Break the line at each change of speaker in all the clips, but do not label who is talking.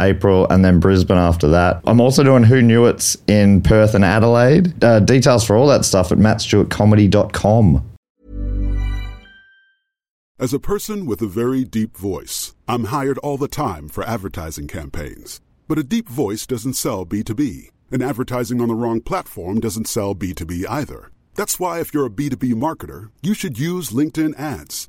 April, and then Brisbane after that. I'm also doing Who Knew It's in Perth and Adelaide. Uh, details for all that stuff at mattstewartcomedy.com.
As a person with a very deep voice, I'm hired all the time for advertising campaigns. But a deep voice doesn't sell B2B, and advertising on the wrong platform doesn't sell B2B either. That's why, if you're a B2B marketer, you should use LinkedIn ads.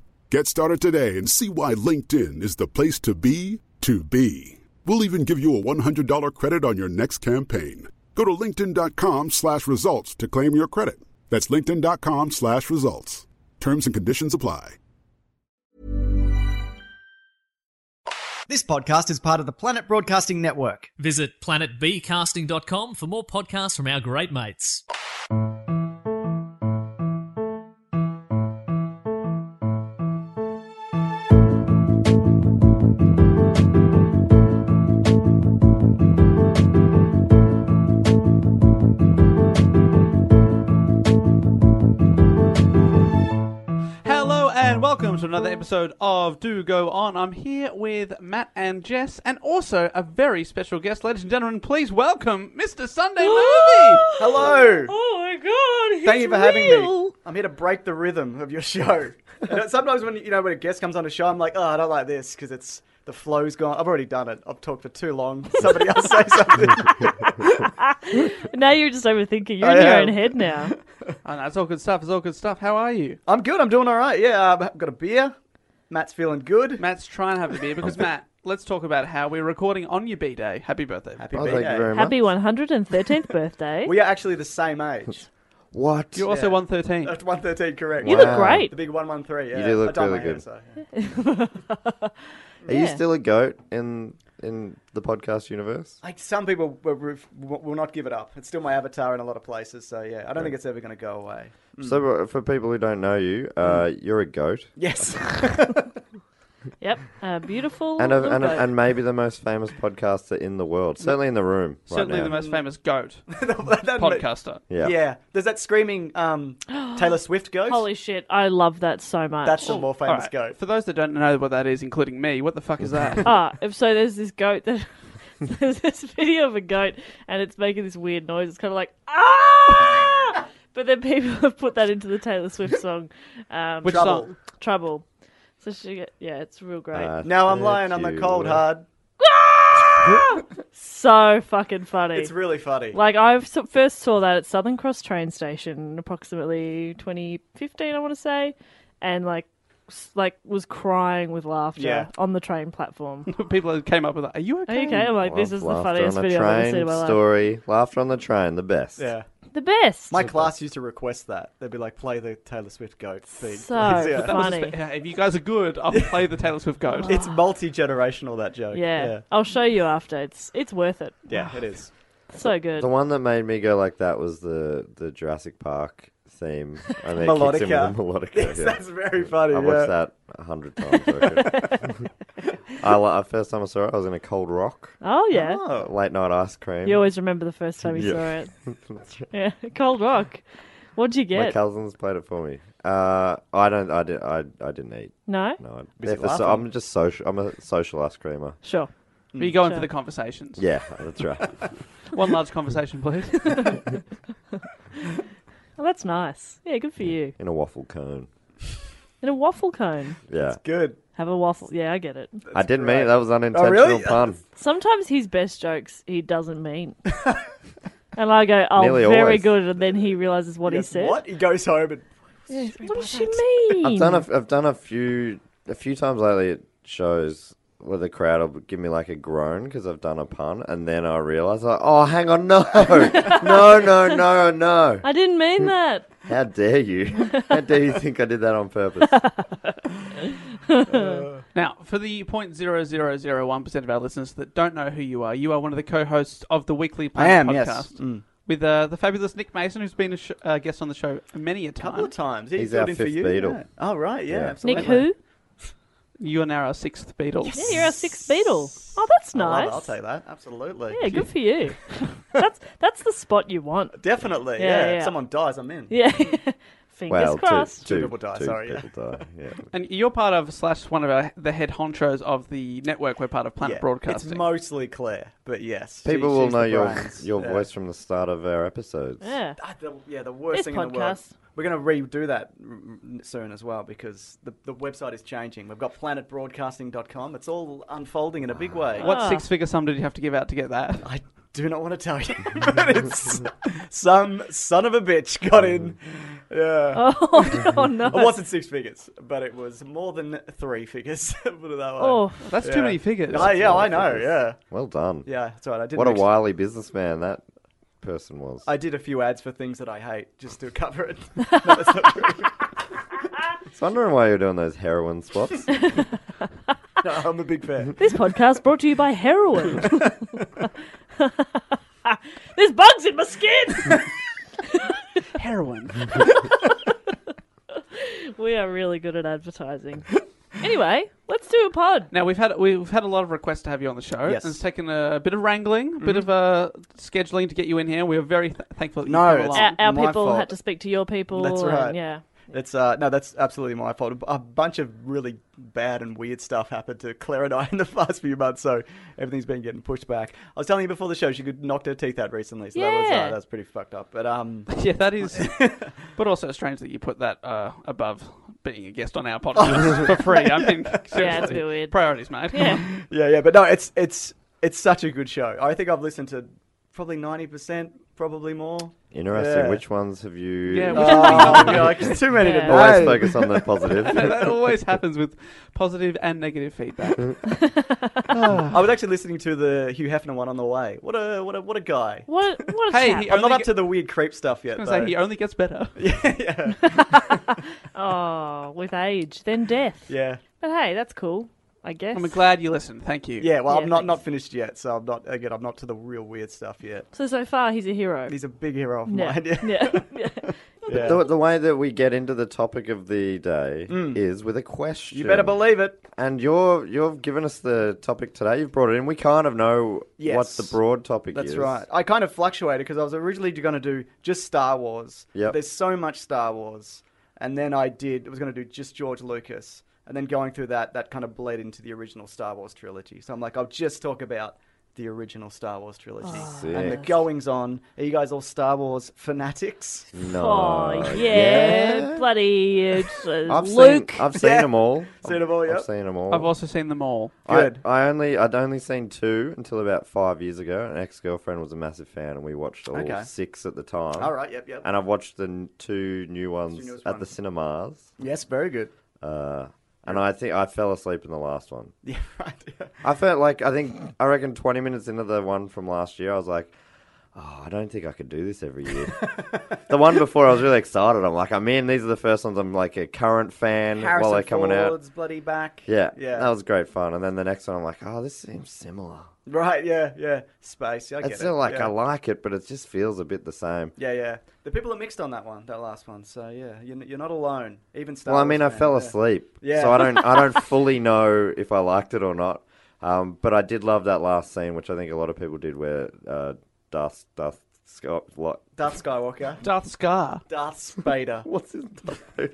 Get started today and see why LinkedIn is the place to be to be. We'll even give you a $100 credit on your next campaign. Go to linkedin.com slash results to claim your credit. That's linkedin.com slash results. Terms and conditions apply.
This podcast is part of the Planet Broadcasting Network.
Visit planetbcasting.com for more podcasts from our great mates.
Hello and welcome to another episode of Do Go On. I'm here with Matt and Jess, and also a very special guest, ladies and gentlemen. Please welcome Mr. Sunday Movie.
Hello!
Oh my god! he's
Thank you for having
real.
me. I'm here to break the rhythm of your show. And sometimes when you know when a guest comes on a show, I'm like, oh, I don't like this because it's the flow's gone. I've already done it. I've talked for too long. Somebody else say something.
Now you're just overthinking. You're
I
in your
am.
own head now.
I know, it's all good stuff. It's all good stuff. How are you?
I'm good. I'm doing all right. Yeah, I've got a beer. Matt's feeling good.
Matt's trying to have a beer because Matt, let's talk about how we're recording on your B day. Happy birthday!
Happy
Oh,
birthday.
thank you very much.
Happy 113th birthday.
We are actually the same age.
What?
You're also
Yeah.
one thirteen.
That's 113, correct.
you
Wow.
look great.
The big 113, yeah.
You do look
I dyed
really
my hair,
good.
so, yeah.
Are you still a goat in in the podcast universe?
Like some people will, will will not give it up. It's still my avatar in a lot of places. So yeah, I don't think it's ever going to go away.
So, uh, for people who don't know you, uh,
Hmm.
you're a goat.
Yes.
Yep. A beautiful.
uh,
And, a,
little
and, a,
goat.
and maybe the most famous podcaster in the world, certainly in the room. right
Certainly
now.
the most famous goat
That- that-
podcaster.
Yeah.
Yeah. There's that screaming um, Taylor Swift ghost.
Holy shit! I love that so much.
That's the more
All
famous
right,
goat.
For those that don't know what that is, including me, what the fuck is that?
Ah, if so there's this goat that there's this video of a goat and it's making this weird noise. It's kind of like ah, but then people have put that into the Taylor Swift song, um,
Which
Trouble.
song?
Trouble. So she, get- yeah, it's real great.
Uh,
Now I'm
thank
lying on the
you.
cold hard.
so fucking funny.
It's really funny.
like I s- first saw that at Southern Cross train station, approximately 2015, I want to say, and like s- like was crying with laughter
Yeah.
on the train platform.
People that came up with that. Are you
Are you
okay?
okay? I'm like, this
Love
is the
laughter
funniest
on a
video I've ever
train,
seen in my life.
Story, laughter on the train, the best.
yeah.
The best.
My class used to request that. They'd be like, play the Taylor Swift goat thing.
So
please."
That
yeah.
fun.
was a
Funny.
spe- yeah, if you guys are good, I'll play the Taylor Swift goat.
It's multi generational, that joke.
Yeah.
Yeah.
I'll show you after. It's it's worth it.
Yeah, it is.
So good.
The one that made me go like that was the, the Jurassic Park theme. And they kicked
Melodica.
him with a melodica.
Yes,
yeah.
That's very funny.
I
yeah.
watched that a hundred times. I reckon. I, la- first time I saw it, I was in a cold rock,
oh yeah.
Oh.
late night ice cream.
You always remember the first time you
Yeah.
saw it. Yeah. Cold Rock. What'd you
My
get?
cousins played it for me. Uh, I don't. I did. I, I didn't eat.
no?
No, I, they're
Busy
for so,
laughing.
I'm just social. I'm a social ice creamer.
Sure.
Are you going
Sure.
for the conversations?
Yeah, that's right.
One large conversation, please.
Well, that's nice. Yeah, good for you.
In a waffle cone.
In a waffle cone.
Yeah.
Good.
Have a waffle. Yeah, I get it.
I didn't mean
right.
it. That was
Oh,
unintentional
really?
pun.
Sometimes his best jokes he doesn't mean. and I go, oh,
Nearly
very
always.
good. And then he realizes what he
Yes,
said.
What? He goes home and
What does she mean?
I've done a, I've done a few a few times lately at shows where the crowd will give me like a groan because I've done a pun, and then I realise like, oh, hang on, no, no, no, no, no.
I didn't mean that.
How dare you? How dare you think I did that on purpose?
Now, for the 0.0001% of our listeners that don't know who you are, you are one of the co-hosts of the Weekly Planet
am,
podcast
yes. Mm.
with uh, the fabulous Nick Mason, who's been a sh- uh, guest on the show many a
a couple
time.
of times. He
He's
filled
our
in for
fifth
you.
Beatle.
Yeah. Oh right, yeah,
Yeah.
absolutely.
Nick, who?
You are now our sixth Beatles.
Yeah, you're our sixth Beatle. Oh, that's
I love
nice.
it, I'll take that. Absolutely.
Yeah, good for you. that's that's the spot you want.
Definitely.
Yeah,
Yeah,
yeah.
If someone dies, I'm in.
Yeah. Fingers
Well,
crossed.
two, two,
people die,
two
sorry, yeah.
people die, yeah.
And you're part of slash one of our, the head honchos of the network. We're part of Planet
Yeah.
Broadcasting.
It's mostly Claire, but yes. she-
People will
she's
know
the
your
brains.
your
Yeah.
voice from the start of our episodes.
Yeah.
Ah, the, yeah, the worst
This
thing in the world.
podcast.
We're going to redo that r- r- soon as well because the, the website is changing. We've got planetbroadcasting.com. It's all unfolding in a big way.
Ah.
Ah.
what six figure sum did you have to give out to get that?
I do not want to tell you, but it's some son of a bitch got in. Yeah.
Oh, oh no.
It wasn't six figures, but it was more than three figures. Put it that way.
Oh,
That's too
Yeah.
many figures.
I, yeah, I
That's a lot
know.
of
Yeah,
Well done.
yeah, that's right. I did.
What a
mix-
wily businessman that person was.
I did a few ads for things that I hate just to cover it. No, that's not true.
I was wondering why you're doing those heroin swaps.
No, I'm a big fan.
this podcast brought to you by heroin. There's bugs in my skin.
Heroin.
we are really good at advertising. Anyway, let's do a pod.
Now we've had we've had a lot of requests to have you on the
Oh,
show.
Yes.
and it's taken a bit of wrangling, a
Mm.
bit of uh, scheduling to get you in here. We are very th- thankful that you
No,
came
it's-
along.
Our, our
my
people
fault.
had to speak to your people.
That's
and-
right.
yeah.
That's uh, no, that's absolutely my fault. A bunch of really bad and weird stuff happened to Claire and I in the past few months, so everything's been getting pushed back. I was telling you before the show she could knocked her teeth out recently, so that was
Yeah.
uh, that was pretty fucked up. But um,
yeah, that is. but also strange that you put that uh, above being a guest on our podcast for free. I mean, seriously,
Yeah, it's a bit weird.
priorities, mate. Come on.
Yeah.
yeah, yeah, but no, it's it's it's such a good show. I think I've listened to probably ninety percent, probably more.
Interesting.
Yeah.
Which ones have you?
Yeah, which-
Oh, yeah, it's too many
Yeah.
to know.
Always focus on the positive.
that
Uh,
always happens with positive and negative feedback.
I was actually listening to the Hugh Hefner one on the way. What a what a what a guy.
What? What a
Hey,
chap.
he-
I'm not
Only
up
get-
to the weird creep stuff yet.
I was
though.
gonna say he only gets better.
yeah,
Oh, with age, then death.
yeah,
But hey, that's cool. I guess.
I'm glad you listened. Thank you.
yeah. Well,
Yeah,
I'm not not finished yet, so I'm not again. I'm not to the real weird stuff yet.
So so far, he's a hero.
He's a big hero of
yeah.
mine. Yeah.
yeah.
Yeah.
The, the way that we get into the topic of the day is with a question.
Mm. You better believe it.
And you're you've given us the topic today. You've brought it in. We kind of know what
Yes.
the broad topic
That's
is.
right. I kind of fluctuated because I was originally going to do just Star Wars.
Yep.
There's so much Star Wars, and then I did. I was going to do just George Lucas, and then going through that, that kind of bled into the original Star Wars trilogy. So I'm like, I'll just talk about the original Star Wars trilogy and the
Sick.
goings on. Are you guys all Star Wars fanatics?
No.
Oh yeah, bloody uh,
I've
Luke.
seen I've seen
Yeah.
them all.
Seen 'em all,
I've-
yep.
I've seen them all.
I've also seen them all.
I-
Good.
I, only I'd only seen two until about five years ago. An ex girlfriend was a massive fan, and we watched all
Okay.
six at the time.
All right. Yep. Yep.
And I've watched the n- two new ones
newest
at the
ones.
cinemas.
yes. Very good.
Uh, and I think I fell asleep in the last one.
Yeah. Right. Yeah.
I felt like I think I reckon twenty minutes into the one from last year, I was like, "Oh, I don't think I could do this every year." the one before, I was really excited. I'm like, "I'm in." These are the first ones. I'm like a current fan while they're coming out.
Ford's bloody back.
Yeah,
Yeah.
that was great fun. And then the next one, I'm like, "Oh, this seems similar."
Right. Yeah. Yeah. Space. Yeah, I get
it's still
it.
like
yeah.
I like it, but it just feels a bit the same.
Yeah, yeah. The people are mixed on that one, that last one. So yeah, you're, you're not alone. Even Star
Well, I
Wars
mean, I
fans,
fell
yeah.
asleep,
Yeah.
so I don't, I don't fully know if I liked it or not. Um, but I did love that last scene, which I think a lot of people did, where uh, Darth, Darth Scott, lot,
Darth Skywalker,
Darth Scar.
Darth Vader.
what's his name?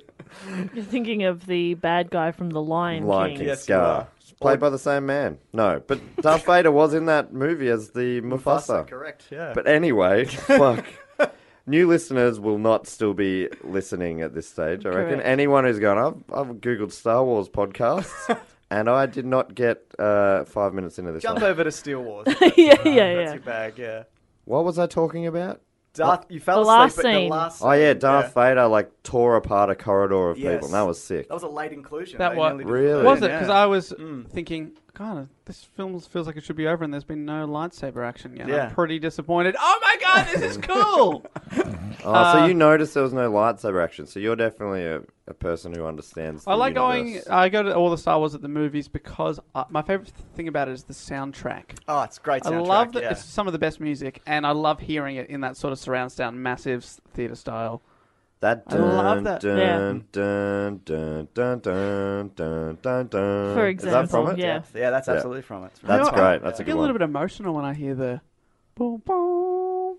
You're thinking of the bad guy from The Lion,
Lion
King.
King
Yes, you
Scar,
are.
played by the same man. No, but Darth Vader was in that movie as the Mufasa.
correct. Yeah.
But anyway, fuck. New listeners will not still be listening at this stage, I reckon.
Correct.
Anyone who's gone, I've, I've Googled Star Wars podcasts. and I did not get uh, five minutes into this.
Jump
one.
over to Steel Wars. if
yeah, yeah,
Uh, That's
yeah.
your bag, yeah.
What was I talking about?
Darth, you fell
The
asleep
last
at
scene.
the last.
Oh yeah,
scene,
Darth Vader like tore apart a corridor of
Yes.
people. And that was sick.
That was a late inclusion.
That
They
was-
nearly did
Really?
Was it?
Yeah.
Because I was
Hmm.
thinking, God, this film feels like it should be over, and there's been no lightsaber action yet.
Yeah.
I'm pretty disappointed. Oh my God, this is cool.
oh, so you noticed there was no lightsaber action. So you're definitely a, a person who understands.
I
the
like going. uh,
universe.
I go to all the Star Wars at the movies because I, my favorite thing about it is the soundtrack.
Oh, it's great.
I
Soundtrack,
love that
yeah.
it's some of the best music, and I love hearing it in that sort of surround sound, massive theater style.
that
I
dun,
love that.
Dun,
Yeah.
dun, dun, dun, dun, dun, dun, dun.
For
Is that
example,
from it?
yeah.
Yeah, that's
Yeah.
absolutely from it. It's from
That's
it.
great. That's
I
a good
get a little
one.
bit emotional when I hear the. boom, boom, boom.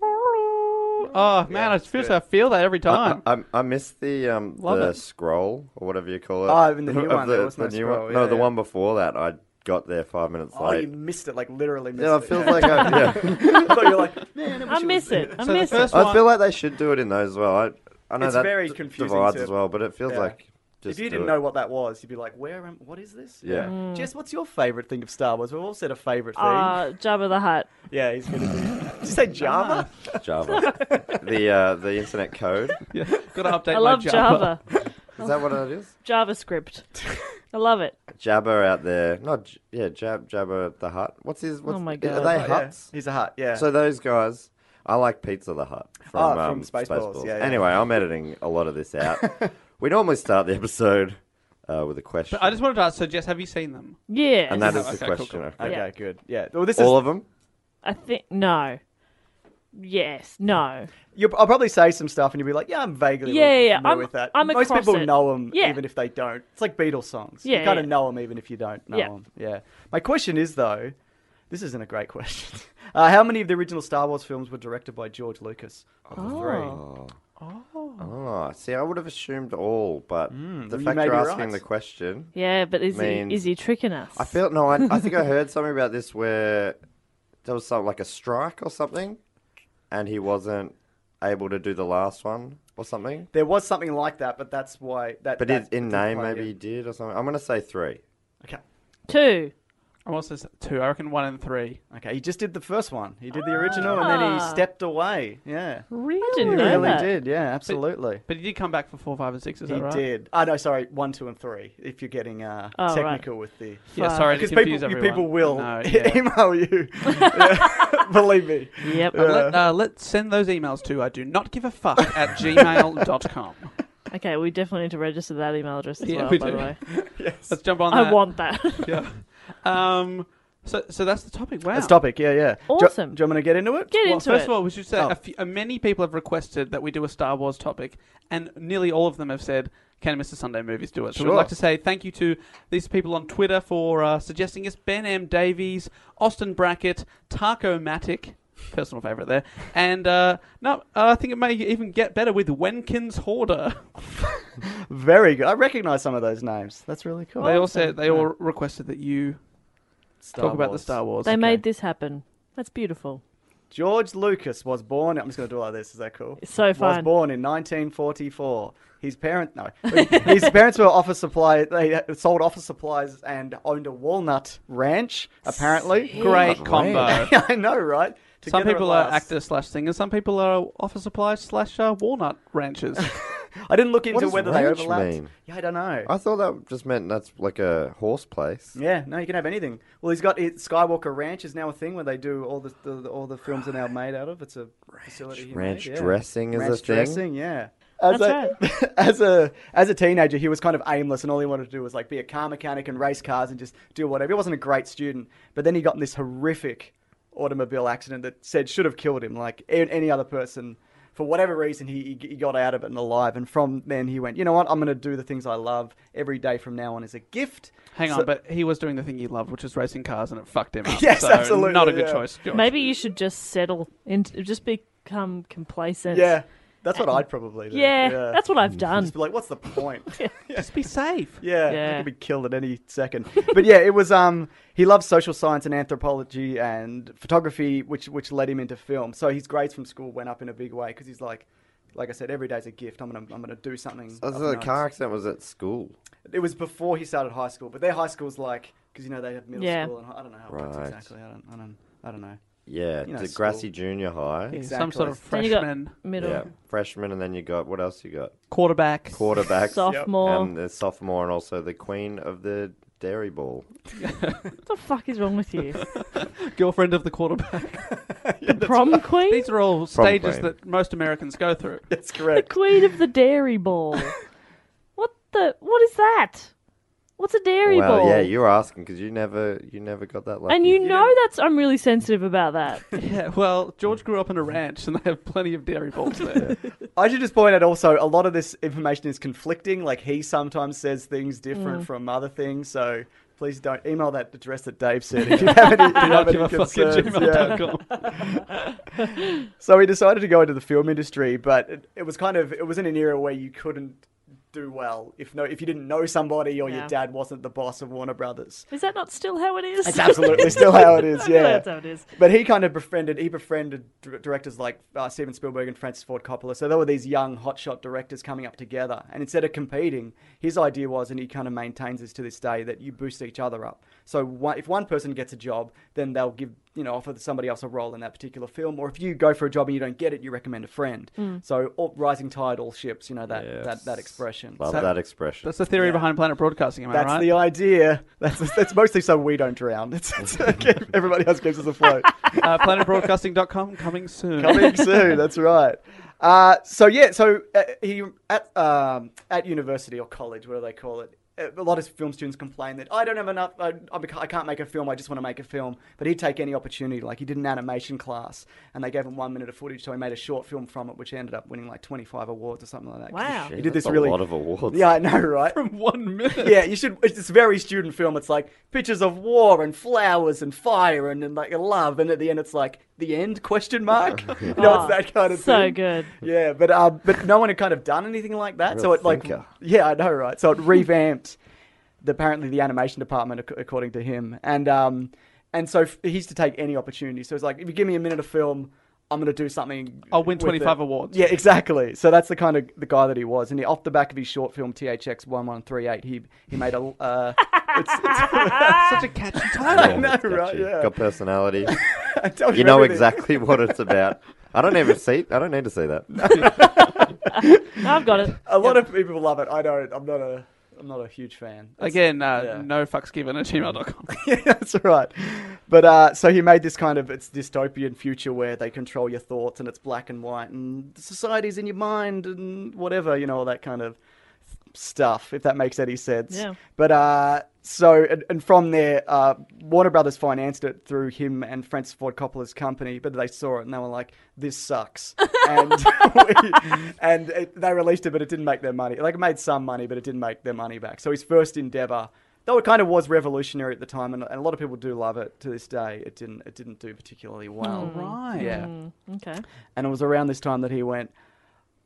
Oh man, I
it's
feel
good.
I feel that every
I,
time.
I, I- I missed the um
Love
the
it.
scroll or whatever you call it.
Oh, even the new
Of
one, there was no
the new
scroll,
one. No,
yeah,
the
yeah.
one before that. I got there five minutes
Oh, you
late.
missed it. Like literally missed
Yeah, it
it.
feels like I, yeah.
I thought you were like, man,
I miss it. I
So the
miss uh,
first
it.
I
one-
feel like they should do it in those as well. I, I know
It's
that
very
d-
confusing
divides
to-
as well, but it feels
yeah.
like just
if you
do
didn't
it.
know what that was, you'd be like, where am? What is this?
Yeah.
Jess, what's your favorite thing of Star Wars? We've all said a favorite thing.
Mm. Uh, Uh-huh. Jabba the Hutt.
yeah, he's gonna be. Did you say Java?
Java, the uh, the internet code.
yeah, gotta update.
I love
my
Java.
Is that what it is?
JavaScript. I love it.
Jabba out there, not J- yeah, Jab Jabba the Hut. What's his? What's,
my
Are
God.
they
Oh,
huts?
He's a hut. Yeah.
So those guys, I like Pizza the Hut from,
Oh, from
um,
Spaceballs, yeah, yeah.
Anyway, I'm editing a lot of this out. we normally start the episode uh, with a question,
But I just wanted to ask. So Jess, have you seen them?
Yeah.
and that
Oh,
is the
okay, cool,
question.
Yeah.
okay, good. Yeah. Well, this
All
is.
of them.
I think no. Yes, no.
You'll, I'll probably say some stuff, and you'll be like, "Yeah, I'm vaguely
Yeah, yeah, yeah.
familiar
I'm-
with that."
I'm
Most
across
people
it.
know them,
Yeah.
even if they don't. It's like Beatles songs.
Yeah,
you kind of
yeah.
know them, even if you don't know
Yeah.
them. Yeah. My question is though, this isn't a great question. Uh, how many of the original Star Wars films were directed by George Lucas? Of the three.
Oh, see, I would have assumed all, but the
you
fact
may
you're
be
asking
right.
the question,
Yeah, but is
Means-
he is he tricking us?
I feel no. I, I think I heard something about this where there was some like a strike or something, and he wasn't able to do the last one or something.
There was something like that, but that's why that.
But
that
it, in
particular
name,
one,
maybe he did or something. I'm gonna say three.
yeah. Okay.
Two.
I also said two. I reckon one and three.
Okay, he just did the first one. He did the original, and then he stepped away. Yeah,
Really? Ah. I didn't
he
know
really
that.
did. Yeah, absolutely.
But he did come back for four, five, and six. Is
he
that right?
did. Oh no, sorry, one, two, and three. If you're getting uh,
Oh, right.
technical with the
Yeah, sorry to
because
confuse
people, you
everyone.
people will
No, yeah.
email you. Yeah, Believe me.
Yep.
Uh, let, uh, let's send those emails to I do not give a fuck at gmail.com.
Okay, we definitely need to register that email address as
Yeah,
well,
we
by
do.
the way.
Let's jump on that.
I want that.
Yeah. Um, so, so that's the topic. Wow.
That's topic. Yeah, yeah. Do-
Awesome.
Do, you want me to get into it?
Get
Well,
into
first
it.
of all, we should say
Oh.
a few, uh, many people have requested that we do a Star Wars topic, and nearly all of them have said, "Can Mr. Sunday Movies do it?" So we'd
Sure.
like to say thank you to these people on Twitter for uh, suggesting us: Ben M. Davies, Austin Brackett, Taco Matic, personal favourite there, and uh, no, uh, I think it may even get better with Wenkins Hoarder.
Very good. I recognize some of those names. That's really cool.
they all said they all requested that you
Star
talk about the
Wars.
Star Wars.
they made this happen. That's beautiful.
George Lucas was born. I'm just going to do it like this. Is that cool?
It's so
Was
fun.
born in 1944. His parents no. His parents were office supply. They uh, sold office supplies and owned a walnut ranch. Apparently,
Great combo.
I know, right?
Some
Together at
people are
last.
actors slash singers. Some people are office supply slash uh, walnut ranchers.
I didn't look into
does
whether they
ranch
overlapped.
mean?
Yeah, I don't know.
I thought that just meant that's like a horse place.
Yeah, no, you can have anything. Well, he's got it, Skywalker Ranch is now a thing where they do all the, the, the- all the films are now made out of. It's a facility. he
Ranch
made, yeah.
dressing is a
ranch
thing?
Dressing, yeah. As
That's
a, as a as a teenager, he was kind of aimless, and all he wanted to do was like be a car mechanic and race cars and just do whatever. He wasn't a great student, but then he got in this horrific automobile accident that said should have killed him. Like a- any other person, for whatever reason, he he got out of it and alive. And from then, he went, you know what? I'm going to do the things I love every day from now on as a gift.
Hang on,
So-
but he was doing the thing he loved, which is racing cars, and it fucked him up.
Yes,
so
absolutely,
Not a good
yeah.
choice. George.
Maybe you should just settle and just become complacent.
Yeah, that's what I'd probably do.
Yeah, that's what
Mm,
I've done.
Just be like, what's the point?
just be safe.
yeah,
Yeah.
I could be killed at any second. but yeah, it was. Um, he loves social science and anthropology and photography, which which led him into film. So his grades from school went up in a big way because he's like. like I said, every day's a gift. I'm gonna I'm gonna do something.
Oh,
up
so the
and
car
up.
accident was at school.
It was before he started high school, but their high school's like because you know they have middle
Yeah.
school and hi- I don't know how it works
Right.
exactly. I don't I don't I don't know.
Yeah,
You know,
to Grassy
school.
Junior High.
Exactly.
Some sort of
Then you got
freshman
middle,
Yeah, freshman, and then you got what else? You got
quarterback.
quarterback,
sophomore.
and the sophomore, and also the queen of the dairy ball.
What the fuck is wrong with you?
girlfriend of the quarterback.
the prom queen?
These are all stages
queen.
that most Americans go through.
That's
the
correct.
queen of the dairy ball. what the? What is that? What's a dairy
well,
ball?
yeah, you're asking because you never, you never got that. Lucky.
and you know that's I'm really sensitive about that.
Yeah, well, George grew up in a ranch and they have plenty of dairy balls there.
I should just point out also a lot of this information is conflicting. Like he sometimes says things
Mm.
different from other things, so please don't email that address that Dave said if you have any, if you have any concerns. Yeah. So we decided to go into the film industry, but it, it was kind of it was in an era where you couldn't do well if no if you didn't know somebody or
Yeah.
your dad wasn't the boss of Warner Brothers.
Is that not still how it is?
It's absolutely still how it is.
I know
Yeah,
that's how it is.
But he kind of befriended he befriended dir- directors like uh, Steven Spielberg and Francis Ford Coppola. So there were these young hotshot directors coming up together, and instead of competing, his idea was, and he kind of maintains this to this day, that you boost each other up. So one, if one person gets a job, then they'll give you know offer somebody else a role in that particular film, or if you go for a job and you don't get it, you recommend a friend. So all, rising tide, all ships. You know that that, that expression.
love
So
that expression.
That's the theory behind Planet Broadcasting, am I
that's
right?
the idea. That's that's mostly so we don't drown. It's, it's, everybody else keeps us afloat.
uh, planetbroadcasting.com coming soon.
coming soon. That's right. Uh, so yeah, so uh, he at um, at university or college, what do they call it? A lot of film students complain that I don't have enough. I, I beca- I can't make a film. I just want to make a film. But he'd take any opportunity. Like he did an animation class, and they gave him one minute of footage, so he made a short film from it, which ended up winning like twenty five awards or something like that. 'Cause
Wow.
he,
Shit,
he did this
That's
really
a lot of awards.
Yeah, I know, right?
From one minute.
yeah, you should. It's this very student film. It's like pictures of war and flowers and fire and, and like love, and at the end, it's like the end question mark. you know,
Oh,
it's that kind of
so
thing.
good.
Yeah, but uh, but no one had kind of done anything like that, so
Real
it like
thinker.
yeah, I know, right? So it revamped the, apparently the animation department, ac- according to him, and um, and so f- he used to take any opportunity. So it's like if you give me a minute of film. I'm gonna do something.
I'll win
with
25
it.
awards.
Yeah, exactly. So that's the kind of the guy that he was, and he, off the back of his short film THX one one three eight, he he made a. Uh, it's, it's,
Such a catchy
I
title.
know,
Got
right?
you.
Yeah,
Got personality.
I don't
you know
remember the-
exactly what it's about. I don't even see. I don't need to see that.
I've got it.
A lot of people love it. I don't. I'm not a. I'm not a huge fan. It's-
Again, uh,
Yeah.
no fucks given at gmail.com.
yeah, that's right. But uh, so he made this kind of it's dystopian future where they control your thoughts and it's black and white and society's in your mind and whatever you know all that kind of stuff if that makes any sense.
Yeah.
But uh, so and, and from there, uh, Warner Brothers financed it through him and Francis Ford Coppola's company. But they saw it and they were like, "This sucks," and we- and it, they released it, but it didn't make their money. Like it made some money, but it didn't make their money back. So his first endeavor. Though it kind of was revolutionary at the time, and, and a lot of people do love it to this day. It didn't. It didn't do particularly well.
Right.
Yeah.
Okay.
And it was around this time that he went,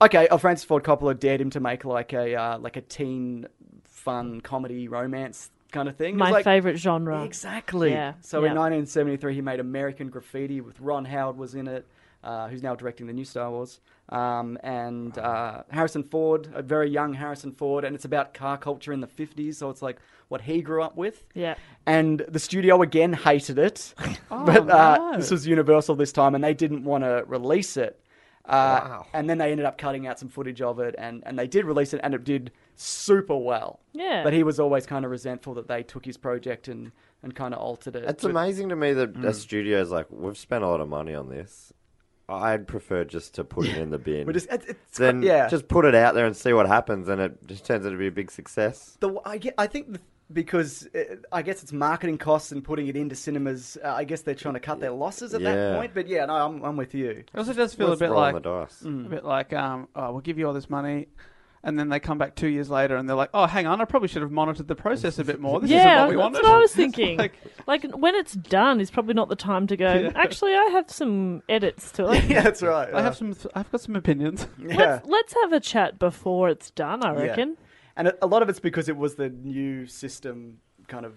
okay, oh, Francis Ford Coppola dared him to make like a uh, like a teen fun comedy romance kind of thing. It was
My
like-
favorite genre.
Exactly.
Yeah,
So
yeah.
in 1973, he made American Graffiti with Ron Howard was in it, uh, who's now directing the new Star Wars, um, and uh, Harrison Ford, a very young Harrison Ford, and it's about car culture in the 50s. So it's like what he grew up with.
Yeah.
And the studio again hated it,
Oh,
but uh, this was Universal this time, and they didn't want to release it. Uh, And then they ended up cutting out some footage of it, and, and they did release it, and it did super well.
Yeah.
But he was always kind of resentful that they took his project and, and kind of altered it.
It's
But- Mm.
amazing to me that a studio's like, we've spent a lot of money on this. I'd prefer just to put it in the bin.
But just, it, it's,
then
yeah.
just put it out there and see what happens, and it just turns out to be a big success.
the I get I think the, because uh I guess it's marketing costs and putting it into cinemas. Uh, I guess they're trying to cut their losses at
Yeah.
that point. But yeah, no, I'm, I'm with you.
It also does feel
Let's
a bit
roll
like
the dice.
a bit like um, oh, we'll give you all this money, and then they come back two years later and they're like, oh, hang on, I probably should have monitored the process a bit more. This isn't
yeah,
what we
that's
wanted.
what I was thinking. like,
like-
when it's done is probably not the time to go. Actually, I have some edits to it.
yeah, that's right.
I
uh,
have some. Th- I've got some opinions.
yeah.
Let's have a chat before it's done. I
Yeah.
reckon.
And a, a lot of it's because it was the new system kind of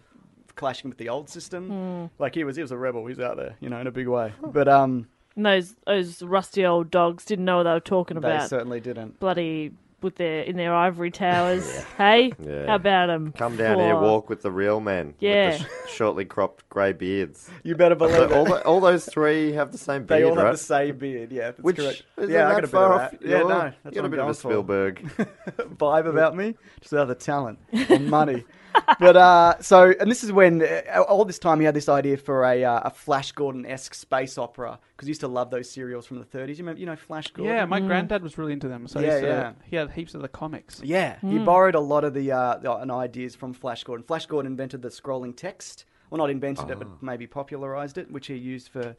clashing with the old system. Like he was, he was a rebel. He's out there, you know, in a big way. But um,
And those those rusty old dogs didn't know what they were talking
They
about.
certainly didn't.
Bloody with their in their ivory towers. Hey,
Yeah.
how about them?
Come down here, walk with the real men.
Yeah.
With the sh- shortly cropped grey beards.
You better believe
So all,
it.
the, all those three have the same
They
beard,
all have
right?
the same beard. Yeah, that's
Which
correct.
isn't
yeah,
that
I got a bit
far
of
off.
that. Yeah,
You're-
no, that's
you
what
got a
I'm
bit of
going
a
for.
Spielberg.
vibe about me. Just without the talent or money. but uh, so, and this is when uh, all this time he had this idea for a uh, a Flash Gordon esque space opera because he used to love those serials from the 30s. You remember, you know, Flash Gordon.
Yeah, my granddad was really into them. So
Yeah,
he, used to-
yeah.
he had heaps of the comics.
Yeah,
Hmm.
he borrowed a lot of the uh, the- and ideas from Flash Gordon. Flash Gordon invented the scrolling text. Well, not invented it,
Oh.
but maybe popularized it, which he used for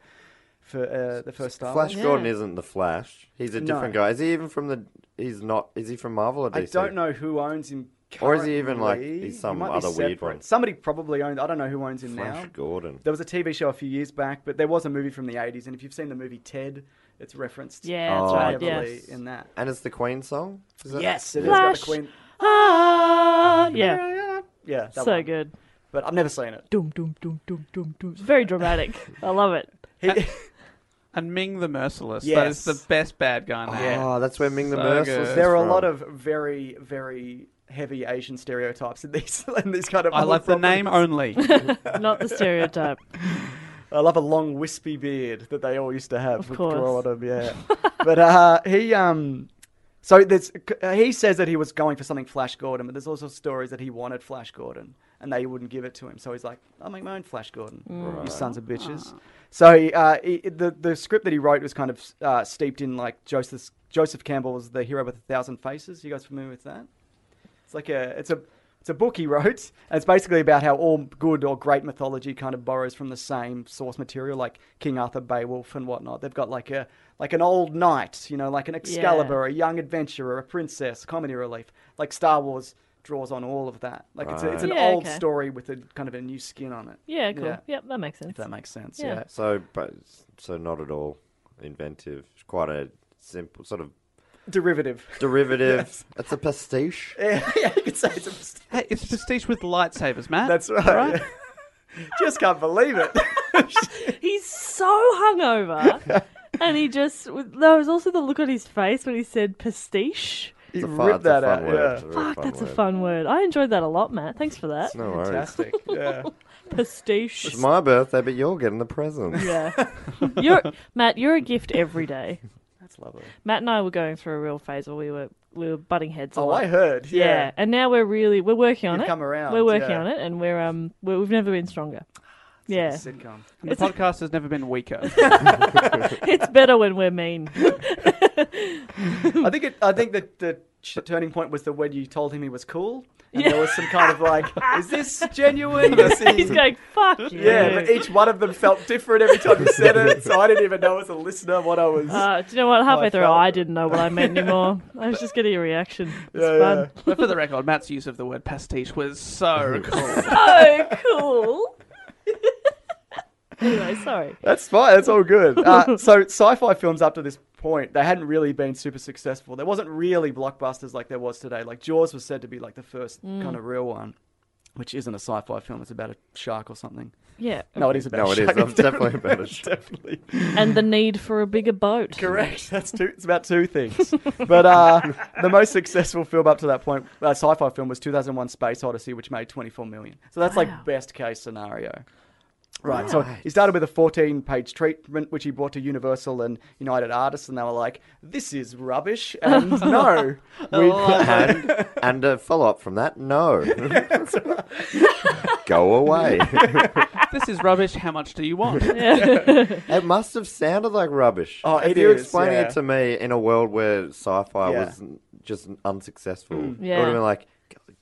for uh, the first Star Wars.
Flash Gordon isn't the Flash. He's a different
No.
guy. Is he even from the? He's not. Is he from Marvel or DC?
I don't know who owns him.
Or is he even, like,
currently.
he's
He
some
might be
other weird
separate.
one?
Somebody probably owns. I don't know who owns him
Flash
now.
Gordon.
There was a TV show a few years back, but there was a movie from the 80s, and if you've seen the movie Ted, it's referenced
Yeah, that's
Oh,
right.
heavily
Yes.
in that.
And it's the Queen song. Is that-
Yes, it is.
Flash.
Got the Queen.
Ah, yeah,
Yeah, that
so
one.
good.
But I've never seen it.
Doom, doom, doom, doom, doom, doom. It's very dramatic. I love it.
He-
And Ming the Merciless.
Yes.
That is the best bad guy in
Oh,
the
that's where Ming the
So
Merciless.
good.
is
there are a
from.
lot of very, very heavy Asian stereotypes in these in these kind of.
I
old
love the name
properties.
only.
Not the stereotype.
I love a long wispy beard that they all used to have.
Of
with
course.
Grow on 'em, yeah. but uh, he um, so there's he says that he was going for something Flash Gordon, but there's also stories that he wanted Flash Gordon and they wouldn't give it to him. So he's like, I'll make my own Flash Gordon.
Mm.
You sons of bitches.
Ah.
So he, uh, he, the the script that he wrote was kind of uh, steeped in like Joseph Joseph Campbell's The Hero with a Thousand Faces. You guys familiar with that? It's like a it's a it's a book he wrote. And it's basically about how all good or great mythology kind of borrows from the same source material, like King Arthur, Beowulf, and whatnot. They've got like a like an old knight, you know, like an Excalibur, a young adventurer, a princess, comedy relief. Like Star Wars draws on all of that. Like it's, a, it's an
Right. Yeah,
old
okay.
story with a kind of a new skin on it.
Yeah, cool.
Yeah.
Yep, that makes sense.
If that makes sense.
Yeah.
Yeah.
So, but so not at all inventive. It's Quite a simple sort of
Derivative.
derivative. It's a pastiche.
yeah, you could say it's a
hey, it's prestige with lightsabers, Matt.
That's right.
Right?
Just can't believe it.
He's so hungover. and he just, there was also the look on his face when he said pastiche.
He
It's a fu-
ripped
it's a
that
fun
out.
word.
Yeah.
It's a really
Fuck, that's a
word.
fun word. I enjoyed that a lot, Matt. Thanks for that.
No worries.
Fantastic. Yeah.
Pastiche.
It's my birthday, but you're getting the present.
Yeah. you're, Matt, you're a gift every day.
That's lovely.
Matt and I were going through a real phase where we were we were butting heads a
Oh,
lot.
I heard.
Yeah.
Yeah.
and now we're really we're working on
You've
it.
come around,
We're working
Um, yeah.
on it, and we're um we're, we've never been stronger. yeah,
It's a Sitcom.
And the podcast has never been weaker.
it's better when we're mean.
I think it, I think that the ch- turning point was the when you told him he was cool, and there was some kind of like, is this genuine? Is he-
He's going fuck you.
yeah, but each one of them felt different every time you said it, so I didn't even know as a listener what I was.
Uh, do you know what? Halfway
Oh, I
through,
felt.
I didn't know what I meant anymore. I was just getting a reaction. It's
Yeah, yeah.
fun.
but for the record, Matt's use of the word pastiche was so cool.
Oh, cool. anyway, sorry.
That's fine. That's all good. Uh, so sci-fi films up to this point, they hadn't really been super successful. There wasn't really blockbusters like there was today. Like Jaws was said to be like the first kind of real one, which isn't a sci-fi film. It's about a shark or something.
Yeah,
No, it is about
No,
a
it is.
shark.
That's definitely about a
It's
shark.
definitely
and the need for a bigger boat.
correct. That's two. It's about two things. But uh, the most successful film up to that point, uh, sci-fi film, was 2001: Space Odyssey, which made 24 million. So that's like best case scenario. Right. So he started with a 14 page treatment, which he brought to Universal and United Artists, and they were like, this is rubbish. And no. we-
and, and a follow up from that, no. Go away.
this is rubbish. How much do you want?
it must have sounded like rubbish.
Oh,
if
it
you're
is,
explaining
yeah.
it to me in a world where sci fi
Yeah. Mm.
was n- just unsuccessful, it
Yeah.
would have been like,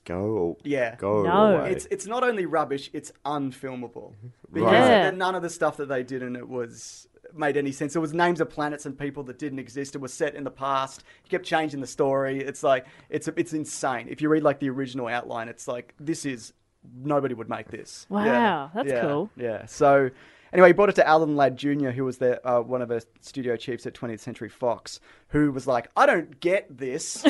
go,
Yeah.
go
No.
away.
It's, it's not only rubbish, it's unfilmable. Because
Right.
Yeah.
none of the stuff that they did in it was made any sense. It was names of planets and people that didn't exist. It was set in the past. He kept changing the story. It's like it's it's insane. If you read like the original outline, it's like this is nobody would make this.
Wow,
Yeah.
that's
Yeah.
cool.
Yeah. So Anyway, he brought it to Alan Ladd Jr., who was the, uh, one of the studio chiefs at 20th Century Fox, who was like, I don't get this,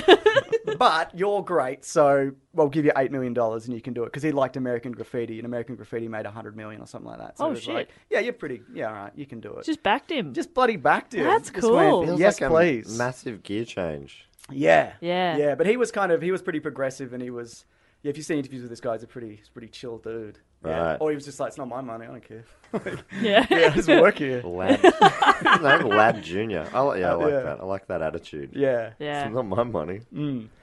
but you're great, so I'll give you $8 million and you can do it. Because he liked American Graffiti, and American Graffiti made $100 million or something like that. So
Oh,
it was
shit.
like, yeah, you're pretty, yeah, all right, you can do it. Just,
Just backed him.
bloody backed him.
That's
Just went,
cool. Feels
yes,
like a
please.
Massive gear change.
Yeah.
Yeah.
Yeah. But he was kind of he was pretty progressive and he was yeah, if you see interviews with this guy, he's a pretty he's a pretty chill dude. Yeah.
Right.
Or he was just like, It's not my money, I don't care.
yeah.
yeah, I just work here.
Lad. His name Lad Junior. I like, yeah, I like
yeah.
that. I like that attitude.
Yeah. Mm.
Yeah.
It's not my money.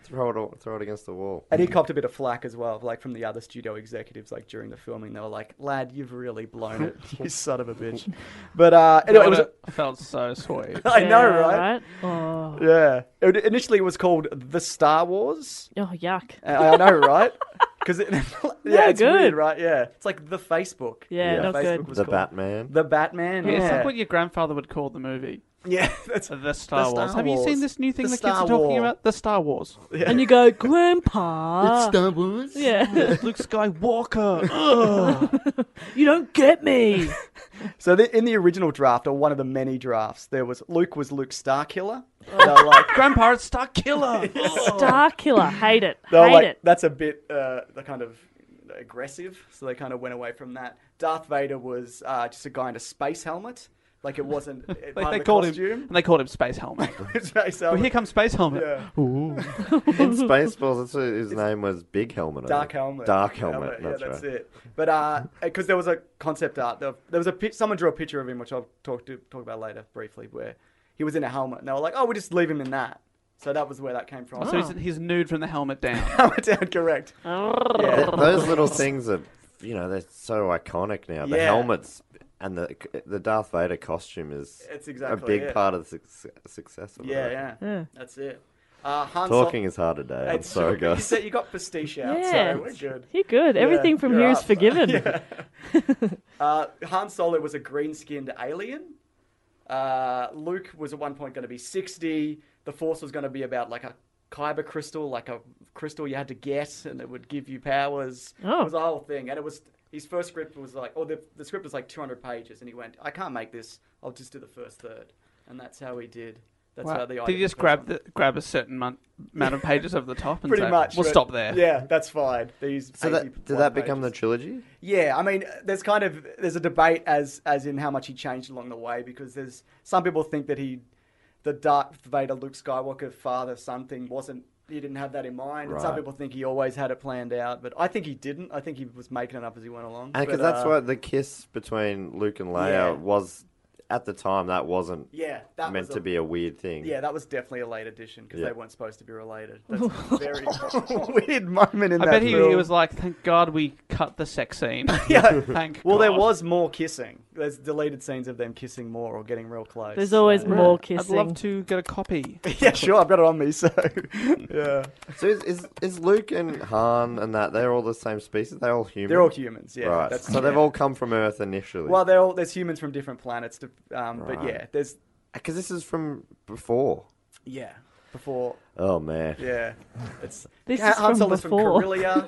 Throw it, all, throw it against the wall. Mm.
And he copped a bit of flack as well, like from the other studio executives, like during the filming, they were like, "Lad, you've really blown it, you son of a bitch." But uh, anyway, it was,
felt so sweet.
I know,
Yeah,
right?
Oh.
Yeah. It, initially, it was called the Star Wars.
oh, yuck.
I I know, right? Because it, yeah, it's
good.
weird, right? Yeah, it's like the Facebook.
Yeah, not good.
was
The
called
Batman.
The Batman. Yeah,
It's like what your grandfather would call the movie,
yeah that's
the Star,
The Star
Wars. Have you seen
Wars.
this new thing
The
the, kids
Star
are talking
War.
about? The Star Wars.
And you go, Grandpa.
Star Wars.
yeah.
Luke Skywalker.
you don't get me.
So the, in the original draft, or one of the many drafts, there was Luke was Luke Starkiller.
Oh.
They're like,
Grandpa, it's Star Killer.
Star Killer. Hate it.
Oh. they're
Hate
like
it.
that's a bit uh, the kind of aggressive. So they kind of went away from that. Darth Vader was uh, just a guy in a space helmet. Like it wasn't part
They,
of
they
the
called him,
costume.
and they called him Space Helmet.
Space
well, here
helmet.
comes Space Helmet.
Yeah.
Ooh.
In Spaceballs, that's what his name was. Big Helmet. I
Dark
think.
helmet.
Dark Helmet.
Yeah,
that's,
that's
right.
it. But because there was a concept art, there, there was a pi- someone drew a picture of him, which I'll talk to talk about later briefly, where he was in a helmet, and they were like, "Oh, we will just leave him in that." So that was where that came from.
So he's, he's nude from the helmet down.
helmet down, correct.
Th- Those little things are, you know, they're so iconic now. The
Yeah.
helmets and the the Darth Vader costume is
It's exactly
a big
it.
part of the suc- success of it. I
Yeah,
reckon.
yeah, That's it. Uh, Han Sol-
Talking is hard today. I'm
It's-
sorry,
You,
guys.
said you got pastiche out,
Yeah.
so we're good.
You're good. Everything from
you're
here is
up.
forgiven.
Uh, Han Solo was a green-skinned alien. Uh, Luke was at one point going to be 60. The Force was going to be about like a kyber crystal, like a crystal you had to get, and it would give you powers.
Oh.
It was a whole thing, and it was his first script was like, oh, the, the script was like 200 pages, and he went, I can't make this. I'll just do the first third, and that's how he did. That's how
Wow.
the
Did
idea
you just
first one-
grab the, grab a certain mon- amount of pages over the top and
pretty
say,
much.
we'll
but-
stop there?
Yeah, that's fine. These
So that,
80
did
one
that become the
pages.
trilogy?
Yeah, I mean, there's kind of there's a debate as as in how much he changed along the way because there's some people think that he, the Darth Vader, Luke Skywalker father son thing wasn't he didn't have that in mind, and some
Right.
people think he always had it planned out, but I think he didn't. I think he was making it up as he went along.
And because
But,
that's
uh,
why the kiss between Luke and Leia
Yeah.
was at the time that wasn't
yeah that
meant
was
to
a-
be a weird thing.
Yeah, that was definitely a late addition because
Yeah.
they weren't supposed to be related. That's a very weird moment in
I
that
bet he, he
film.
was like, thank God we cut the sex scene.
Yeah.
Thank
Well, there
God.
was more kissing. There's deleted scenes of them kissing more or getting real close.
There's always
so-
more
I'd
kissing.
love to get a copy.
Yeah, sure. I've got it on me, so yeah.
So is, is is Luke and Han and that they're all the same species? They're all human.
They're all humans. Yeah.
right.
That's,
so they've all come from Earth initially.
well, they're all there's humans from different planets. To, um, But
Right.
yeah, there's
because this is from before.
yeah before
Oh man.
yeah. It's
This
Han
is
Han
from
Solo's from
before.
Corellia.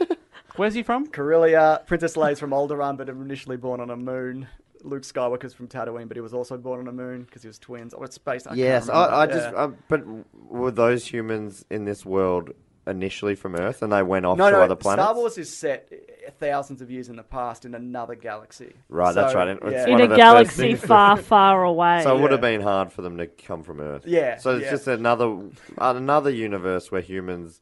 Where's he from?
Corellia. Princess Leia's from Alderaan, but initially born on a moon. Luke Skywalker's from Tatooine, but he was also born on a moon because he was twins. Oh, it's space. I can't
Yes,
remember.
I, I just.
Yeah.
I, but were those humans in this world initially from Earth, and they went off
no,
to
no.
other planets?
Star Wars is set eh, thousands of years in the past in another galaxy.
Right, that's
So,
right, and it's
yeah.
in
one of
a
the first
galaxy
things-
far, far away.
So it would
Yeah.
have been hard for them to come from Earth.
Yeah,
So it's
yeah.
just another uh, another universe where humans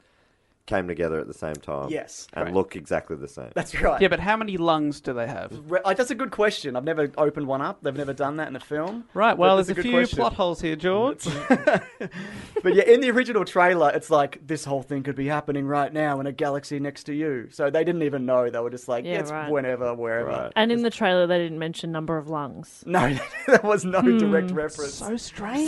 came together at the same time.
Yes,
and
correct.
look exactly the same.
That's right.
Yeah, but how many lungs do they have?
Re- uh, that's a good question. I've never opened one up. They've never done that in a film.
Right,
But
well,
that's
there's a,
good
few
question.
plot holes here, George.
But yeah, in the original trailer, it's like this whole thing could be happening right now in a galaxy next to you. So they didn't even know. They were just like,
Yeah,
yeah, it's
right.
whenever, wherever.
Right.
and in the trailer, they didn't mention number of lungs.
No, there was no direct reference.
so strange.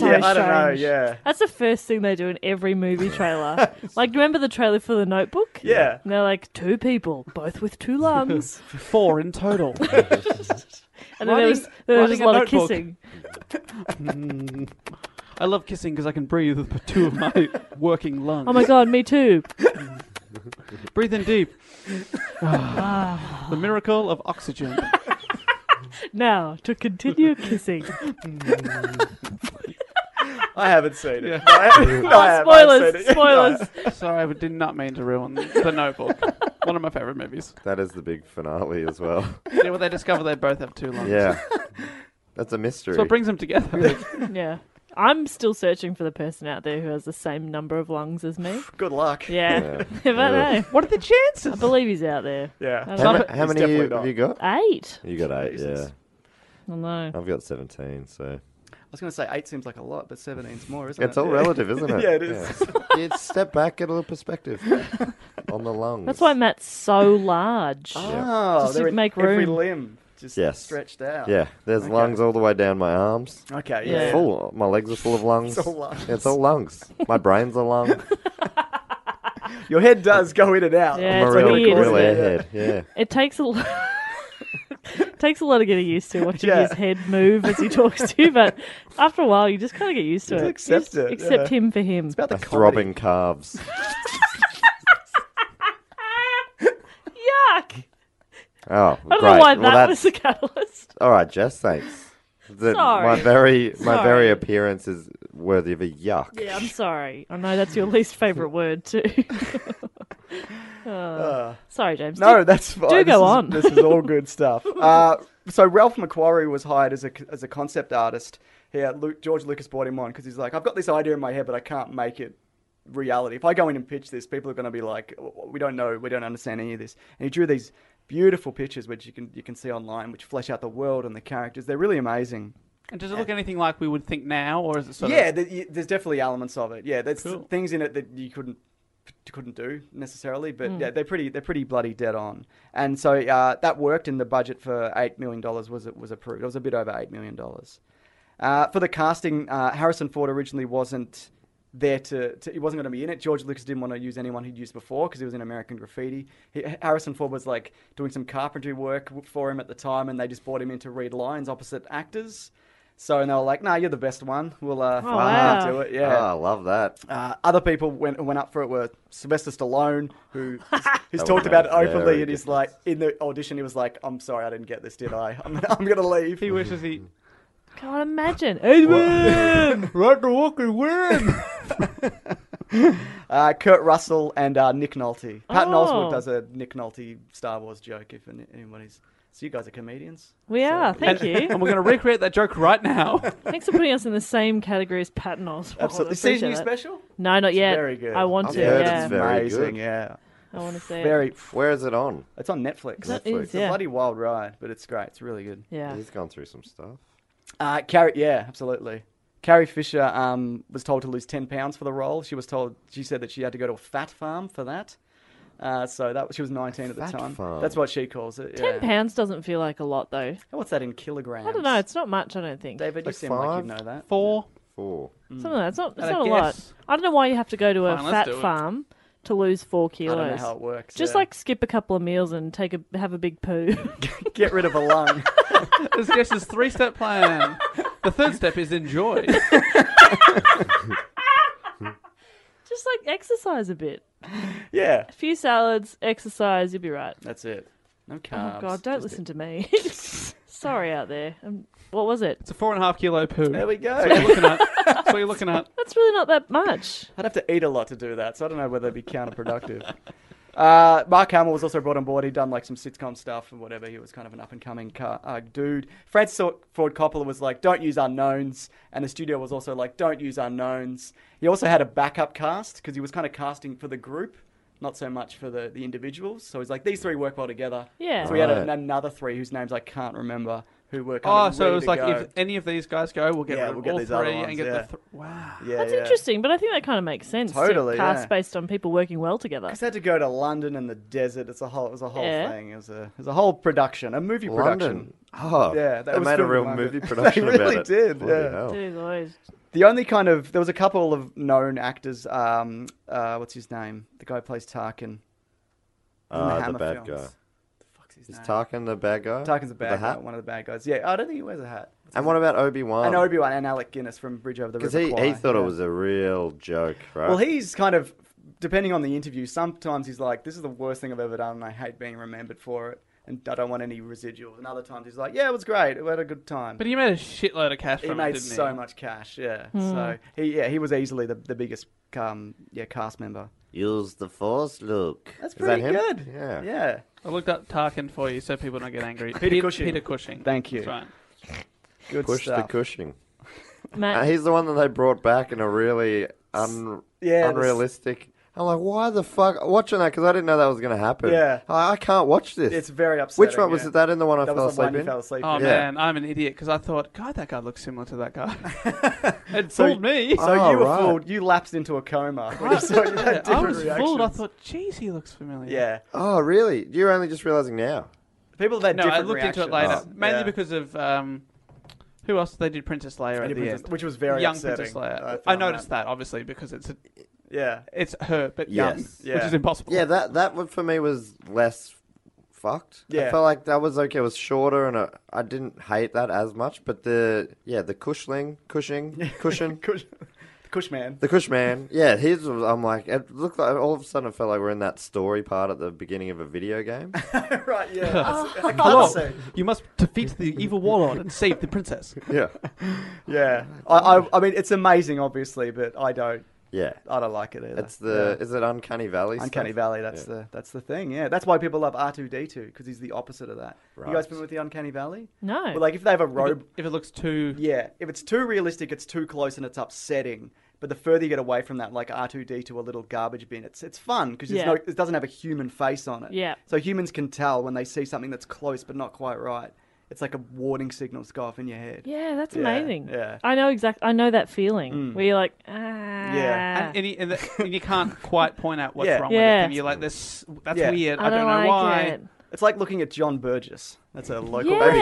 Hmm. So
yeah, I don't know.
strange.
Yeah.
That's the first thing they do in every movie trailer. like, remember the trailer for The Notebook?
Yeah.
And they're like, two people, both with two lungs.
Four in total.
And then there was,
Writing-
there was
writing
just a
a
lot of
notebook.
kissing.
I love kissing because I can breathe with two of my working lungs.
Oh my god, me too.
Breathe in deep. the miracle of oxygen.
Now to continue kissing.
I haven't seen it. No, I haven't- no, I haven't. I haven't
Oh, Spoilers,
seen it.
spoilers.
Sorry, I did not mean to ruin the Notebook. One of my favorite movies.
That is the big finale as well.
Yeah, well, they discover they both have two lungs.
Yeah. That's a mystery.
So it brings them together.
Yeah. I'm still searching for the person out there who has the same number of lungs as me.
Good luck.
Yeah.
Yeah.
Never
Ugh.
know.
what are the
I
chances?
believe he's out there.
Yeah.
I
how,
love
ma-
it.
how
It's
many you-
definitely
have you got?
Eight.
You got eight, yeah.
Jesus.
I know.
Um,
I've got 17, so.
I was going to say eight seems like a lot, but 17's more, isn't it?
It's all
Yeah.
relative, isn't it?
Yeah, it is.
Yeah. You step back, get a little perspective on the lungs.
That's why Matt's so large.
Oh,
Just to
they're in
make
every
room.
limb just
Yes.
stretched out.
Yeah, there's lungs all the way down my arms.
Okay.
Yeah.
Yeah.
Full. My legs are full of lungs.
all lungs.
It's all lungs. My brain's a lung.
Your head does go in and out.
Yeah,
I'm a
it's
real,
weird, isn't
real
it?
airhead. Yeah.
It takes a lot. it takes a lot of getting used to watching
Yeah.
his head move as he talks to you, but after a while, you just kind of get used to
Just
it. You
accept
just
it,
Accept
yeah.
him for him.
About the
My
comedy.
throbbing calves.
Yuck! I
Oh,
don't
right.
know why
well,
that
that's
was the catalyst.
all right, Jess. Thanks. The-
Sorry.
My very my
Sorry.
very appearance is worthy of a yuck.
Yeah, I'm sorry. I know that's your least favourite word too. Uh, sorry, James.
No,
Did-
that's fine.
do
This
go
is-
on.
This is all good stuff. Uh, so Ralph McQuarrie was hired as a as a concept artist. Yeah, Lu George Lucas brought him on because he's like, I've got this idea in my head, but I can't make it reality. If I go in and pitch this, people are going to be like, we don't know, we don't understand any of this. And he drew these beautiful pictures, which you can you can see online, which flesh out the world and the characters. They're really amazing.
And does it look anything like we would think now, or is it sort
yeah,
of?
th- y there's definitely elements of it. Yeah, there's
Cool.
things in it that you couldn't couldn't do necessarily, but yeah, they're pretty they're pretty bloody dead on. And so uh, that worked, and the budget for eight million dollars was was approved. It was a bit over eight million dollars. Uh, for the casting, uh, Harrison Ford originally wasn't there to, to he wasn't going to be in it. George Lucas didn't want to use anyone he'd used before because he was in American Graffiti. He, Harrison Ford was like doing some carpentry work for him at the time, and they just brought him in to read lines opposite actors. So and they were like, "Nah, you're the best one. We'll uh, we'll
wow.
do it."
Oh,
Yeah.
I love that.
Uh, other people went went up for it were Sylvester Stallone, who who's
That
talked
would've
about it
been very
openly, and he's
different.
like in the audition, he was like, "I'm sorry, I didn't get this, did I? I'm, I'm gonna leave."
He wishes he.
can't imagine. Edwin!
Right to walk and win.
Uh, Kurt Russell and uh, Nick Nolte. Patton
Oh.
Oswalt does a Nick Nolte Star Wars joke. If any- anybody's, so you guys are comedians.
we are. Thank you.
and we're going to recreate that joke right now.
Thanks for putting us in the same category as Patton Oswalt. I
Absolutely. See
appreciate
new
that.
special?
No, not yet.
Very good.
I want
I've
to.
heard
Yeah,
it's very
amazing.
good.
Yeah,
I want to see it.
very.
Where is it on?
It's on Netflix.
That
Netflix.
is,
It's
yeah.
a bloody wild ride, but it's great. It's really good.
Yeah.
He's gone through some stuff.
Uh, Carrie, yeah, absolutely. Carrie Fisher um, was told to lose ten pounds for the role. She was told she said that she had to go to a fat farm for that. Uh, so that she was nineteen at the
Fat
time.
farm.
That's what she calls it.
Ten
yeah.
pounds doesn't feel like a lot, though.
What's that in kilograms?
I don't know. It's not much. I don't think.
David, you
Like
seem like
five?
you know that.
Four.
Four.
Something like that. It's not. It's
And a
not a lot.
guess.
I don't know why you have to go to a
Fine, let's
fat
do it.
farm to lose four
I
kilos.
don't know how it works.
Just
yeah.
like skip a couple of meals and take a have a big poo.
get rid of a lung.
This guess is three step plan. The third step is enjoy.
Just like exercise a bit.
yeah,
A few salads, exercise, you'll be right.
that's it. No carbs.
Oh God, don't
just
listen
it.
to me. Sorry out there. Um, what was it?
It's a four and a half kilo poo.
There we go.
That's what you're looking at. That's what you're looking at.
That's really not that much.
I'd have to eat a lot to do that, so I don't know whether it'd be counterproductive. Uh, Mark Hamill was also brought on board. He'd done like some sitcom stuff and whatever. He was kind of an up and coming car- uh, dude. Francis Ford Coppola was like, "Don't use unknowns," and the studio was also like, "Don't use unknowns." He also had a backup cast because he was kind of casting for the group, not so much for the, the individuals. So he's like, "These three work well together."
Yeah.
So we had a-
Right.
another three whose names I can't remember who were. Kind
Oh,
of
so it
ready
was
to
like
go.
if any of these guys go, we'll get
Yeah,
rid of
we'll get
all
these
three
other ones,
and get
yeah.
the th- wow.
yeah,
That's
yeah.
interesting, but I think that kind of makes sense.
Totally,
to cast
yeah.
based on people working well together.
Because I had to go to London and the desert. It's a whole. It was a whole
Yeah.
thing. It was a. It was a whole production. A movie
London.
production.
Oh,
Yeah, that
they
was
made a
filmed in
real
London.
movie
They
production about
really
it.
did,
Bloody
yeah.
hell.
Dude, Lloyd.
The only kind of there was a couple of known actors. Um, uh, what's his name? The guy who plays Tarkin.
Ah, the
Hammer
bad
films.
guy.
What the fuck's his
Is
name?
Tarkin the bad guy?
Tarkin's a
the
bad guy.
hat?
One of the bad guys. Yeah, I don't think he wears a hat.
And what about Obi
and
Wan?
Obi Wan and Alec Guinness from Bridge Over the
Because
River
he,
Kwai.
he thought
Yeah.
it was a real joke, right?
Well, he's kind of depending on the interview. Sometimes he's like, "This is the worst thing I've ever done, and I hate being remembered for it." and I don't want any residuals. And other times he's like, yeah, it was great. We had a good time.
But he made a shitload of cash
he
from it,
made
didn't
so
he?
much cash. Yeah. So he yeah he was easily the, the biggest um yeah cast member.
Use the force, Luke.
That's
Is that
pretty
him?
good.
Yeah.
Yeah.
I looked up Tarkin for you so people don't get angry.
Peter Cushing.
Peter Cushing.
Thank you.
That's right.
Good
Push
stuff.
the Cushing. Uh,
Matt,
he's the one that they brought back in a really un-
yeah, this-
unrealistic. I'm like, why the fuck watching that? Because I didn't know that was going to happen.
Yeah.
I, I can't watch this.
It's very upsetting.
Which one was
yeah.
it? That in the one I
That
fell
was the
asleep
one you
in?
fell asleep.
Oh
in.
Yeah.
man, I'm an idiot because I thought, God, that guy looks similar to that guy. it
So-
fooled me.
So
Oh,
you were
right.
fooled. You lapsed into a coma. When you saw you had
Yeah, I
different
was fooled. I
reactions.
thought, geez, he looks familiar.
Yeah.
Oh, really? You're only just realizing now.
People that
No, I
different
looked into it
reactions. Oh,
later, mainly
Yeah.
because of um, who else they did Princess Leia
They
at
did
the
Princess-
end,
which was very
young
upsetting.
Princess
I
Leia. I,
found
noticed that. obviously because it's a,
yeah.
it's her, but young,
Yes.
Yeah.
which is impossible.
Yeah, that that one for me was less fucked.
Yeah.
I felt like that was okay. It was shorter, and I I didn't hate that as much. But the yeah, the Cushling, Cushing, Cushion,
Cush, the Cushman.
the Cushman. Yeah, his. was- I'm like, it looked like all of a sudden it felt like we're in that story part at the beginning of a video game.
right, yeah. That's- I can't
Hello,
say.
you must defeat the evil warlord and save the princess.
yeah,
Yeah. I, I, I mean, it's amazing, obviously, but I don't.
yeah.
I don't like it either.
It's the is it Uncanny Valley?
Yeah. Uncanny
stuff?
Valley. That's
Yeah.
the that's the thing. Yeah, that's why people love R two D two because he's the opposite of that. You guys
Right.
been with the Uncanny Valley?
No.
Well, like if they have a robe,
If it looks too,
yeah. If it's too realistic, it's too close and it's upsetting. But the further you get away from that, like R two D two, a little garbage bin, it's it's fun because
Yeah.
no, it doesn't have a human face on it.
Yeah.
So humans can tell when they see something that's close but not quite right. It's like a warning signal that's go off in your head.
yeah, that's
Yeah,
amazing.
yeah.
I know exact. I know that feeling where you're like, ah, yeah,
and, and, you- and, the, and you can't quite point out what's
Ah. Yeah.
wrong
Yeah.
with it. And you're like, this that's
Yeah.
weird.
I,
I, don't, know
like
why.
it.
It's like looking at John Burgess. That's a local
Yes.
baby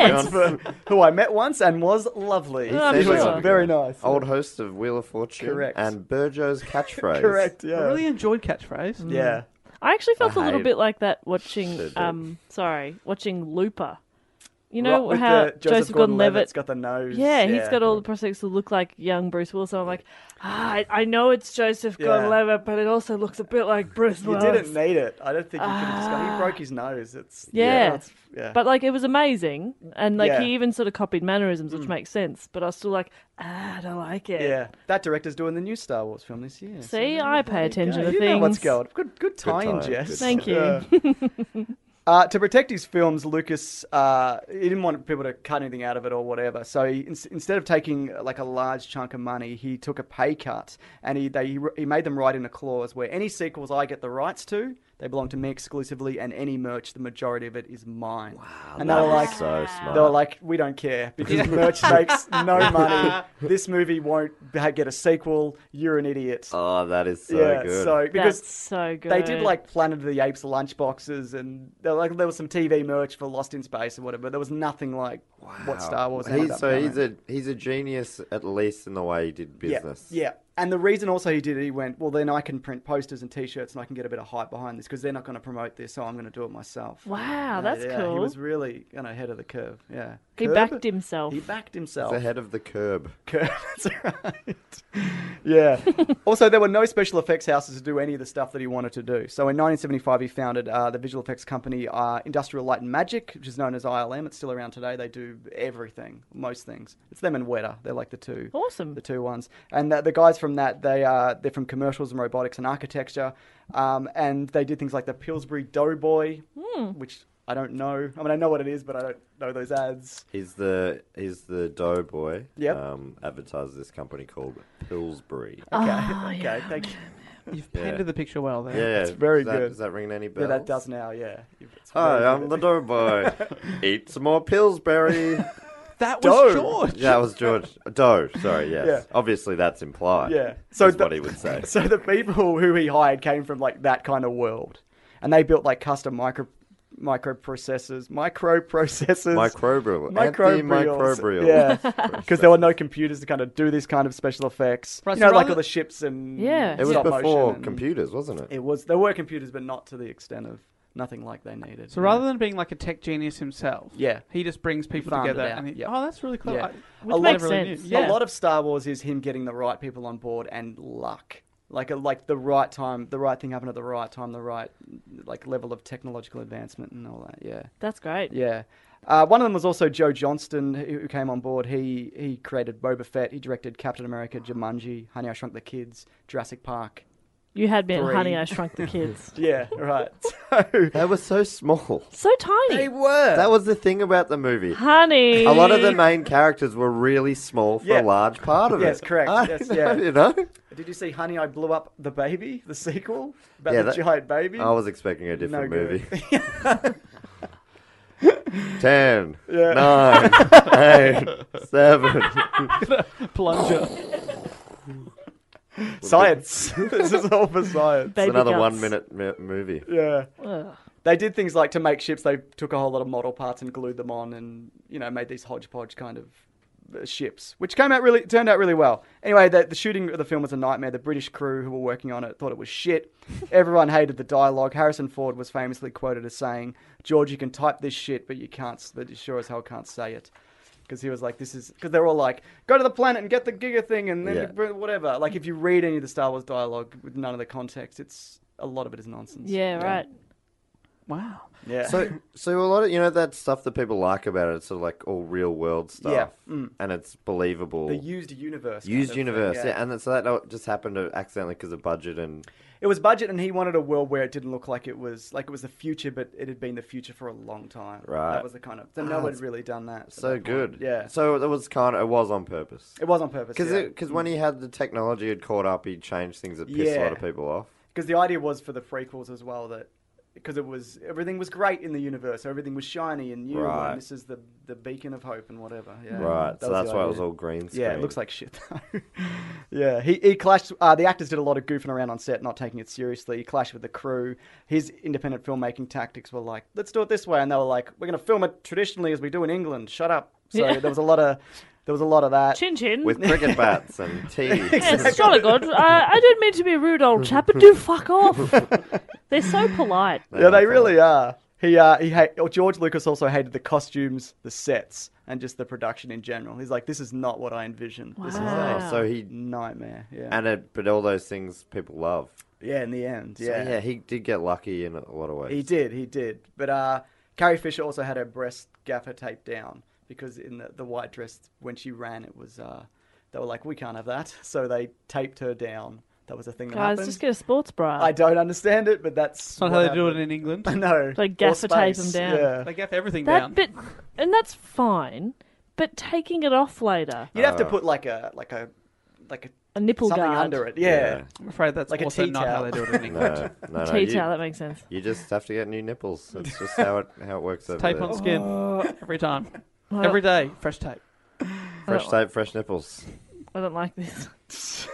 dancer who I met once and was lovely.
Oh, I'm
he was
sure.
Ah, very nice.
Old host of Wheel of Fortune
Correct.
and Burjo's catchphrase.
correct. Yeah.
I really enjoyed
Mm.
catchphrase.
Yeah.
I actually felt
I
a little
hate-
bit like that
Sure
watching.
do.
Um, sorry, watching Looper. You know
Right, with
how
the
Joseph, Gordon-Levitt.
Gordon-Levitt's got the nose.
yeah, he's got all the prosthetics to look like young Bruce Willis. So I'm like, ah, I, I know it's Joseph
Yeah.
Gordon-Levitt, but it also looks a bit like Bruce
You
Willis.
didn't need it. I don't think you could have just gone. He broke his nose. It's
Ah. Yeah.
it's- yeah.
But like it was amazing, and like
Yeah. Mm.
he even sort of copied mannerisms, which makes sense. But I was still like, ah, I don't like it.
yeah, that director's doing the new Star Wars film this year. so
See, I pay attention
yeah,
to
you
things.
know what's going. Good, good tie-in,
tie-in,
Jess.
good
Thank you.
Yeah. Uh, to protect his films, Lucas uh, he didn't want people to cut anything out of it or whatever. So he, in, instead of taking uh, like a large chunk of money, he took a pay cut and he they, he made them write in a clause where any sequels I get the rights to, they belong to me exclusively, and any merch, the majority of it is mine. Wow, and they
Ah, that
were
is
like,
so smart.
they were like, we don't care because merch makes no money. This movie won't ha- get a sequel. You're an idiot.
oh, that is so
yeah,
good.
so because
That's so good.
they did like Planet of the Apes lunchboxes, and there, like there was some TV merch for Lost in Space or whatever. But there was nothing like what Star Wars. ended
He's,
up
so
becoming.
he's a he's a genius at least in the way he did business.
Yeah, yeah. And the reason also he did it, he went, well, then I can print posters and T-shirts, and I can get a bit of hype behind this because they're not going to promote this, so I'm going to do it myself.
Wow,
Yeah,
that's
yeah, He
cool.
was really you know, ahead of the curve. Yeah,
He
Curve?
backed himself.
He backed himself.
The head of the curb.
Curve, That's right. Yeah. also, there were no special effects houses to do any of the stuff that he wanted to do. So in 1975, he founded uh, the visual effects company uh, Industrial Light and Magic, which is known as ILM. It's still around today. They do everything, most things. It's them and Weta. They're like the two.
Awesome.
The two ones. And the, the guys from that, they uh, they're from commercials and robotics and architecture. Um, and they did things like the Pillsbury Doughboy, which I don't know. I mean, I know what it is, but I don't know those ads.
He's the he's the doughboy.
Yep.
Um, advertised this company called Pillsbury.
Okay. okay. Thank you.
You've painted the picture well there.
yeah,
it's very
Is that-
good.
Is that ringing any
Yeah,
bells?
that does now, yeah. It's very
Hi, I'm
good.
the doughboy. Eat some more Pillsbury.
That
Doe.
was George.
that was George Doe. Sorry, yes.
Yeah.
Obviously, that's implied.
Yeah. So
So is
the-
what he would say.
So the people who he hired came from like that kind of world. And they built like custom micro microprocessors, microprocessors.
Microbial.
Microbials.
Antimicrobial.
Yeah. Because there were no computers to kind of do this kind of special effects.
Right,
you
so
know, like
rather-
all the ships and
Yeah.
It was
stop motion
before
and-
computers, wasn't it?
It was there were computers but not to the extent of nothing like they needed.
So rather than being like a tech genius himself,
Yeah.
he just brings people
farmed it
together.
out,
And he,
yeah.
Oh, that's really clever.
Yeah.
I-
A
which
lot-
I never really
Makes
knew.
sense.
Yeah.
A lot of Star Wars is him getting the right people on board and luck. like a, like the right time, the right thing happened at the right time, the right like level of technological advancement and all that. Yeah.
That's great.
Yeah. Uh, one of them was also Joe Johnston, who who came on board. He he created Boba Fett. He directed Captain America, Jumanji, Honey I Shrunk the Kids, Jurassic Park.
You had been
Three.
Honey, I Shrunk the Kids.
Yeah, right. So
They were so small.
so tiny.
they were.
That was the thing about the movie.
Honey.
A lot of the main characters were really small for
Yeah.
a large part of
Yes,
it.
correct.
I
Yes,
know,
yeah.
You know?
Did you see Honey I Blew Up the Baby, the sequel about
Yeah,
the
that-
giant baby?
I was expecting a different
No
movie.
good.
Ten, nine, eight, seven.
Plunger.
science. this is all for science.
Baby
It's another
guts.
one-minute m- movie.
Yeah.
Ugh.
They did things like to make ships, they took a whole lot of model parts and glued them on and, you know, made these hodgepodge kind of uh, ships, which came out really, turned out really well. Anyway, the, the shooting of the film was a nightmare. The British crew who were working on it thought it was shit. Everyone hated the dialogue. Harrison Ford was famously quoted as saying, George, you can type this shit, but you can't, but you sure as hell can't say it. Because he was like, this is, because they're all like, go to the planet and get the Giga thing and then
Yeah.
br- whatever. Like, if you read any of the Star Wars dialogue with none of the context, it's, a lot of it is nonsense.
Yeah, right.
Wow.
Yeah.
So, so a lot of you know that stuff that people like about it. It's sort of like all real-world stuff, and it's believable.
Mm. the used universe. kind
Used
of
universe,
thing,
yeah. and so that just happened accidentally because of budget and
it was budget, and he wanted a world where it didn't look like it was like it was the future, but it had been the future for a long time.
Right.
That was the kind of. So no one had really done that. at
so
that point.
good,
Yeah. So
So it was kind of it was on purpose
it was on purpose.
because
Because
because when he had the technology had caught up, he changed things that pissed a lot
Yeah.
of people off.
the idea was for the prequels as well that because it was everything was great in the universe, so everything was shiny and new,
Right.
and this is the the beacon of hope and whatever. Yeah.
Right, so
That was
that's
the
why it
idea.
was all green screen.
Yeah, it looks like shit though. yeah, he, he clashed. Uh, the actors did a lot of goofing around on set, not taking it seriously. He clashed with the crew. His independent filmmaking tactics were like, let's do it this way, and they were like, we're going to film it traditionally as we do in England. Shut up. So
Yeah.
there was a lot of there was a lot of that.
Chin chin.
with cricket bats and tea.
Yes, jolly good. Uh, I, I don't mean to be a rude old chap, but do fuck off. They're so polite.
yeah, they really are. He uh, he ha- oh, George Lucas also hated the costumes, the sets, and just the production in general. He's like, this is not what I envisioned. This is a
Oh, so he
nightmare. Yeah.
and it, but all those things people love.
yeah. In the end.
So, yeah, he did get lucky in a lot of ways.
He did, he did. But uh, Carrie Fisher also had her breast gaffer taped down because in the, the white dress when she ran, it was uh, they were like, we can't have that, so they taped her down. That was a thing that
Guys,
happened.
just get a sports bra.
I don't understand it, but that's
It's not how they do it in England.
I know.
They
Or
gaffer tape 'em
space,
down.
Yeah.
They gaff everything
that
down.
bit, and that's fine. But taking it off later,
You'd
Uh,
have to put like a like a like a
a nipple
something
guard,
under it. Yeah.
I'm afraid that's
Like a
also
tea
not how
towel.
they do it in England.
No, no, no,
tea
you,
towel. That makes sense.
you just have to get new nipples. That's just how it how it works over
Tape
there.
on skin
Uh,
every time,
I
every
don't,
day, fresh tape.
Fresh tape, fresh nipples.
I don't like this.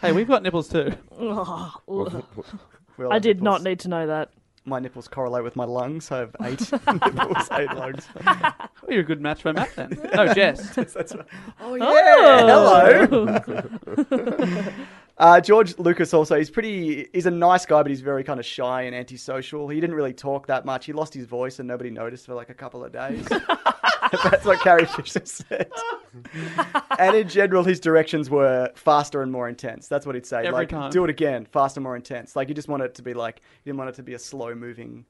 Hey, we've got nipples too.
Ugh.
We all
I
have
did not
nipples.
need to know that.
My nipples correlate with my lungs. I have eight nipples, eight lungs.
Well, you're a good match for Matt then. No, Jess.
That's right. Oh yeah.
Oh.
Oh.
Uh, George Lucas also, he's pretty, he's a nice guy, but he's very kind of shy and antisocial. He didn't really talk that much. He lost his voice and nobody noticed for like a couple of days. That's what Carrie Fisher said. and in general, his directions were faster and more intense. That's what he'd say.
Every
like,
time.
do it again, faster, more intense. Like, you just want it to be like, you didn't want it to be a slow moving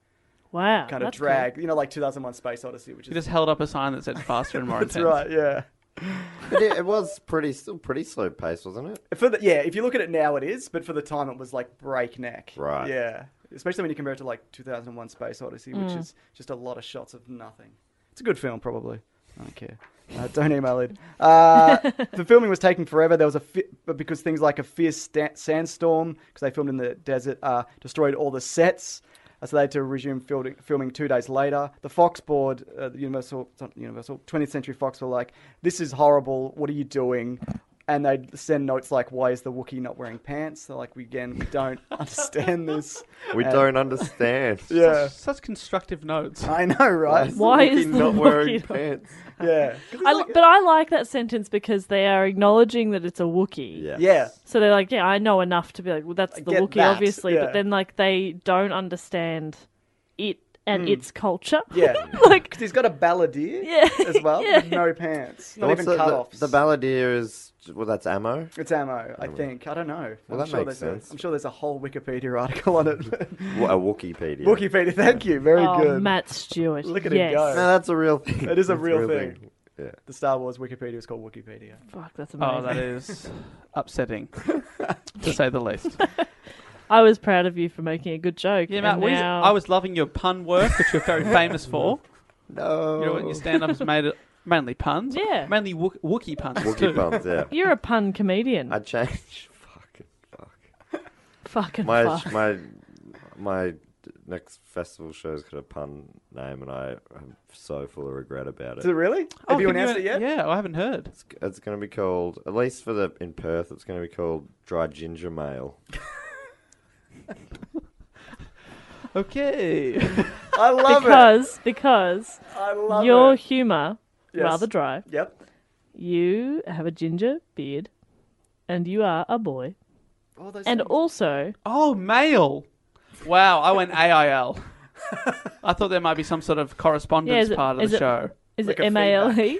Wow.
kind of
that's cool.
drag. You know, like 2001 Space Odyssey, which
He
is.
just held up a sign that said faster and more
that's
intense.
right, yeah.
But it, it was pretty, still pretty slow paced, wasn't it?
For the, yeah, if you look at it now, it is, but for the time, it was like breakneck.
Right.
Yeah. Especially when you compare it to like 2001 Space Odyssey, which is just a lot of shots of nothing. It's a good film, probably. I don't care. Uh, don't email it. Uh, the filming was taking forever. There was a fi- but because things like a fierce sta- sandstorm, because they filmed in the desert, uh, destroyed all the sets. Uh, So they had to resume filming, filming two days later. The Fox board, uh, the Universal, it's not Universal, 20th Century Fox were like, "This is horrible. What are you doing?" And they'd send notes like, "Why is the Wookiee not wearing pants?" They're like, "We again, we don't understand this."
We
And-
don't understand.
Yeah, Ah,
Such constructive notes.
I know, right?
Why is
He's
the
not wearing
Wookiee-
pants.
Yeah,
I, but I like that sentence because they are acknowledging that it's a Wookiee.
Yeah.
yeah.
So they're like, yeah, I know enough to be like, well, that's the
get
Wookiee,
that,
obviously.
yeah.
But then, like, they don't understand it and its culture.
Hmm. Yeah.
like
Because he's got a balladeer
Yeah,
as well,
yeah.
with no pants, not
What's
even
the, the-
cutoffs.
The, balladeer is well, that's ammo.
It's ammo, I think. I don't know.
Well,
I'm
that
sure
makes
there's
sense.
A, I'm sure there's a whole Wikipedia article on it.
What a Wikipedia.
Wikipedia, thank you. Very
oh,
good.
Matt Stewart.
Look at him
yes.
go.
No, that's a real thing.
That is a
That's
real thing.
Yeah.
The Star Wars Wikipedia is called Wikipedia.
Fuck, that's amazing.
Oh, that is upsetting, to say the least.
I was proud of you for making a good joke.
Yeah,
and
Matt, what is it?
now-
I was loving your pun work, which you're very famous for.
No.
You know, your stand-ups
Oh.
made it mainly puns.
Yeah.
Mainly Wook- Wookie puns.
Wookie
too.
puns, yeah.
You're a pun comedian.
I change. Fucking fuck.
Fucking
My
fuck.
my my next festival show's got a pun name, and I am so full of regret about
Is it
it.
really?
Oh,
Have you
can
announced it yet?
Yeah, I haven't heard.
It's, it's going to be called, at least for the in Perth, it's going to be called Dry Ginger Mail.
Okay.
I love it.
because because
I love
your
it.
humour
Yes.
rather dry.
Yep.
You have a ginger beard, and you are a boy,
All those
and also
Oh, mail. Wow, I went AIL. I thought there might be some sort of correspondence
Yeah, is it-
part of
is
the
it-
show.
is
Like
it
a
M A L E?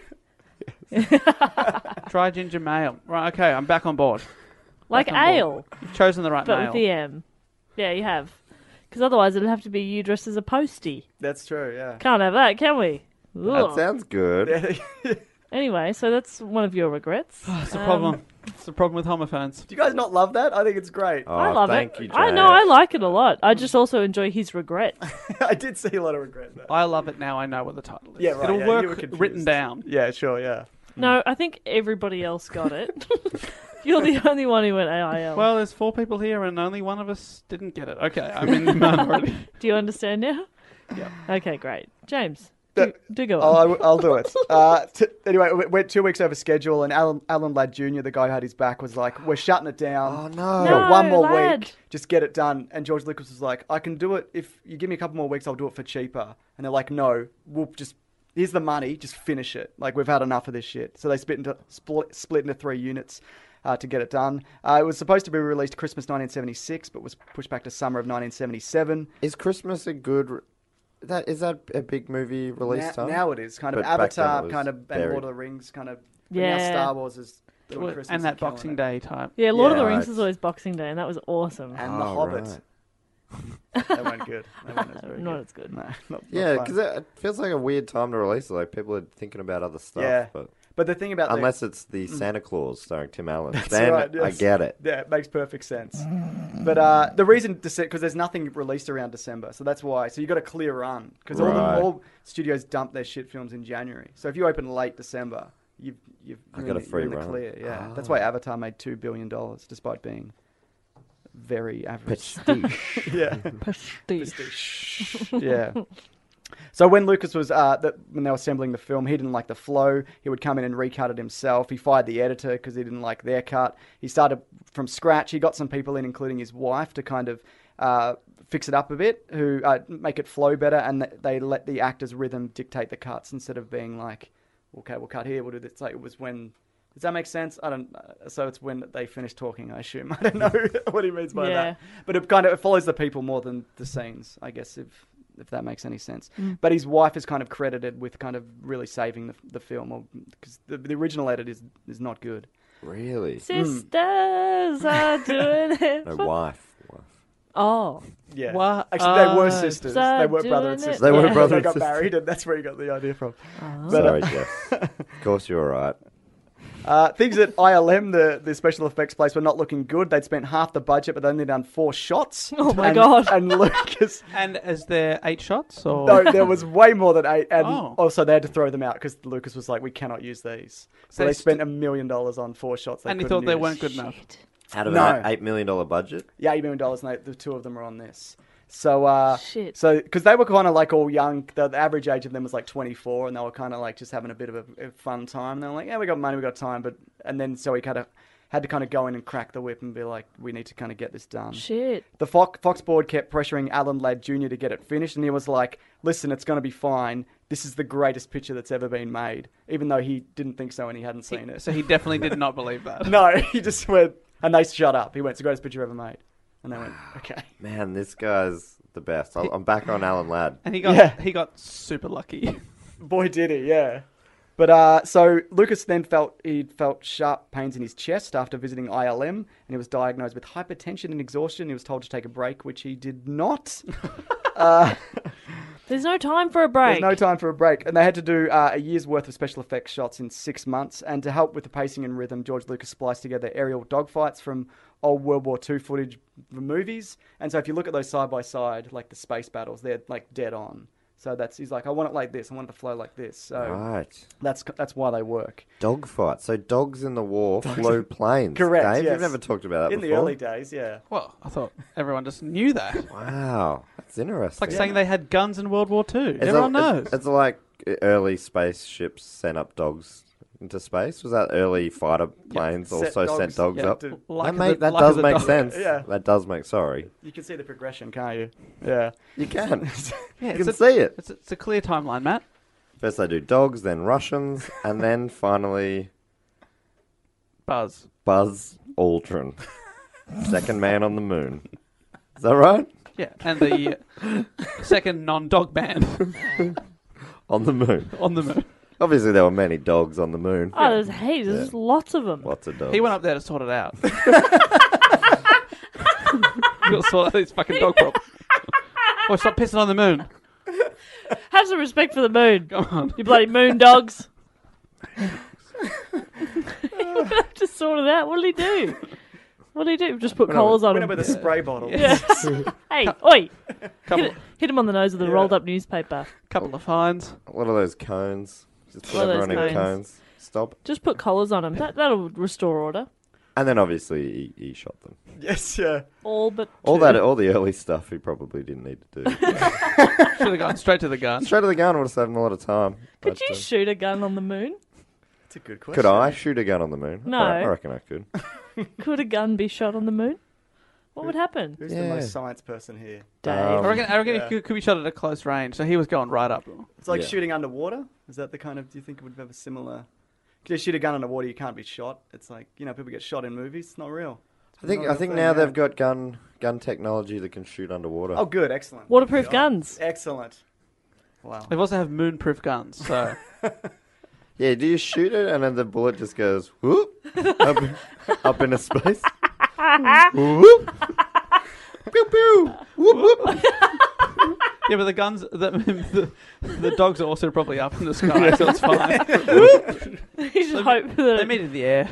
Dry ginger mail. Right, okay, I'm back on board.
Like
on board.
ale,
You've chosen the right
but
mail.
with the M. Yeah, you have. Because otherwise, it'd have to be you dressed as a postie.
That's true, yeah.
Can't have that, can we?
That
Ugh.
sounds good.
Anyway, so that's one of your regrets.
That's the problem.
Um,
It's the problem with homophones.
Do you guys not love that? I think it's great.
Oh,
I love
thank
it.
you,
I know I like it a lot. I just also enjoy his regret.
I did see a lot of regret there.
I love it now. I know what the title is.
Yeah, right,
It'll
yeah, you were
work
confused.
written down.
Yeah, sure, yeah.
No, I think everybody else got it. You're the only one who went um, AIL.
Well, there's four people here, and only one of us didn't get it. Okay, I'm in the minority.
Do you understand now? Yeah. Okay, great. James, do, do go
I'll,
on.
I'll- I'll do it. Uh, t- anyway, we- we're two weeks over schedule, and Alan, Alan Ladd Jr., the guy who had his back, was like, "We're shutting it down. Oh
no.
No,
one more
Ladd.
week, just get it done." And George Lucas was like, "I can do it if you give me a couple more weeks. I'll do it for cheaper." And they're like, "No, we'll just here's the money. Just finish it. Like we've had enough of this shit." So they split into split, split into three units. Uh, to get it done, uh, it was supposed to be released Christmas 1976, but was pushed back to summer of 1977.
Is Christmas a good. Re- that is that a big movie release
now,
time?
now it is kind of
But back then it
Avatar,
was
kind of and
buried.
Lord of the Rings, kind of. but Now
Yeah.
Star Wars is doing Christmas
and that
killing
Boxing
it.
Day type.
Yeah, Lord of the
Yeah,
Rings
right.
is always Boxing Day, and that was awesome.
and The
Oh,
Hobbit.
right.
they weren't good. They weren't as very
Not
good.
as good.
No, not,
Yeah,
not
because
fun.
it it feels like a weird time to release it. Like people are thinking about other stuff.
Yeah.
But
but the thing about the-
unless it's the Santa Claus starring Tim Allen, then
right,
I
yes.
get it.
Yeah, it makes perfect sense. But uh, the reason because there's nothing released around December, so that's why. So you got a clear run because all
Right.
the, all studios dump their shit films in January. So if you open late December, you've you've you're
got
in
a
the-
free
you're in the
run. Ah.
clear. Yeah, that's why Avatar made two billion dollars despite being very average. yeah. yeah. So when Lucas was uh, the, when they were assembling the film, he didn't like the flow. He would come in and recut it himself. He fired the editor because he didn't like their cut. He started from scratch. He got some people in, including his wife, to kind of uh, fix it up a bit, who uh, make it flow better, and th- they let the actor's rhythm dictate the cuts instead of being like, okay, we'll cut here, we'll do this. Like it was when. Does that make sense? I don't. Uh, so it's when they finish talking, I assume. I don't know what he means by
Yeah.
that but it kind of it follows the people more than the scenes, I guess, if if that makes any sense.
Mm.
But his wife is kind of credited with kind of really saving the, the film, because the, the original edit is is not good.
Really?
Sisters are doing it.
No
for-
wife. wife.
Oh,
Yeah,
What?
actually, they were
Uh,
sisters.
so
They were brother
doing
and
it- Oh.
sister.
They were
Yeah.
brother
They
and
got
sister.
married, and that's where he got the idea from.
Sorry, Jeff. of course you're all right.
Uh, things at ILM, the, the special effects place, were not looking good. They'd spent half the budget, but they only done four shots.
Oh my
And-
God.
And Lucas
And is there eight shots or?
No, there was way more than eight, and
Oh.
also they had to throw them out because Lucas was like, "We cannot use these." So
So
they
it's
spent a million dollars on four shots. They
and he
couldn't
thought they
use.
weren't good enough.
Out of
No.
an eight million dollar budget,
Yeah, eight million dollars, and they, the two of them were on this. So, uh,
Shit.
so because they were kind of like all young, the, the average age of them was like twenty four, and they were kind of like just having a bit of a, a fun time. They were like, "Yeah, we got money, we got time," but and then so he kind of had to kind of go in and crack the whip and be like, "We need to kind of get this done."
Shit.
The Fox, Fox board kept pressuring Alan Ladd Jr. to get it finished, and he was like, listen, it's going to be fine. This is the greatest picture that's ever been made, even though he didn't think so and he hadn't seen it.
So he definitely did not believe that.
no, he just went, and they shut up. He went, it's the greatest picture ever made. And they went, okay.
man. This guy's the best. I'll, I'm back on Alan Ladd.
And he got
Yeah.
he got super lucky.
Boy, did he, yeah. But uh, so Lucas then felt he felt sharp pains in his chest after visiting ILM, and he was diagnosed with hypertension and exhaustion. He was told to take a break, which he did not.
There's no time for a break.
There's no time for a break. And they had to do uh, a year's worth of special effects shots in six months. And to help with the pacing and rhythm, George Lucas spliced together aerial dogfights from old World War II footage from movies. And so if you look at those side by side, like the space battles, they're like dead on. So that's he's like, I want it like this. I want it to flow like this. So
Right.
that's that's why they work.
Dogfight. So dogs in the war flew planes.
Correct.
Dave,
yes.
you've never talked about that
in
before.
the early days. Yeah.
well, I thought everyone just knew that. It's
Wow, that's interesting.
like saying they had guns in World War II.
It's
Everyone
a-
knows.
It's, it's like uh, early spaceships sent up dogs into space. Was that early fighter planes
Set
also
dogs,
sent dogs
yeah,
up?
to-
Luck
that
of
make,
the-
that
luck of
does
the
make
dog.
sense.
Yeah.
That does make. Sorry,
You can see the progression, can't you? Yeah.
you can.
Yeah,
you
it's
can
a-
see it.
It's, it's a clear timeline, Matt.
First they do dogs, then Russians, and then finally
Buzz.
Buzz Aldrin, second man on the moon. Is that right?
Yeah, and the second non-dog band
On the moon.
on the moon.
Obviously, there were many dogs on the moon.
Oh, there's heaps. There's just lots of them.
Lots of dogs.
He went up there to sort it out. you got to sort out these fucking dog problems. Or stop pissing on the moon.
Have some respect for the moon.
Come on.
You bloody moon dogs. he went up to sort it out. What did he do? What did he do? Just put collars on
Went up
him.
with a spray bottle.
Yeah. hey, oi!
Couple,
Hit him on the nose with a rolled up newspaper.
couple of fines.
What are those cones? Just put
What are those
everyone in cones.
cones?
Stop.
Just put collars on him. That, that'll restore order.
And then obviously he, he shot them.
Yes. Yeah.
All but
All that, all the early stuff he probably didn't need to do.
Should have gone straight to the gun.
Straight to the gun would have saved him a lot of time.
Could
But,
you
uh,
shoot a gun on the moon?
That's a good question.
could I shoot a gun on the moon?
No.
I, I reckon I could.
Could a gun be shot on the moon? What would happen?
Who's
Yeah.
the most science person here?
Dave.
I reckon, I reckon he could, could be shot at a close range, so he was going right up.
It's like
Yeah.
shooting underwater. Is that the kind of? Do you think it would have a similar? Because you shoot a gun underwater, you can't be shot. It's like you know, people get shot in movies. It's not real.
I think.
Another
I think
thing,
now
yeah.
they've got gun gun technology that can shoot underwater.
Oh, good, excellent,
Waterproof guns.
excellent. Wow.
They also have moon-proof guns, so
Yeah. Do you shoot it and then the bullet just goes whoop up, up into space? whoop. pew pew. Whoop whoop.
yeah. But the guns, the, the the dogs are also probably up in the sky, so it's fine.
you should hope that.
They meet in the air.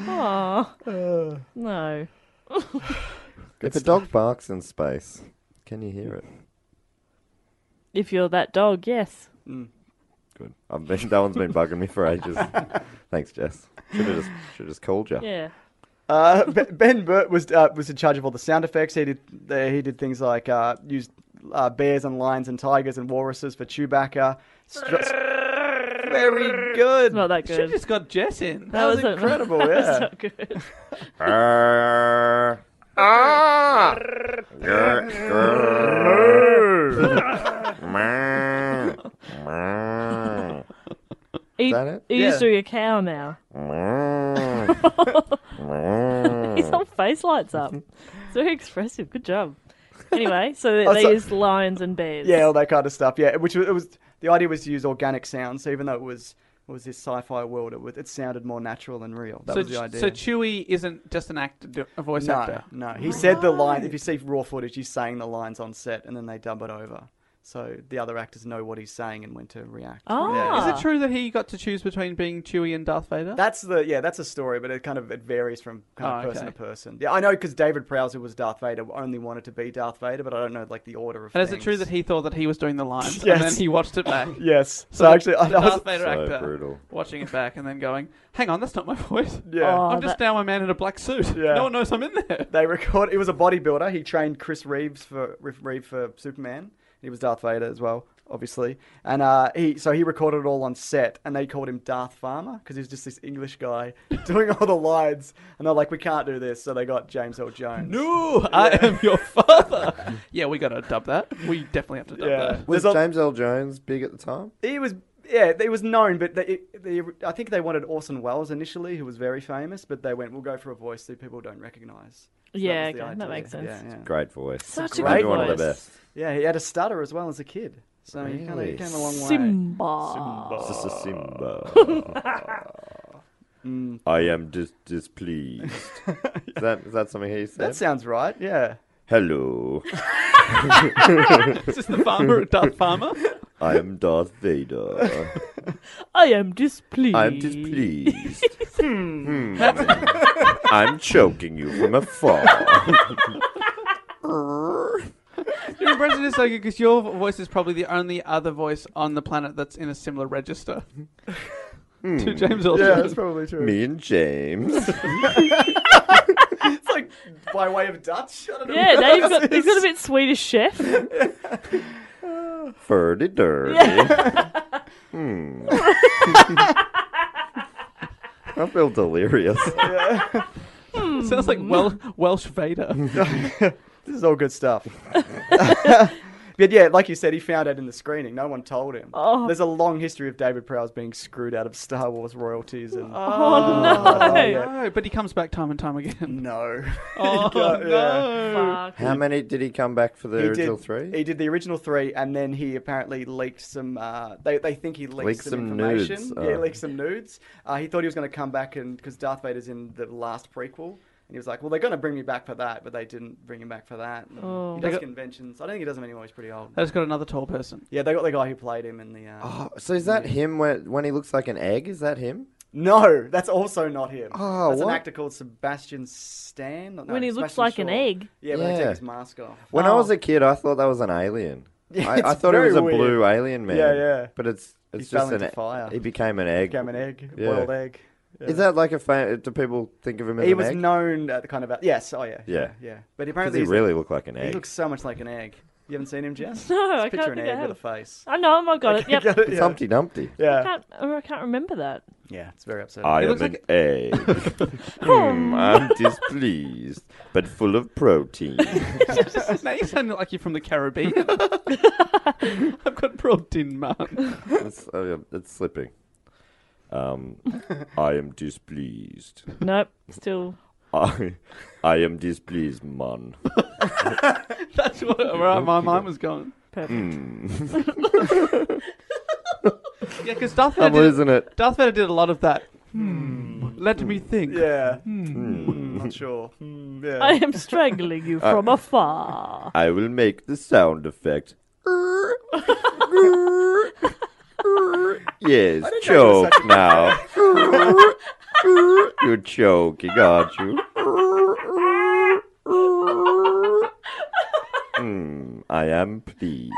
Aw. no.
If a dog barks in space, can you hear it?
If you're that dog, yes.
Good. I've been, that one's been bugging me for ages. Thanks, Jess. Should have just, should just called you.
Yeah.
Uh, Be- ben Burt was uh, was in charge of all the sound effects. He did uh, he did things like uh, used uh, bears and lions and tigers and walruses for Chewbacca. Str- very good.
Not that
Should have
good.
just got Jess in.
that was
Incredible, yeah.
not good.
Grrr. Grrr, grrr. Meow, meow,
He,
that it?
he's
Yeah.
doing a cow now.
meow, meow.
His whole face lights up. It's very expressive. Good job. Anyway, so they,
Oh,
they
so-
used lions and bears.
Yeah, all that kind of stuff. Yeah, which was, it was the idea was to use organic sounds, so even though it was it was this sci-fi world, it, was, it sounded more natural and real. That
So,
was the idea.
so Chewie isn't just an actor, a voice
no,
actor.
no, he said the line. If you see raw footage, he's saying the lines on set, and then they dub it over, so the other actors know what he's saying and when to react.
Ah.
Is it true that he got to choose between being Chewie and Darth Vader?
That's the yeah, that's a story, but it kind of it varies from kind of
Oh,
person
okay.
to person. Yeah, I know because David Prowse, who was Darth Vader, only wanted to be Darth Vader, but I don't know like the order of.
and is it true
things.
that he thought that he was doing the lines and then
Yes.
he watched it back?
Yes. So,
the-
actually, I,
the
I was,
Darth Vader
So
actor
brutal.
watching it back and then going, "Hang on, that's not my voice.
yeah.
Oh,
I'm just
that-
now a man in a black suit.
Yeah.
No one knows I'm in there."
They record. He was a bodybuilder. He trained Chris Reeves for Reeve- Reeve for Superman. He was Darth Vader as well, obviously. And uh, he so he recorded it all on set, and they called him Darth Farmer because he was just this English guy doing all the lines. And they're like, we can't do this, so they got James L. Jones.
No, I am your father. yeah, we gotta dub that. We definitely have to dub
Yeah.
that.
Was
There's a-
James L. Jones big at the time?
He was yeah, it was known, but they, they, I think they wanted Orson Welles initially, who was very famous, but they went, we'll go for a voice that people don't recognize. So
Yeah,
was the
okay, that
idea.
makes sense.
Yeah, yeah.
Great voice.
Such a
Maybe
good
one of the
voice.
best.
Yeah, he had a stutter as well as a kid. So he kind
Really?
of came a long way.
Simba.
This is Simba. I am dis- displeased. Is that is that something he said?
That sounds right, yeah.
Hello,
Is this the farmer at Darth Farmer?
I am Darth Vader.
I am displeased.
I'm displeased. Hmm. I'm choking you from afar.
Your impression is so good because your voice is probably the only other voice on the planet that's in a similar register to James Orson.
Hmm. Yeah, that's probably true.
Me and James.
It's like by way of Dutch. I don't know.
Yeah, now you've got, he's got a bit Swedish chef.
Ferdy dirty. Hmm. I feel delirious.
Sounds like Wel- Welsh Vader.
This is all good stuff. but yeah, like you said, he found out in the screening. No one told him.
Oh.
There's a long history of David Prowse being screwed out of Star Wars royalties and.
Oh, no.
No, but he comes back time and time again.
No.
Oh, no.
Fuck.
How many did he come back for the
He
original
did,
three?
He did the original three, and then he apparently leaked some. Uh, they they think he leaked
Leaked
some,
some
information.
nudes,
Yeah, he
oh.
leaked some nudes. Uh, he thought he was going to come back and because Darth Vader's in the last prequel, and he was like, "Well, they're going to bring me back for that," but they didn't bring him back for that. And
Oh.
He does conventions. I don't think he does them anymore. He's pretty old.
I just got another tall person.
Yeah, they got the guy who played him in the. Uh...
Oh, so is that him when, when he looks like an egg? Is that him?
No, that's also not him.
Oh,
that's an
what?
actor called Sebastian Stan. No,
When he looks
Sebastian
like an
Shaw.
egg.
Yeah, when he
Yeah.
takes his mask off.
When I was a kid, I thought that was an alien.
Yeah,
I, I
Oh. it's
thought it was
very
a blue alien man.
Yeah, yeah.
But it's it's
fell
just an
into
e-
fire.
He became an egg.
Became an egg,
Yeah.
boiled egg. Yeah.
Is that like a fa- do people think of him as
He
an
was
egg?
known at the kind of yes, oh yeah,
Yeah.
yeah. But
Does
apparently
he
he's-
really look like an
he
egg?
looks so much like an egg. You haven't seen him, Jess?
No,
Just
I
picture
can't
an
think I
egg
have.
with a face.
I know, oh I got it. Yep.
Got it?
it's
Yeah.
Humpty Dumpty.
I,
Yeah,
can't, Oh, I can't remember that.
yeah. It's very upsetting.
I
It
am
looks
an
like-
egg. Hmm, I'm displeased, but full of protein.
now you sound like you're from the Caribbean. I've got protein, man.
it's, uh, it's slipping. Um, I am displeased.
Nope, still.
I, I am displeased, man.
That's what, where my mind was going.
Perfect.
Hmm.
Yeah, because Darth
I'm
Vader, did,
losing it.
Darth Vader did a lot of that. Hmm. Let me think.
yeah, Hmm, not sure. Hmm, yeah.
I am strangling you from afar.
I will make the sound effect. yes, choke now. You're choking, aren't you? Hmm, I am pleased.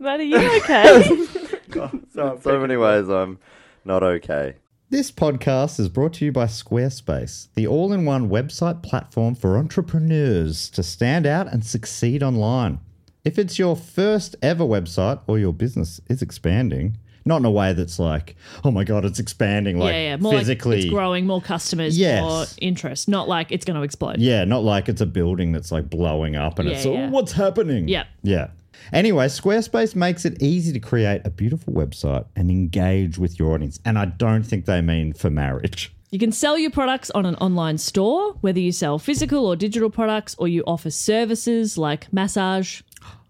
Matt, are you okay?
so,
So many ways I'm not okay.
This podcast is brought to you by Squarespace, the all in one website platform for entrepreneurs to stand out and succeed online. If it's your first ever website or your business is expanding, not in a way that's like, oh my God, it's expanding, like
yeah, yeah, more
physically.
like it's growing, more customers,
Yes.
more interest. Not like it's going to explode.
Yeah, not like it's a building that's like blowing up and
Yeah,
it's all
yeah.
what's happening.
Yeah.
Yeah. Anyway, Squarespace makes it easy to create a beautiful website and engage with your audience. And I don't think they mean for marriage.
You can sell your products on an online store, whether you sell physical or digital products, or you offer services like massage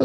it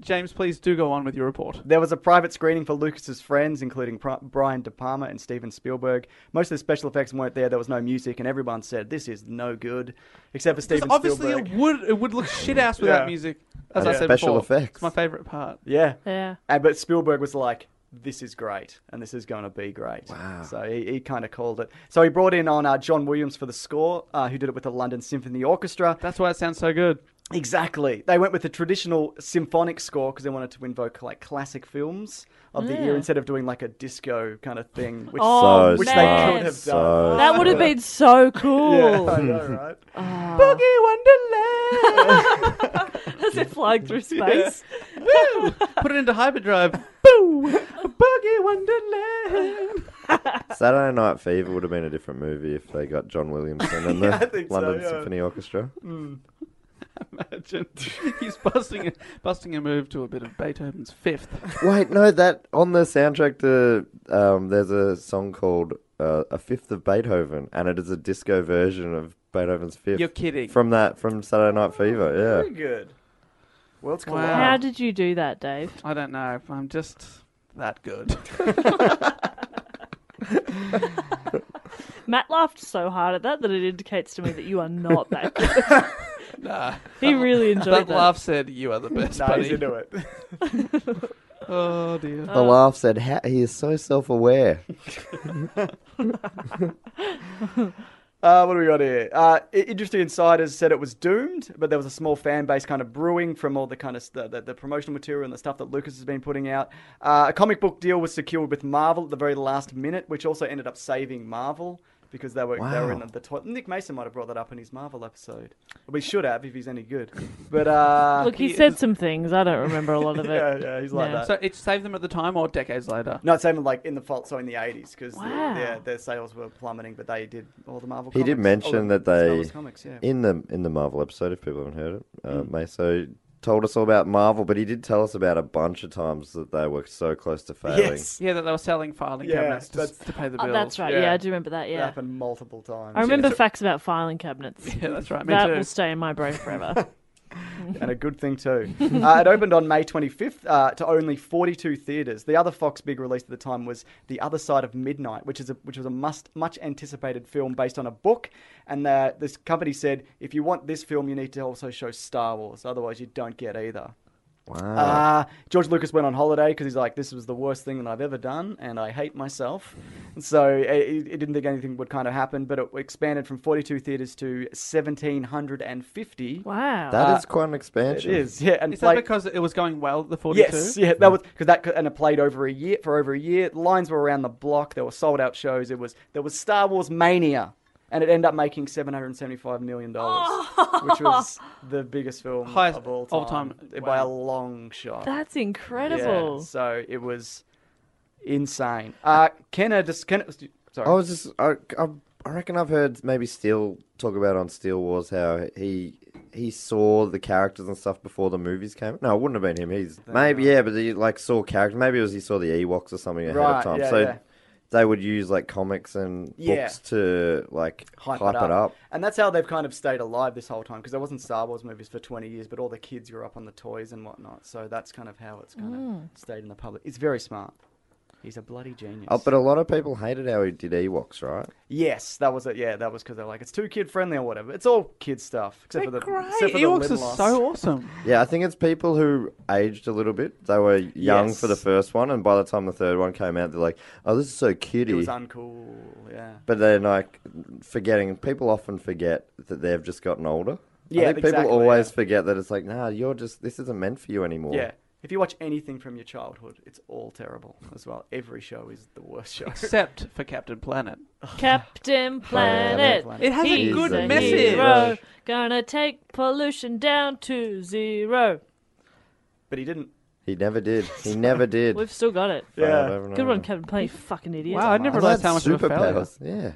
James, please do go on with your report.
There was a private screening for Lucas's friends, including Pri- Brian De Palma and Steven Spielberg. Most of the special effects weren't there. There was no music, and everyone said this is no good, except for
Because
Steven
obviously
Spielberg.
it would it would look shit ass without
Yeah.
music. As
And
I said
special
before,
effects.
It's my favorite part.
yeah,
Yeah.
And, but Spielberg was like, "This is great, and this is going to be great." Wow. So he, he kind of called it. So he brought in on uh, John Williams for the score, uh, who did it with the London Symphony Orchestra.
That's why it sounds so good.
Exactly. They went with the traditional symphonic score because they wanted to invoke like classic films of the year instead of doing like a disco kind of thing, which,
Oh,
so
which they
smart.
could have
So-
done.
That would have been so cool.
I know, right?
Boogie Wonderland.
As it flying through space.
Woo! Put it into hyperdrive. Boo! Boogie Wonderland.
Saturday Night Fever would have been a different movie if they got John Williamson and
Yeah, I
the
think so,
London
yeah.
Symphony Orchestra.
Imagine he's busting a, busting a move to a bit of Beethoven's Fifth.
Wait, no, that on the soundtrack to um, there's a song called uh, "A Fifth of Beethoven," and it is a disco version of Beethoven's Fifth.
You're kidding.
From that, from Saturday Night Fever,
Very
yeah.
good. Well, it's cool.
Wow.
How did you do that, Dave?
I don't know. I'm just that good.
Matt laughed so hard at that that it indicates to me that you are not that good.
nah.
He really
That
enjoyed that.
laugh said you are the best,
No, he's
buddy.
into it.
Oh dear.
The laugh said, "Ha- "He is so self-aware."
Uh, what do we got here? Uh, i- industry insiders said it was doomed, but there was a small fan base kind of brewing from all the kind of st- the, the promotional material and the stuff that Lucas has been putting out. Uh, a comic book deal was secured with Marvel at the very last minute, which also ended up saving Marvel because they were they were in
Wow.
the, the toilet. Nick Mason might have brought that up in his Marvel episode. We should have if he's any good. But uh,
Look, he said some things. I don't remember a lot of it.
yeah, yeah, he's like
No.
that.
So it saved them at the time or decades later?
no, it's even like in the fault, so in the 80s, because
Wow.
their, their sales were plummeting, but they did all the Marvel
He
comics.
did mention
all the
that they-
Star Wars comics, yeah. Mm.
in the in the Marvel episode, if people haven't heard it, uh, Meso told us all about Marvel, but he did tell us about a bunch of times that they were so close to failing.
Yes.
Yeah, that they were selling filing
Yeah,
cabinets to,
that's-
to pay the
Oh,
bills.
that's right. Yeah.
Yeah.
I do remember that.
It
Yeah.
happened multiple times.
I remember facts about filing cabinets.
Yeah, that's right. Me
that
too.
will stay in my brain forever.
and a good thing too. uh, it opened on May 25th uh, to only 42 theaters. The other Fox big release at the time was The Other Side of Midnight, which is a, which was a must much anticipated film based on a book. And uh, this company said, if you want this film, you need to also show Star Wars, otherwise you don't get either.
Wow.
Uh, George Lucas went on holiday because he's like, this was the worst thing that I've ever done, and I hate myself. So it, it didn't think anything would kind of happen, but it expanded from 42 theaters to 1,750.
wow.
that is quite an
Uh, It
expansion.
is, yeah. And
Is that
like,
because it was going well, the 42?
Yes, yeah, that was because that could- and it played over a year for over a year. Lines were around the block. There were sold out shows. It was there was Star Wars mania, and it ended up making seven hundred seventy five million dollars, which was the biggest film
Highest
of all time,
all time.
by
Wow.
a long shot.
That's
Yeah,
incredible.
so it was insane. Uh, Kenna just Kenna, sorry.
I was just, I, I, I reckon I've heard maybe Steel talk about on Steel Wars how he he saw the characters and stuff before the movies came. No, it wouldn't have been him. He's maybe yeah, but he like saw characters. Maybe it was he saw the Ewoks or something ahead
Right,
of time.
yeah,
so
yeah.
they would use like comics and
Yeah.
books to like hype, it, up.
And that's how they've kind of stayed alive this whole time because there wasn't Star Wars movies for 20 years, but all the kids grew up on the toys and whatnot. So that's kind of how it's kind
Mm.
of stayed in the public. It's very smart. He's a bloody genius.
Oh, but a lot of people hated how he did Ewoks, right?
yes, that was it. Yeah, that was because they're like, it's too kid friendly or whatever. It's all kid stuff except for the
Great.
except for the
Ewoks
limb
are
loss.
so awesome.
Yeah, I think it's people who aged a little bit. They were young
Yes.
for the first one, and by the time the third one came out, they're like, "Oh, this is so
It
kiddie."
was uncool. Yeah.
But then, like, forgetting people often forget that they've just gotten older.
Yeah,
I think people
exactly,
always
yeah.
forget that it's like, nah, you're just this isn't meant for you anymore.
Yeah. If you watch anything from your childhood, it's all terrible as well. Every show is the worst show.
Except for Captain Planet.
Captain Planet.
Planet.
It has a
He's
good
a
message.
Hero. Gonna take pollution down to zero.
But he didn't.
he never did. He never did.
We've still got it.
Failed
Yeah.
over and
Good
over.
one, Captain Planet. You fucking idiot.
Wow, I never
I've
realised
had
how much of a failure.
superpowers. Yeah,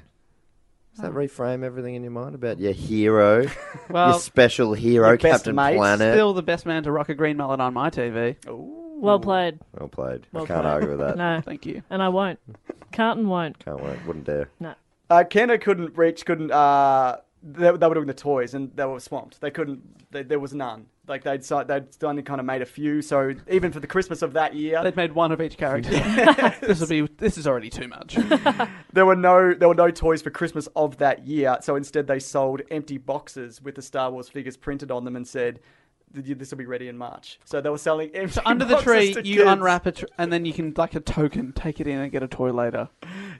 Does that reframe everything in your mind about your hero, your
Well,
special hero,
your best
Captain
mate,
Planet?
still the best man to rock a green mullet on my TV.
Well played.
Well played.
Well
I can't
played.
argue with that.
No,
Thank you.
and I won't. Can't and won't.
Can't wait. Wouldn't dare.
Uh, Kenner couldn't reach, couldn't. Uh, they, they were doing the toys, and they were swamped. They couldn't. They, there was none. Like they'd si- they'd only kind of made a few. So even for the Christmas of that year,
They've made one of each character. this will be. This is already too much.
there were no there were no toys for Christmas of that year. So instead, they sold empty boxes with the Star Wars figures printed on them and said, "This will be ready in March." So they were selling empty.
So under the
boxes
tree,
to
you
kids.
unwrap it, and then you can like a token, take it in and get a toy later.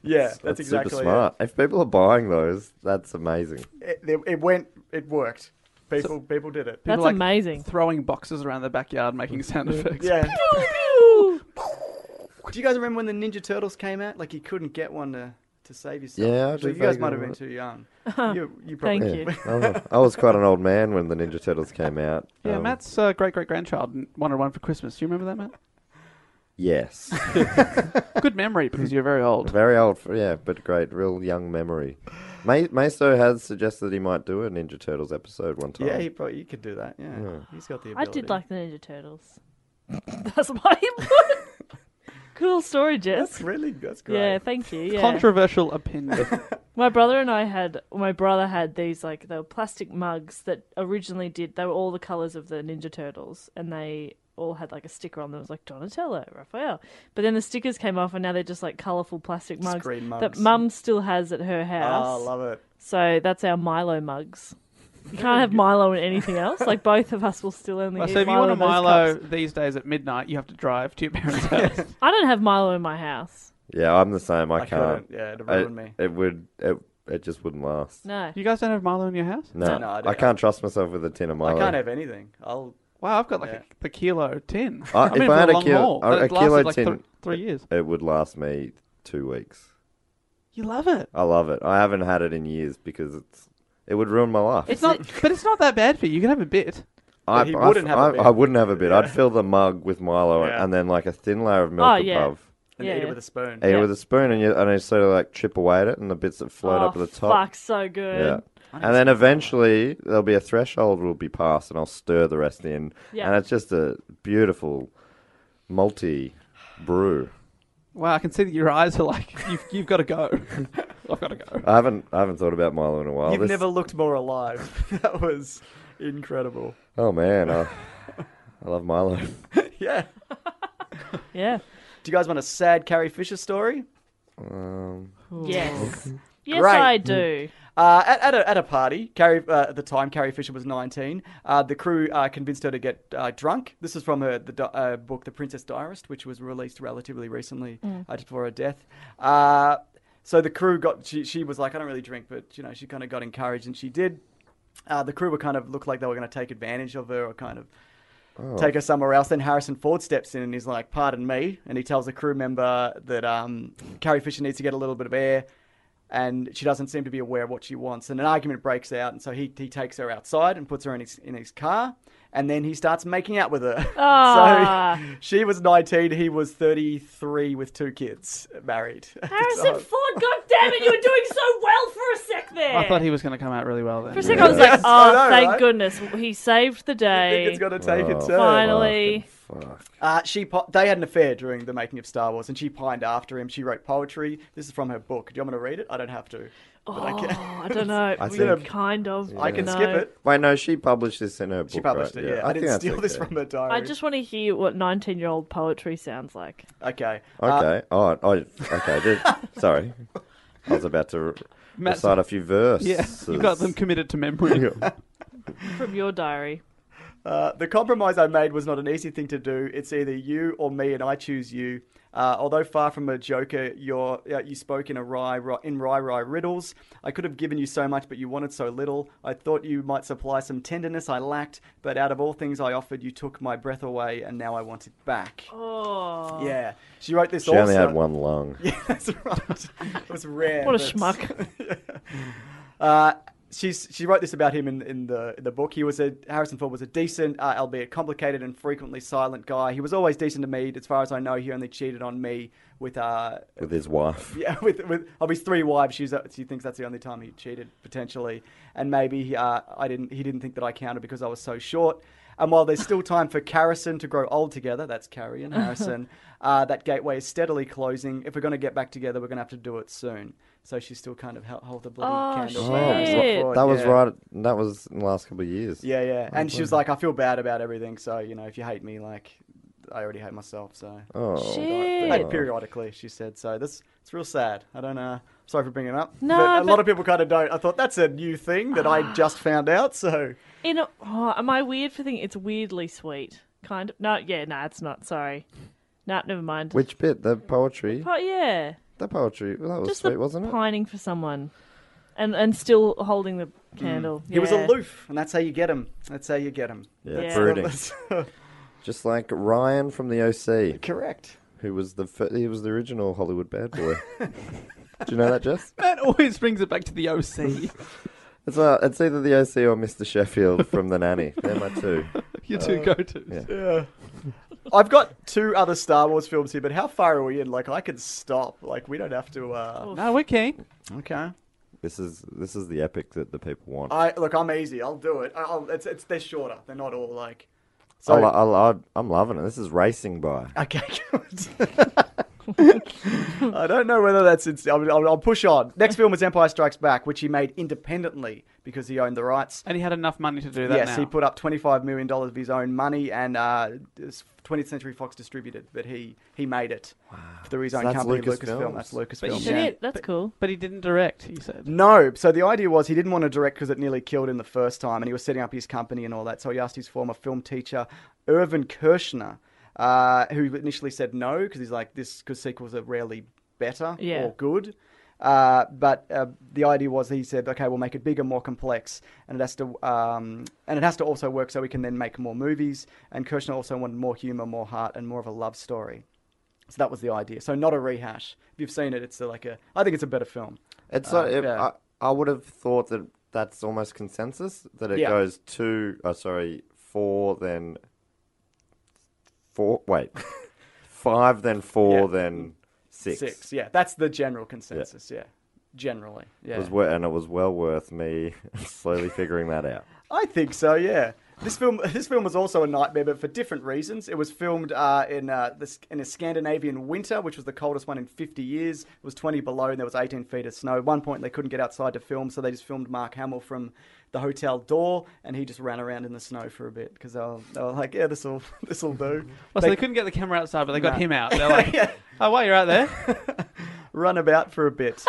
Yeah, that's,
That's
exactly
super
it.
smart. If people are buying those, that's amazing.
It, it, it went. It worked. People people did it.
That's
like-
amazing.
Throwing boxes around the backyard, making sound effects.
Yeah. Do you guys remember when the Ninja Turtles came out? Like you couldn't get one to, to save yourself.
Yeah, I
so
do
you guys
vaguely
might have been
remember
too young. you, you probably
Uh-huh. Thank
did.
you.
Yeah. I was- Oh, I was quite an old man when the Ninja Turtles came out.
Yeah,
Um,
Matt's uh, great great grandchild wanted one for Christmas. Do you remember that, Matt?
Yes.
Good memory because you're very old.
Very old, f- yeah, but great. Real young memory. May- Meso has suggested he might do a Ninja Turtles episode one time.
Yeah, he probably you could do that. Yeah, he's got the
I
ability.
did like the Ninja Turtles. That's my input. cool story, Jess.
That's really that's great.
Yeah, thank you. Yeah.
Controversial opinion.
My brother and I had my brother had these like they were plastic mugs that originally did they were all the colours of the Ninja Turtles and they all had like a sticker on them. It was like Donatello, Raphael. But then the stickers came off and now they're just like colourful plastic mugs
green
that
mugs.
mum still has at her
Oh, I
house.
love it.
so that's our Milo mugs. You can't have Milo and anything else. Like both of us will still only
Well,
eat
so if you
Milo
want a
in those
Milo
cups.
these days at midnight, you have to drive to your parents' house.
I don't have Milo in my house.
Yeah, I'm the same. I,
I couldn't.
can't.
Yeah, it'd
I-
ruin me.
It would. It, it just wouldn't last.
No.
You guys don't have Milo in your house?
No,
no, I
I,
don't-
can't trust myself with a tin of Milo.
I can't have anything. I'll.
Wow, I've got like
Yeah.
a, the kilo tin.
I-
I'm in
if
for
I had a
long
kilo-
haul,
a-
but
a
it lasted
kilo
like
tin-
thr- three years.
It would last me two weeks.
You love it.
I love it. I haven't had it in years because it's. It would ruin my life.
It's not, but it's not that bad for you. You can have a bit.
I,
But he
I-
wouldn't have a
I-
bit.
I wouldn't have a bit. I'd fill the mug with Milo
Yeah.
and then like a thin layer of milk
Oh, yeah.
above.
And
Yeah,
eat
yeah.
it with a spoon.
Eat it
Yeah.
with a spoon and you and I sort of like chip away at it and the bits that float
oh,
up at the top.
Fuck, so good.
Yeah. And then eventually there'll be a threshold will be passed and I'll stir the rest in.
Yeah.
And it's just a beautiful multi brew.
Wow, I can see that your eyes are like you've, you've got to go. I've got to go.
I haven't I haven't thought about Milo in a while.
You've
This-
never looked more alive. that was incredible.
Oh man, I, I love Milo.
Yeah.
Yeah.
Do you guys want a sad Carrie Fisher story?
Um,
Yes. Yes,
Great.
I do.
Uh, at, at, a, at a party, Carrie, uh, at the time, Carrie Fisher was 19. Uh, the crew uh, convinced her to get uh, drunk. This is from her the di- uh, book, The Princess Diarist, which was released relatively recently uh, just before her death. Uh, so the crew got, she, she was like, I don't really drink, but, you know, she kind of got encouraged and she did. Uh, the crew were kind of looked like they were going to take advantage of her or kind of take her somewhere else. Then Harrison Ford steps in and he's like, "Pardon me," and he tells a crew member that um, Carrie Fisher needs to get a little bit of air, and she doesn't seem to be aware of what she wants. And an argument breaks out, and so he he takes her outside and puts her in his in his car, and then he starts making out with her.
Ah.
so she was nineteen, he was thirty three with two kids, married.
Harrison Ford, God damn it, you were doing so well for a sec there.
I thought he was going to come out really well then.
for a sec, I was
Yes,
like,
I
oh,
know,
thank
right?
goodness, he saved the
I think
day.
it's gonna take a
Oh.
turn.
Finally,
fuck.
Uh, she pi- they had an affair during the making of Star Wars, and she pined after him. She wrote poetry. This is from her book. Do you want me to read it? I don't have to. But I
oh,
can,
I don't know.
I
we
think-
kind of.
I can
know.
skip it.
Wait, no, she published this in her book.
She published
right?
it. Yeah, I,
think
didn't
that's
steal this
okay.
from her diary.
I just want to hear what 19 year old poetry sounds like.
okay. Uh,
Okay. oh, oh, okay. Did, sorry. I was about to re-
Matt's-
recite a few verses.
yeah, you got them committed to memory.
From your diary.
Uh, the compromise I made was not an easy thing to do. It's either you or me, and I choose you. Uh, although far from a joker, you're, uh, you spoke in a wry, wry, in wry, wry riddles. I could have given you so much, but you wanted so little. I thought you might supply some tenderness I lacked, but out of all things I offered, you took my breath away, and now I want it back.
Oh,
Yeah, she wrote this.
She
also.
only had one lung.
Yeah, that's right. It was rare.
what a
but-
schmuck.
Uh, she's she wrote this about him in in the in the book. He was a Harrison Ford was a decent, uh, albeit complicated and frequently silent guy. He was always decent to me, as far as I know. He only cheated on me with uh
with his wife.
yeah with with of his three wives. She's she thinks that's the only time he cheated potentially, and maybe he, uh, I didn't he didn't think that I counted because I was so short. And while there's still time for Carrison to grow old together, that's Carrie and Harrison, uh, that gateway is steadily closing. If we're going to get back together, we're going to have to do it soon. So she's still kind of held, hold the bloody
Oh,
candle.
shit.
to Harrison
Shit.
Ford,
That was
yeah.
right. That was in the last couple of years.
Yeah, yeah. And she was like, I feel bad about everything. So, you know, if you hate me, like, I already hate myself. So,
Oh.
Shit.
like, periodically, she said. So, that's it's real sad. I don't know. Sorry for bringing it up.
No,
But a
but- Ah.
lot of people kind of don't. I thought that's a new thing that I just found out. So,
In a, oh, am I weird for thinking it's weirdly sweet? Kind of. No, yeah, no, it's not. Sorry. No, never mind.
Which bit? The poetry.
Oh, yeah.
The poetry. Well, that was
Just
sweet,
the
wasn't it?
pining for someone, and and still holding the candle.
Mm. he was
Yeah.
aloof. And that's how you get him. That's how you get him.
Yeah,
Yeah.
brooding. Just like Ryan from the OC,
Correct.
who was the fir- he was the original Hollywood bad boy. Do you know that, Jess?
Matt always brings it back to the OC.
It's, uh, it's either the OC or Mr. Sheffield from The Nanny. They're my two.
Your two go-tos.
yeah.
I've got two other Star Wars films here, but how far are we in? Like, I could stop. Like, we don't have to. Uh...
No, we're keen.
Oh.
Okay.
This is this is the epic that the people want. I,
I look, I'm easy. I'll do it. I- I'll, it's, it's they're shorter. They're not all like. So
I, I, I'm loving it. This is racing by.
okay, good. I don't know whether that's. It's, I'll, I'll, I'll push on. Next film was Empire Strikes Back, which he made independently because he owned the rights.
And he had enough money to do that
Yes,
now.
he put up twenty-five million dollars of his own money, and uh, it's 20th Century Fox distributed, but he he made it through his
So
own
that's
company,
Lucasfilms.
Lucasfilm. That's Lucasfilm.
he
yeah.
Shit, that's cool.
but he didn't direct, he said.
No. So the idea was he didn't want to direct because it nearly killed him the first time, and he was setting up his company and all that. So he asked his former film teacher, Irvin Kershner, uh, who initially said no because he's like this because sequels are rarely better
Yeah.
or good. Uh, but uh, the idea was he said, okay, we'll make it bigger, more complex, and it has to um, and it has to also work so we can then make more movies. And Kershner also wanted more humor, more heart, and more of a love story. So that was the idea. So not a rehash. If you've seen it, it's uh, like a. I think it's a better film.
It's so if,
Uh, yeah.
I, I would have thought that that's almost consensus that it
Yeah.
goes two. Oh, sorry, four then four. Wait, five then four
Yeah.
then six.
Yeah, that's the general consensus. Yeah, generally.
It
Yeah,
was wor- and it was well worth me slowly figuring that out.
I think so. Yeah. This film, this film was also a nightmare, but for different reasons. It was filmed uh, in uh, this, in a Scandinavian winter, which was the coldest one in 50 years. It was 20 below, and there was 18 feet of snow. At one point, they couldn't get outside to film, so they just filmed Mark Hamill from the hotel door, and he just ran around in the snow for a bit because they, were- they were like, "Yeah, this will this will do."
Well, so they couldn't get the camera outside, but they got
No.
him out. They're like, oh, while you're out there.
run about for a bit.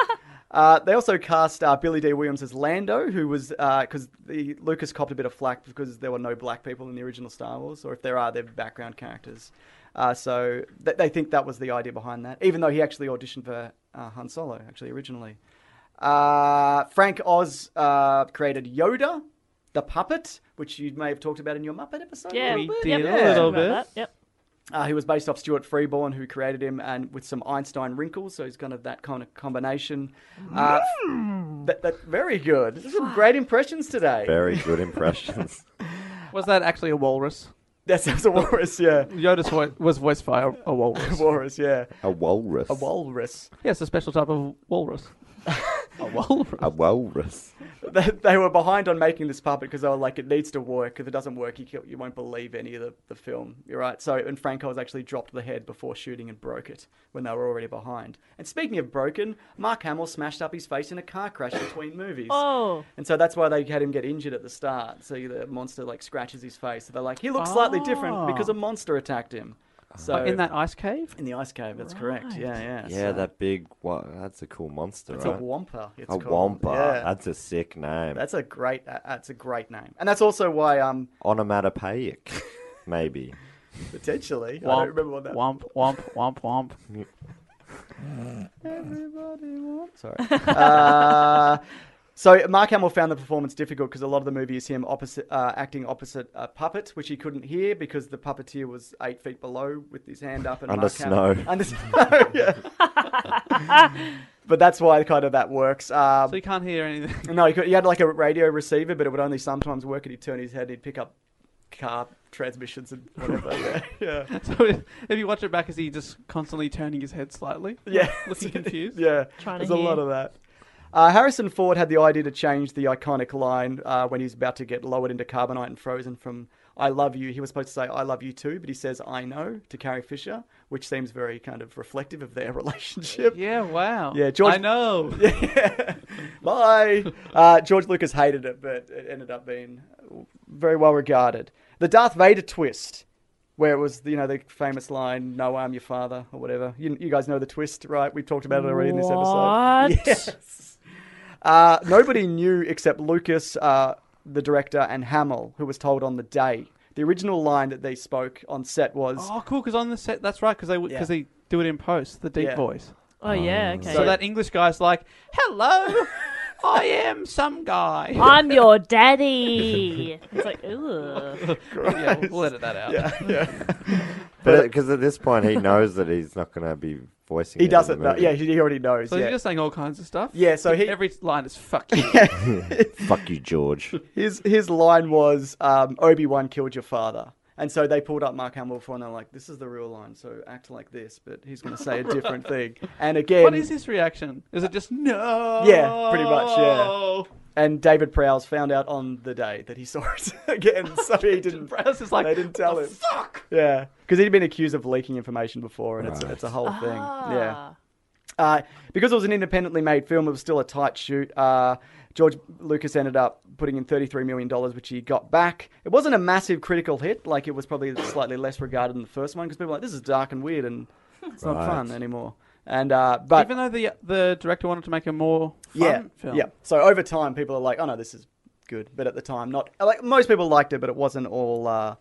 Uh, they also cast uh, Billy D. Williams as Lando, who was because the Lucas copped a bit of flack because there were no black people in the original Star Wars, or if there are, they're background characters. Uh, so th- they think that was the idea behind that, even though he actually auditioned for uh, Han Solo actually originally. Uh, Frank Oz uh, created Yoda, the puppet, which you may have talked about in your Muppet episode. a
Yeah,
little bit.
did
yep,
a little
about
bit.
that, Yep.
Uh, he was based off Stuart Freeborn, who created him, and with some Einstein wrinkles, so he's kind of that kind of combination. Uh, that, that very good. Some great impressions today.
Very good impressions.
Was that actually a walrus?
That's, that's a walrus, yeah.
Yoda's voice was voiced by a, a walrus.
Walrus, yeah.
a walrus.
A walrus.
Yes, a special type of walrus. a walrus.
A walrus.
They, they were behind on making this puppet because they were like, it needs to work. If it doesn't work, you, kill, you won't believe any of the, the film. You're right. So, and Franco has actually dropped the head before shooting and broke it when they were already behind. And speaking of broken, Mark Hamill smashed up his face in a car crash between movies.
Oh,
And so that's why they had him get injured at the start. So the monster like scratches his face. So they're like, he looks slightly different because a monster attacked him. So
Oh. In that ice cave?
in the ice cave, that's correct. Yeah, yeah.
Yeah,
so
that big. Wa- that's a cool monster,
it's a
right?
wampa. It's
A
called.
wampa.
Yeah.
That's a sick name.
That's a great. uh, That's a great name, and that's also why um
onomatopoeic, maybe.
potentially I don't
Womp,
remember what that.
womp, womp, womp, womp.
Sorry. uh, so Mark Hamill found the performance difficult because a lot of the movie is him opposite, uh, acting opposite a puppet, which he couldn't hear because the puppeteer was eight feet below with his hand up and
Under
Mark Hamill-
snow.
under snow. yeah. but that's why kind of that works. Um,
So you can't hear anything.
no, he, could, he had like a radio receiver, but it would only sometimes work. And he'd turn his head, and he'd pick up car transmissions and whatever. yeah, yeah.
So if if you watch it back, is he just constantly turning his head slightly?
Yeah.
Looking confused?
Yeah,
Trying to
there's a lot
hear.
of that. Uh, Harrison Ford had the idea to change the iconic line uh, when he's about to get lowered into carbonite and frozen from "I love you." He was supposed to say "I love you too," but he says "I know" to Carrie Fisher, which seems very kind of reflective of their relationship.
Yeah, wow.
Yeah, George-
I know.
Bye. Uh, George Lucas hated it, but it ended up being very well regarded. The Darth Vader twist, where it was you know the famous line "No, I'm your father" or whatever. You, you guys know the twist, right? We've talked about it already in this episode.
What?
Yes. Uh, nobody knew except Lucas, uh, the director, and Hamill, who was told on the day. The original line that they spoke on set was,
Oh, cool. Because on the set, that's right. Because they because
Yeah.
they do it in post, the deep
Yeah.
voice.
Oh yeah, okay.
So that English guy's like, "Hello, I am some guy."
I'm your daddy. It's like, ugh.
yeah, we'll, we'll edit that out.
But because at this point he knows that he's not going to be voicing.
"He
it in the
doesn't know."
movie.
Yeah, he he already knows.
So
yeah.
he's just saying all kinds of stuff.
Yeah, so he-
every line is fuck you.
Fuck you, George.
His his line was um, Obi Wan killed your father, and so they pulled up Mark Hamill for, and they're like, "This is the real line, so act like this." But he's going to say a different thing. And again,
what is his reaction? Is it just no?
Yeah, pretty much, yeah.
Oh.
and David Prowse found out on the day that he saw it again, so he didn't.
Prowse is like, "Oh,
they didn't tell
"The
him. Fuck. Yeah, because he'd been accused of leaking information before, and it's it's a whole thing.
Ah.
Yeah. Uh, because it was an independently made film, it was still a tight shoot. Uh, George Lucas ended up putting in $33 million, which he got back. It wasn't a massive critical hit. Like, it was probably slightly less regarded than the first one because people were like, this is dark and weird and it's not fun anymore. And, uh, but,
Even though the the director wanted to make a more fun
yeah,
film.
yeah. So over time, people are like, oh no, this is good. But at the time, not, like, most people liked it, but it wasn't all, uh,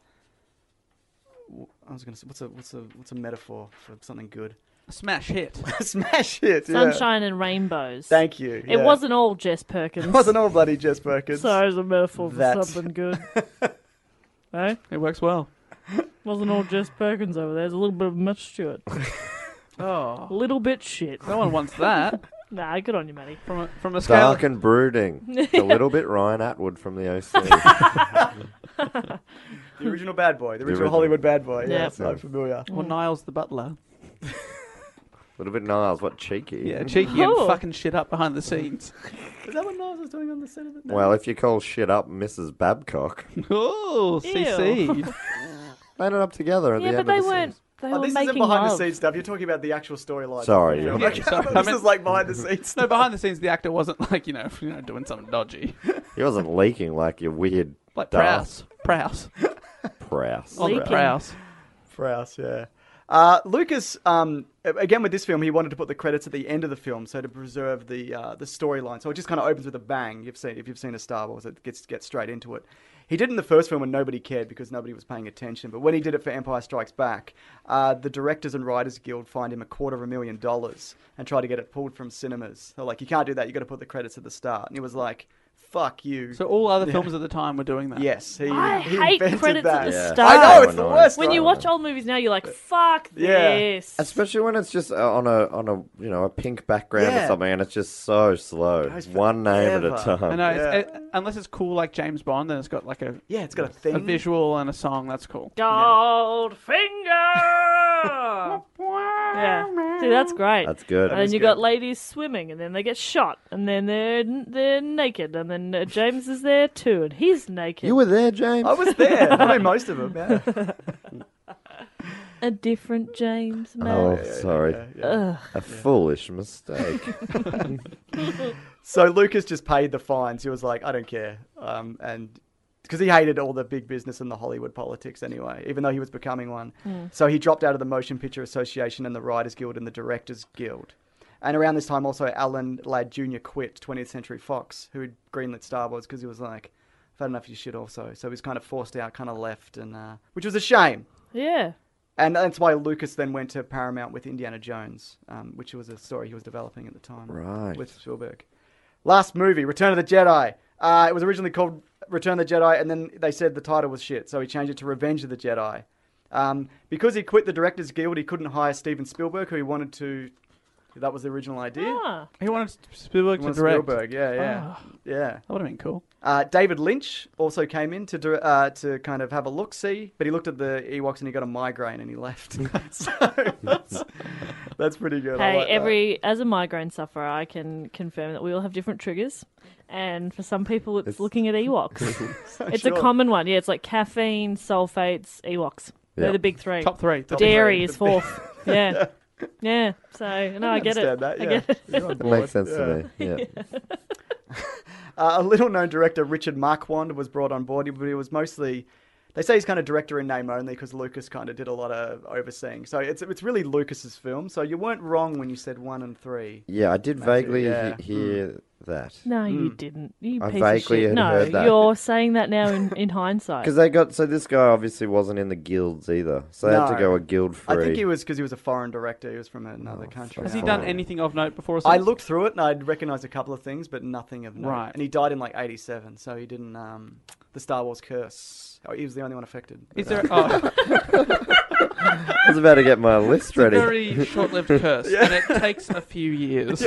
w- I was going to say, what's a, what's a, what's a metaphor for something good?
Smash hit.
Smash it. yeah.
Sunshine and rainbows.
Thank you.
It
yeah.
wasn't all Jess Perkins.
It wasn't all bloody Jess Perkins.
Sorry, it's a metaphor for
That.
something good. eh?
It works well.
Wasn't all Jess Perkins over there. There's a little bit of much to it.
Oh,
A little bit shit.
no one wants that
Nah, good on you, Matty.
from a, from a scale.
Dark and brooding. A little bit Ryan Atwood from the OC.
The original bad boy, the original,
original.
Hollywood bad boy. Yeah,
Yeah.
so familiar.
Or Niles the butler.
A little bit Niles. What cheeky.
Yeah, cheeky
Oh.
and fucking shit up behind the scenes.
Is that what Niles was doing on the set of it?
Well, if you call shit up Mrs. Babcock,
Oh, CC.
they ended up together at
Yeah,
the
but
end
they
of the
weren't.
series.
They
Oh,
were
this
making
isn't behind
love.
the scenes stuff. You're talking about the actual storyline.
Sorry.
Yeah,
yeah.
okay.
sorry. I
this
meant-
is like behind the scenes
No,
stuff.
behind the scenes, the actor wasn't like you know, you know doing something dodgy.
He wasn't leaking like your weird
Like
Darth
Prowse, Prowse,
Prowse.
on the
Leaking.
Prowse.
Prowse, yeah. Uh, Lucas, um, a- again with this film, he wanted to put the credits at the end of the film, so to preserve the uh, the storyline. So it just kind of opens with a bang. You've seen if you've seen a Star Wars, it gets gets straight into it. He did it in the first film when nobody cared because nobody was paying attention. But when he did it for Empire Strikes Back, uh, the Directors and Writers Guild fined him a quarter of a million dollars and tried to get it pulled from cinemas. They're like, you can't do that. You got to put the credits at the start. And he was like, "Fuck you."
So all other films at the time were doing that.
yes, he,
I
he
hate
invented
credits
that.
at the
Yeah.
start.
I know it's the
Annoying.
worst.
When
right?
you watch old movies now, you're like, fuck
Yeah.
this.
Especially when it's just uh, on a on a you know a pink background
Yeah.
or something, and it's just so slow.
Goes
One name at
forever.
a time.
I know. It's, it, unless it's cool like James Bond, then it's got like a,
yeah, it's got a
a
thing.
visual and a song. That's cool.
Gold finger. yeah, see, that's great.
That's good.
and then you got ladies swimming, and then they get shot, and then they're they're naked, and then uh, James is there too, and he's naked.
You were there, James.
I was there. I mean, most of them. Yeah.
a different James, man.
Oh, sorry. A foolish mistake.
So Lucas just paid the fines. He was like, I don't care, um, and because he hated all the big business and the Hollywood politics anyway, even though he was becoming one. So he dropped out of the Motion Picture Association and the Writers Guild and the Directors Guild. And around this time, also Alan Ladd Jr. quit 20th Century Fox, who had greenlit Star Wars because he was like, I've had enough of your shit. Also, so he was kind of forced out, kind of left, and uh, which was a shame.
Yeah,
And that's why Lucas then went to Paramount with Indiana Jones, um, which was a story he was developing at the time
Right.
with Spielberg. Last movie, Return of the Jedi. Uh, it was originally called Return of the Jedi, and then they said the title was shit, so he changed it to Revenge of the Jedi. Um, because he quit the Directors Guild, he couldn't hire Steven Spielberg, who he wanted to That was the original idea.
Ah,
He wanted Spielberg to
Wes
direct.
Spielberg, yeah, yeah, yeah.
That would have been cool.
Uh, David Lynch also came in to do, uh, to kind of have a look see, but he looked at the Ewoks and he got a migraine and he left. so that's, that's pretty good. I
hey,
like that.
every as a migraine sufferer, I can confirm that we all have different triggers, and for some people, it's, looking at Ewoks. it's
Sure.
a common one. Yeah, it's like caffeine, sulfates, Ewoks. They're
Yeah.
the big three.
Top three. Top
Dairy
three.
is fourth. yeah. Yeah. So no, I, get it.
understand that,
I
yeah.
get it.
It makes sense to me. Yeah.
Uh, a little known director, Richard Marquand, was brought on board, but he was mostly. They say he's kind of director in name only because Lucas kind of did a lot of overseeing. So it's it's really Lucas's film. So you weren't wrong when you said one and three.
Yeah, I did vaguely
yeah. Hmm.
he- hear that.
No, you didn't. You
I
piece
vaguely
of shit.
had
no,
heard that.
you're saying that now in, in hindsight.
Because they got so this guy obviously wasn't in the guilds either, so they had to
No.
go a guild free.
I think he was because he was a foreign director. He was from another country.
Has he
Yeah.
done anything of note before? or
I
since?
looked through it and I'd recognised a couple of things, but nothing of note.
Right.
And he died in like '87, so he didn't. Um, the Star Wars curse. Oh, he was the only one affected.
Is there? Oh,
I was about to get my list ready.
very short-lived curse, and it takes a few years.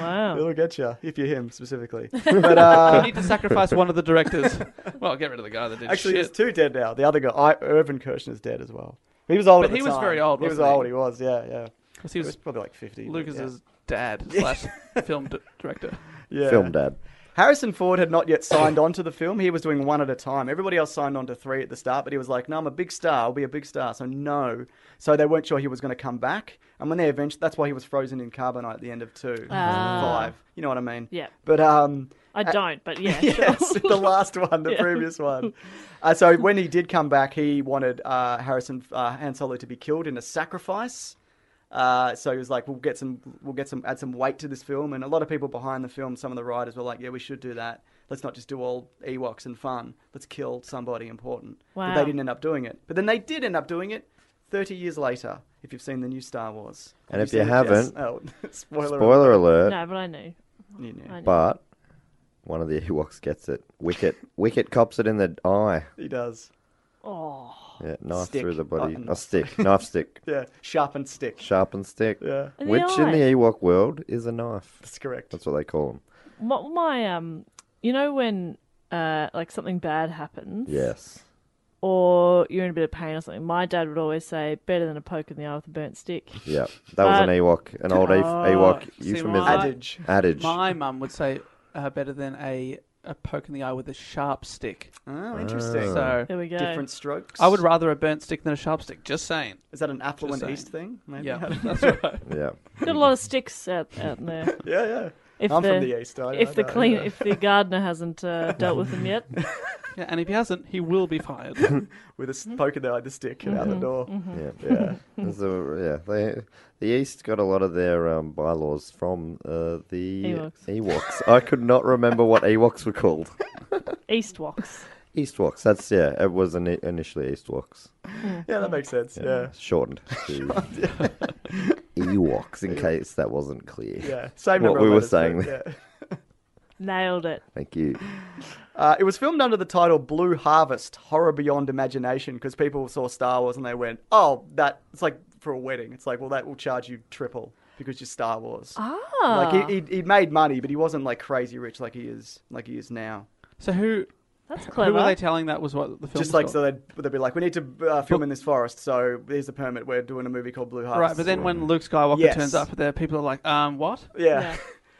wow.
It'll get you if you're him specifically. But uh,
You need to sacrifice one of the directors. well, get rid of the guy that did
Actually,
shit.
there's two dead now. The other guy, I, Irvin Kirshner's dead as well. He was old,
But
at the
he was
time.
very old,
He was
wasn't he?
old. He was, yeah, yeah.
'Cause
He
he
was,
was
probably like 50. but
Lucas's dad slash film d- director.
yeah. Yeah.
Film dad.
Harrison Ford had not yet signed on to the film. He was doing one at a time. Everybody else signed on to three at the start, but he was like, "No, I'm a big star. I'll be a big star." So no. So they weren't sure he was going to come back. And when they eventually, that's why he was frozen in carbonite at the end of two, five. You know what I mean?
Yeah.
But um,
I don't, but yeah.
yes,
sure.
the last one, the previous one. Uh, so when he did come back, he wanted uh, Harrison uh, Han Solo to be killed in a sacrifice. Uh, so he was like, "We'll get some, we'll get some, add some weight to this film." And a lot of people behind the film, some of the writers were like, "Yeah, we should do that. Let's not just do all Ewoks and fun. Let's kill somebody important." But they
Wow.
didn't end up doing it. But then they did end up doing it. Thirty years later, if you've seen the new Star Wars,
And
Have
if you
seen it? Yes.
haven't,
oh, spoiler, alert.
Spoiler alert.
No, but I knew.
You knew.
I knew.
But one of the Ewoks gets it. Wicket. Wicket cops it in the eye.
he does.
Oh,
Yeah, knife
Stick.
through the body.
Oh,
A stick. Knife stick.
Yeah, sharpened stick.
Sharpened stick.
Yeah.
In the
Which in
eye.
the Ewok world is a knife.
That's correct.
That's what they call them.
my, my um, you know when uh, like something bad happens,
Yes.
or you're in a bit of pain or something. My dad would always say, "Better than a poke in the eye with a burnt stick."
Yeah. That was an
Uh,
Ewok, an old e- Ewok
Oh, see,
euphemism.
my-
Adage.
Adage.
My mum would say uh, better than a, a poke in the eye with a sharp stick.
Oh,
Ah.
interesting.
So
There we go.
Different strokes.
I would rather a burnt stick than a sharp stick. Just saying.
Is that an affluent
saying.
east thing? Maybe?
Yeah,
I don't know.
that's right.
Yeah.
Got a lot of sticks out, out there.
yeah, yeah.
If
I'm
the,
from the east. I, I
if the
don't-
clean,
yeah.
if the gardener hasn't uh, dealt with them yet,
Yeah, and if he hasn't, he will be fired.
with a s- poke in the eye, the stick, and out the door.
Mm-hmm.
Yeah. Yeah. yeah. They, the East got a lot of their um, bylaws from uh, the
Ewoks.
Ewoks. I could not remember what Ewoks were called.
east walks.
Eastwoks. That's, yeah, it was ini initially Eastwoks.
Yeah, that makes sense. Yeah.
Shortened to Ewoks, in case that wasn't clear.
yeah, Same
What
number of
we were
letters, but
saying there.
yeah.
Nailed it.
Thank you.
Uh, it was filmed under the title Blue Harvest: Horror Beyond Imagination because people saw Star Wars and they went, "Oh, that it's like for a wedding. It's like, well, that will charge you triple because you're Star Wars."
Ah,
Like he, he, he made money, but he wasn't like crazy rich like he is like he is now.
so who
that's
who were
clever.
they telling that was what the film
Just
was
like
called?
so, they'd, they'd be like, "We need to uh, film in this forest, so here's the permit. We're doing a movie called Blue Harvest."
Right, but then when Luke Skywalker
Yes.
turns up, there people are like, um, what?
yeah. yeah,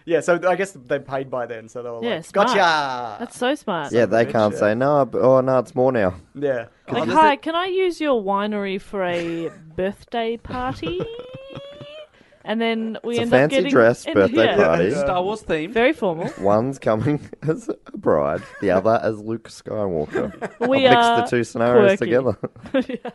Yeah.
so I guess they paid by then, so they were
Yeah,
like,
smart.
"Gotcha."
That's so smart.
Yeah, they
bitch,
can't
yeah.
say, no, b- oh, no, it's more now.
yeah,
Like, Oh, hi, can I use your winery for a birthday party? And then we
It's a
end up
fancy
getting
dress
and-
birthday
yeah,
party.
uh,
Star Wars themed.
Very formal.
One's coming as a bride, the other as Luke Skywalker.
We
Mix
are
the two scenarios
quirky.
together.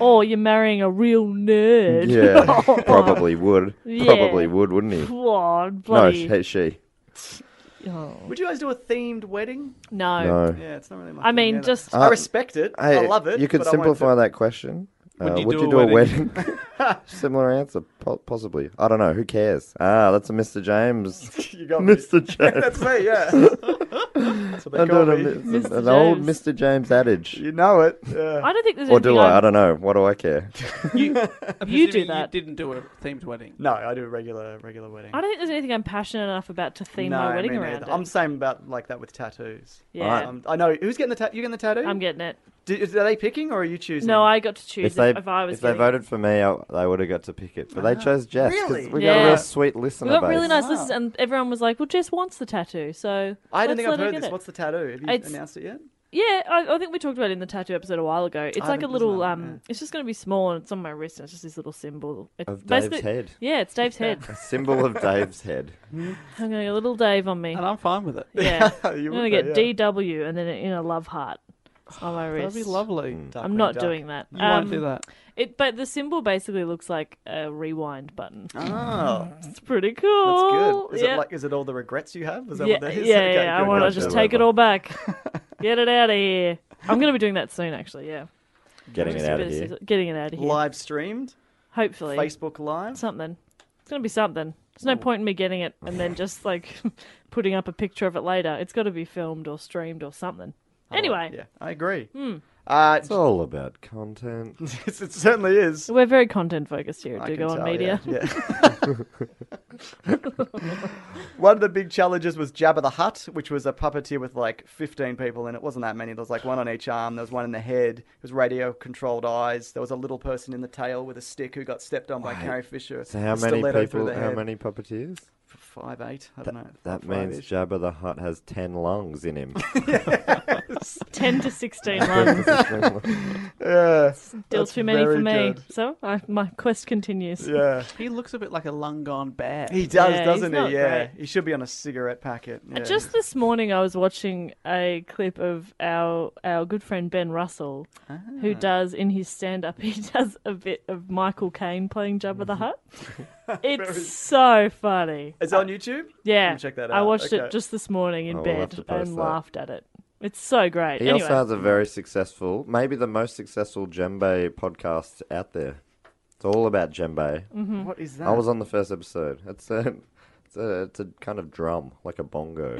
Or you're marrying a real nerd.
yeah, probably would. Probably
Yeah.
would, wouldn't he?
What
No,
bloody?
she. she.
Oh,
would you guys do a themed wedding?
no.
No.
Yeah, it's not really. My
I
thing
mean,
either.
just
I respect it. I
Uh, Hey,
love it.
You could
but I won't
simplify
do-
that question
Would
Uh,
you
would
do
you
a
do a
wedding?
wedding? Similar answer, po- possibly. I don't know. Who cares? Ah, that's a Mr. James.
You got me.
Mr. James.
That's me, yeah. That's what they
I
call
don't know,
me.
it's
Mr.
an old
James.
Mr. James adage.
You know it. Yeah.
I don't think there's
Or
anything.
do I? I
I'm-
don't know. What do I care?
You,
You do
presuming
that.
You didn't do a themed wedding.
No, I do a regular regular wedding.
I don't think there's anything I'm passionate enough about to theme
no,
my wedding
me
around.
neither.
it.
I'm same about like that with tattoos.
Yeah.
Um, I know. Who's getting the tattoo? You getting the tattoo?
I'm getting it.
Do, is, are they picking or are you choosing?
No, I got to choose
if
if,
they
if I was.
if they
getting it. Uh-huh.
voted for me, I, they would have got to pick it. But they chose Jess. 'cause
Really?
We got a
Yeah.
real sweet listener
We got really
base.
nice listeners, and everyone was like, "Well, Jess wants the tattoo, so
I
let's
don't think I've
let her
heard
get
this.
it."
What's the tattoo? Have you
It's-
announced it yet?
Yeah, I, I think we talked about it in the tattoo episode a while ago. E It's
I
like a
haven't-
little,
doesn't it?
um, it's just going to be small and it's on my wrist and it's just this little symbol. It's
Of Dave's
basically-
head.
Yeah, it's Dave's head.
A symbol of Dave's head.
I'm going to get a little Dave on me.
And I'm fine with it.
Yeah. um, I'm
You
going to get
would though, yeah.
DW and then in a love heart on my wrist.
That'd be lovely.
Darkwing
I'm not
Duck.
doing that.
Mm.
You won't
Um,
do that.
It, but the symbol basically looks like a rewind button.
Oh,
It's pretty
that's
cool.
good. Is
Oh, Yeah.
it like? Is it all the regrets you have? Is that
yeah,
what that is?
yeah,
Okay,
yeah. I
good.
want to
Watch
just
it
take it
later.
all back. Get it out of here. I'm going to be doing that soon, actually. Yeah,
Getting it
Just a
out
bit
of here.
scissor- Getting it out of here.
Live streamed,
Hopefully,
Facebook Live.
something. It's going to be something. There's
Oh.
no point in me getting it and then just like putting up a picture of it later. It's got to be filmed or streamed or something. Anyway,
Oh,
Hmm.
yeah, I agree. Uh,
It's all about content.
it's, it certainly is.
we're very content focused here at
I
Do
can
Go On
tell,
Media.
Yeah. yeah. One of the big challenges was Jabba the Hutt, which was a puppeteer with like 15 people in it. wasn't that many. There was like one on each arm. There was one in the head. It was radio controlled eyes. There was a little person in the tail with a stick who got stepped on by Carrie Fisher.
So how
The
many
stiletto through
people?
the
How
head.
many puppeteers?
Five, eight. I don't know.
That
Five
means
ish.
Jabba the Hutt has ten lungs in him.
Ten to sixteen lines.
Yeah.
Still
That's
too many for
very
me.
good.
So I, my quest continues.
Yeah.
He looks a bit like a long gone bear.
He does,
he's
doesn't
not
he? Yeah.
great.
He should be on a cigarette packet. Yeah.
Just this morning, I was watching a clip of our our good friend Ben Russell, who does in his stand up, he does a bit of Michael Caine playing Jabba the Hutt. It's so funny.
It's on YouTube?
Yeah,
I'll check that
I
out.
watched
Okay.
it just this morning in
Oh, we'll have
bed
to post
and
that.
laughed at it. It's so great.
He
anyway,
also has a very successful, maybe the most successful djembe podcast out there. It's all about djembe.
Mm.
What is that?
I
Uh.
was on the first episode. It's a, it's a, it's a kind of drum, like a bongo.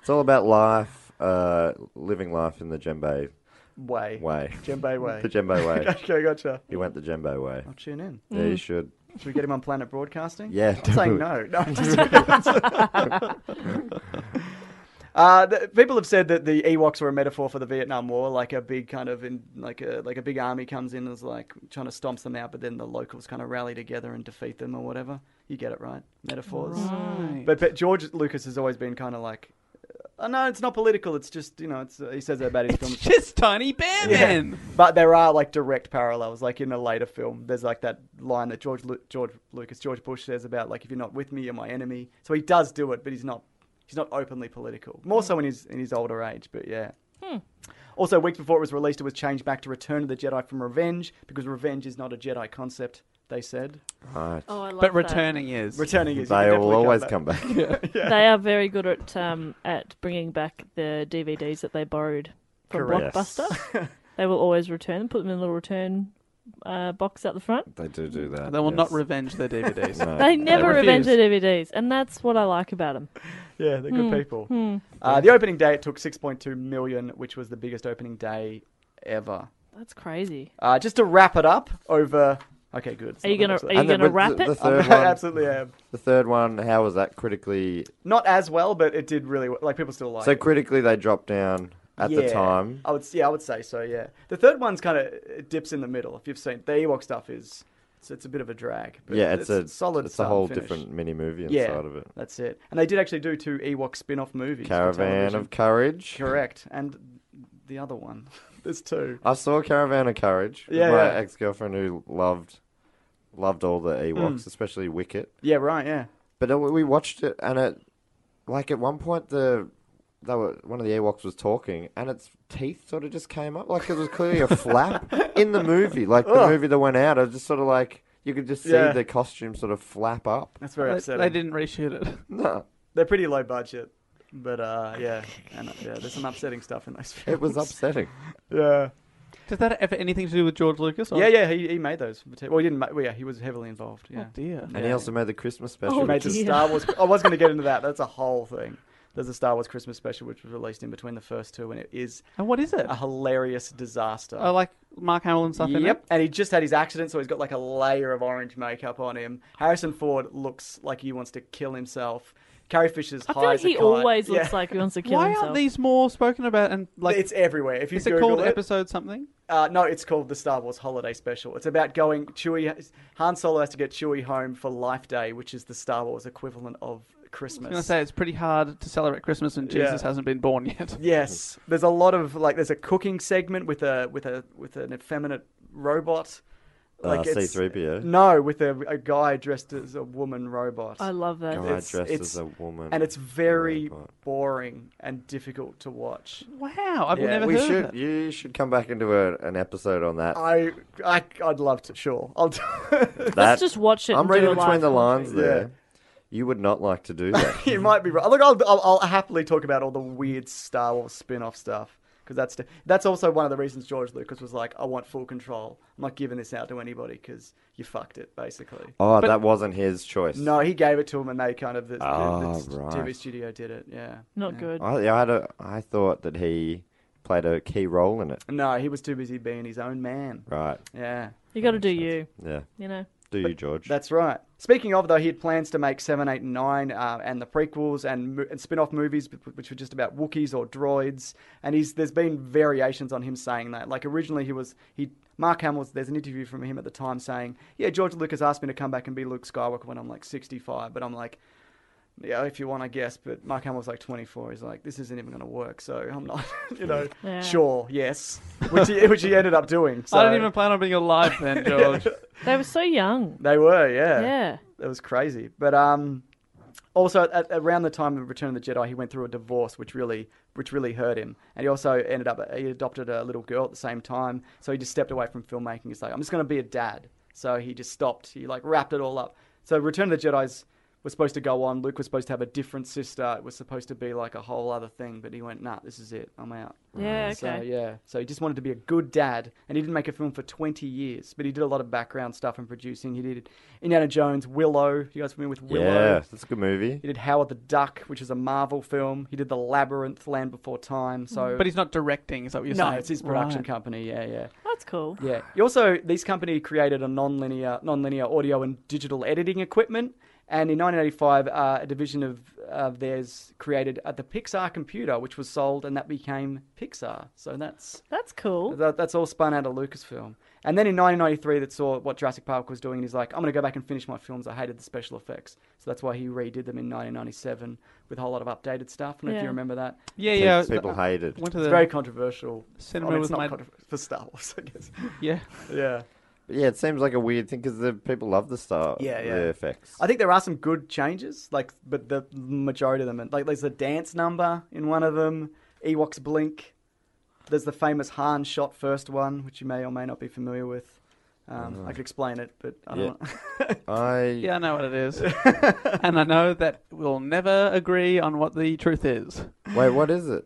it's all about life, uh, living life in the djembe
Way.
way.
Djembe way.
the djembe way.
okay, gotcha.
You went the djembe way.
I'll tune in.
Yeah,
Mm.
you should.
Should we get him on Planet Broadcasting?
Yeah,
I'm saying no. No. I'm just kidding. Uh, the, people have said that the Ewoks were a metaphor for the Vietnam War, like a big kind of in, like a like a big army comes in and is like trying to stomp them out, but then the locals kind of rally together and defeat them or whatever. You get it right, metaphors.
Right.
But, but George Lucas has always been kind of like, uh, no, it's not political. It's just you know, it's uh, he says that about his films.
Just tiny bear man.
But there are like direct parallels. Like in a later film, there's like that line that George Lu- George Lucas George Bush says about like if you're not with me, you're my enemy. So he does do it, but he's not he's not openly political. More so in his in his older age. But yeah. Also, weeks before it was released, it was changed back to Return of the Jedi from Revenge because revenge is not a Jedi concept. They said
Right.
oh, I love
But
that.
returning is.
returning is. you can
they will
definitely
always
back.
come back.
They are very good at um, at bringing back the DVDs that they borrowed from
Correct.
Blockbuster. they will always return, put them in a little return uh, box out the front.
They do do that.
They will not
yes.
revenge their DVDs.
No,
They never
refuse.
revenge the DVDs, and that's what I like about them.
Yeah, they're
Hmm.
good people. Uh, the opening day it took 6.2 million, which was the biggest opening day ever.
That's crazy.
Uh, just to wrap it up, over. Okay, good. It's
Are you
not an
gonna-
episode.
are you
And then
gonna
with
wrap
the,
it?
The third
I
one,
absolutely am.
the third one. How was that critically?
Not as well, but it did really well. Like people still like.
So
it.
critically, they dropped down at the
Yeah. Oh,
time.
I would yeah, I would say so. Yeah, the third one's kind of dips in the middle. If you've seen the Ewok stuff, is it's, it's a bit of a drag. But
yeah, it's, a
solid.
It's a
start and
whole
finish.
different mini movie inside
Yeah,
of it.
that's it. And they did actually do two Ewok spin-off movies. for
Caravan
television.
of Courage.
correct, and the other one. There's two.
I saw Caravan of Courage with
Yeah,
my
yeah.
ex-girlfriend who loved loved all the
Mm.
Ewoks, especially Wicket.
Yeah, right. Yeah.
But uh, we we watched it, and it like at one point the they were one of the Ewoks was talking, and its teeth sort of just came up, like it was clearly a flap in the movie. Like the movie that went out, it was just sort of like you could just see
Yeah.
the costume sort of flap up.
That's very
They,
upsetting.
they didn't reshoot it.
No,
They're pretty low budget, but uh, yeah, and uh, yeah, there's some upsetting stuff in those films.
it was upsetting.
Yeah.
Does that have anything to do with George Lucas?
Yeah, yeah, he, he made those. mate- Well, he didn't. Make, well, yeah, he was heavily involved.
Oh
Yeah,
dear.
And he also made the Christmas special.
he
Oh,
made
which
the
is
dear.
Star Wars. I was going to get into that. That's a whole thing. There's a Star Wars Christmas special which was released in between the first two, and it is
And what is it?
a hilarious disaster.
I like Mark Hamill and stuff in
Yep,
it.
and he just had his accident, so he's got like a layer of orange makeup on him. Harrison Ford looks like he wants to kill himself. Carrie Fisher's
I
high
feel like
as a
he
kite.
always
Yeah.
looks like he wants to kill
Why
himself.
aren't these more spoken about and like
it's everywhere. If you
is it
Google
called episode something?
Uh, no, it's called the Star Wars Holiday Special. It's about going Chewie. Han Solo has to get Chewie home for Life Day, which is the Star Wars equivalent of
I was gonna
Christmas.
say it's pretty hard to celebrate Christmas and
Yeah.
Jesus hasn't been born yet.
yes, there's a lot of like there's a cooking segment with a with a with an effeminate robot.
Uh,
it's-
C-3PO?
No, with a, a guy dressed as a wowoman robot.
I love that.
Guy
It's-
dressed
it's-
as a woman.
and it's very
robot.
boring and difficult to watch.
Wow, I've
Yeah,
never
We
heard of
should.
that.
You should come back and do a, an episode on that.
I, I I'd love to. Sure, I'll. Do
that
Let's just watch it.
I'm
and
reading
do a
between
live
the
commentary.
lines there. You would not like to do that.
you might be right. Look, I'll, I'll, I'll happily talk about all the weird Star Wars spin-off stuff because that's that's also one of the reasons George Lucas was like, I want full control. I'm not giving this out to anybody because you fucked it, basically.
oh, that wasn't his choice.
No, he gave it to him, and they kind of the, the,
Ah,
the
right.
TV studio did it. Yeah.
Not good.
I, I, had a, I thought that he played a key role in it.
No, he was too busy being his own man.
Right.
Yeah.
You got to do you.
Yeah.
You know.
Do you, George?
That's right. Speaking of, though, he had plans to make 7, 8, and 9 uh, and the prequels and, mo- and spin off movies, b- which were just about Wookiees or droids. And he's, there's been variations on him saying that. Like, originally, he was. he Mark Hamill, there's an interview from him at the time saying, Yeah, George Lucas asked me to come back and be Luke Skywalker when I'm like 65. But I'm like, Yeah, if you want, I guess. But Mark Hamill's like 24. He's like, This isn't even going to work. So I'm not, you know,
Yeah.
sure, yes. Which he, which he ended up doing. So
I don't even plan on being alive then, George.
They were so young.
They were,
Yeah.
that was crazy. But um, also at, around the time of Return of the Jedi, he went through a divorce, which really, which really hurt him. And he also ended up he adopted a little girl at the same time, so he just stepped away from filmmaking. He's like, I'm just going to be a dad. So he just stopped. He like wrapped it all up. So Return of the Jedi's was supposed to go on. Luke was supposed to have a different sister. It was supposed to be like a whole other thing. But he went, Nah, this is it. I'm out.
Yeah. Okay.
So yeah, so he just wanted to be a good dad, and he didn't make a film for 20 years, but he did a lot of background stuff and producing. He did Indiana Jones, Willow. You guys familiar with Willow?
yeah, that's a good movie.
He did Howard the Duck, which is a Marvel film. He did The Labyrinth, Land Before Time. So,
but he's not directing, is that what you're saying?
no, it's his production
Right.
company. Yeah, yeah.
That's cool.
Yeah. He also, this company created a non-linear, non-linear audio and digital editing equipment. And in 1985, uh, a division of, of theirs created uh, the Pixar computer, which was sold, and that became Pixar. So that's
That's cool.
that, that's all spun out of Lucasfilm. And then in 1993, that saw what Jurassic Park was doing, and he's like, I'm going to go back and finish my films. I hated the special effects. So that's why he redid them in 1997 with a whole lot of updated stuff. I don't know if
Yeah.
you remember that.
Yeah, uh,
Pe-
yeah.
people
I
hate it.
Went to
It's
the
very controversial. I
Cinema
mean,
was
Oh, it's not
made-
controversial for Star Wars, I guess.
yeah.
yeah.
But yeah, it seems like a weird thing because the people love the star.
Yeah, yeah.
The effects.
I think there are some good changes, like, but the majority of them, like, there's a dance number in one of them. Ewoks blink. There's the famous Han shot first one, which you may or may not be familiar with.
Mm-hmm.
Um, I could explain it, but I don't.
Yeah.
want-
I
Yeah, I know what it is. and I know that we'll never agree on what the truth is.
wait. What is it?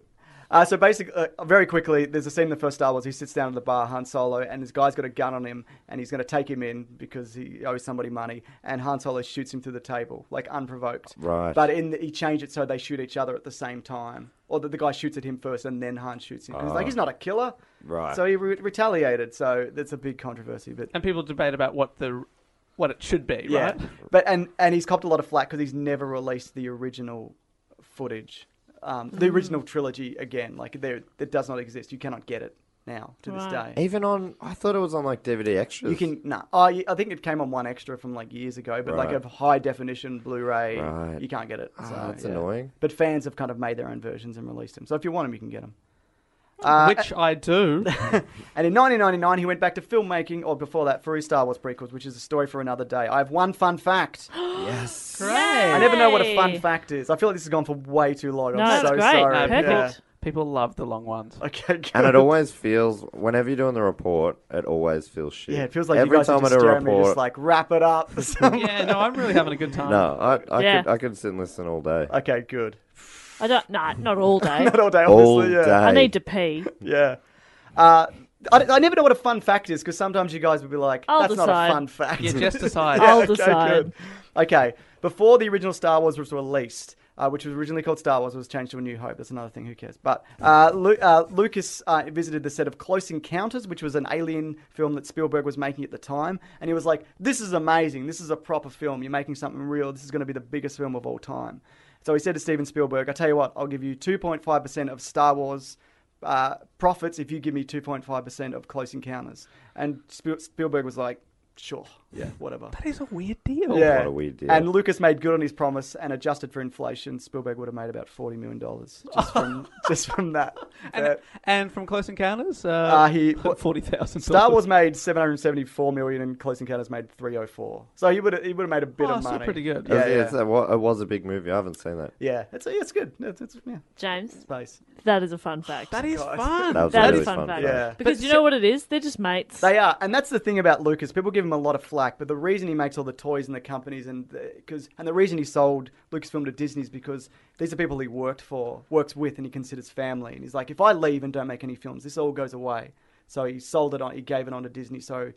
Uh, so basically, uh, very quickly, there's a scene in the first Star Wars. He sits down at the bar, Han Solo, and this guy's got a gun on him, and he's going to take him in because he owes somebody money. And Han Solo shoots him through the table, like unprovoked.
Right.
But in the, he changed it so they shoot each other at the same time, or that the guy shoots at him first and then Han shoots him. 'Cause He's like, he's not a killer.
Ah. Right.
So he re- retaliated. So that's a big controversy. But
And people debate about what the what it should be,
yeah,
right?
but and and he's copped a lot of flack because he's never released the original footage, um, the original trilogy again. Like there, it does not exist. You cannot get it now to this
Right.
day.
Even on, I thought it was on like DVD extras.
You can nah. I I think it came on one extra from like years ago, but like
Right.
a high definition Blu-ray,
Right. Ah,
you can't get it. So,
that's annoying.
But fans have kind of made their own versions and released them. So if you want them, you can get them. Uh,
Which I do.
And in 1999, he went back to filmmaking, or before that, for his Star Wars prequels, which is a story for another day. I have one fun fact.
Yes.
I never know what a
Yay.
fun fact is. I feel like this has gone for way too long.
No,
I'm
that's
so
great.
sorry.
No, perfect.
Yeah.
People love the long ones.
Okay, good.
And it always feels, whenever you're doing the report, it always feels shit.
yeah, it feels like
every
you guys
time
are just
I do a
staring at me,
report.
just like wrap it up.
yeah, no, I'm really having a good time.
no, I, I
Yeah.
could, I could sit and listen all day.
okay, good.
I don't. Nah, not all day.
Not all day,
all
obviously. yeah.
day.
I need to pee.
Yeah. Uh, I, I never know what a fun fact is because sometimes you guys will be like,
I'll
"That's not
decide.
a fun fact."
Yeah, just decide.
I'll
okay,
decide.
good. Okay, before the original Star Wars was released, uh, which was originally called Star Wars, it was changed to A New Hope. That's another thing. Who cares? But uh, Lu- uh, Lucas uh, visited the set of Close Encounters, which was an alien film that Spielberg was making at the time, and he was like, "This is amazing. This is a proper film. You're making something real. This is going to be the biggest film of all time." So he said to Steven Spielberg, "I tell you what, I'll give you 2.5 percent of Star Wars." uh, profits if you give me 2.5% of close encounters. And Spiel- Spielberg was like, sure, yeah, whatever.
That is a weird deal.
Yeah.
What a weird deal.
And Lucas made good on his promise and adjusted for inflation, Spielberg would have made about $40 million just from, just from that.
And,
Uh,
and from Close Encounters, uh,
Uh, he-
forty thousand.
Star Wars made 774 million and Close Encounters made 304. So he would have, he would have made a bit
Oh,
of
still
money.
pretty good.
Yeah,
Yeah,
yeah.
It's, it, was, it was a big movie. I haven't seen that.
yeah. It's, it's good. It's, it's yeah,
James,
space.
that is a fun fact.
That is
God.
fun.
That was
That
a
is
really
fun
fun.
fact.
fact.
Yeah.
because you know what it is? They're just mates.
They are, and that's the thing about Lucas. People give him a lot of flack, but the reason he makes all the toys and the companies, and because and the reason he sold Lucasfilm to Disney is because these are people he worked for, works with, and he considers family. And he's like, if I leave and don't make any films, this all goes away. So he sold it on, he gave it on to Disney. So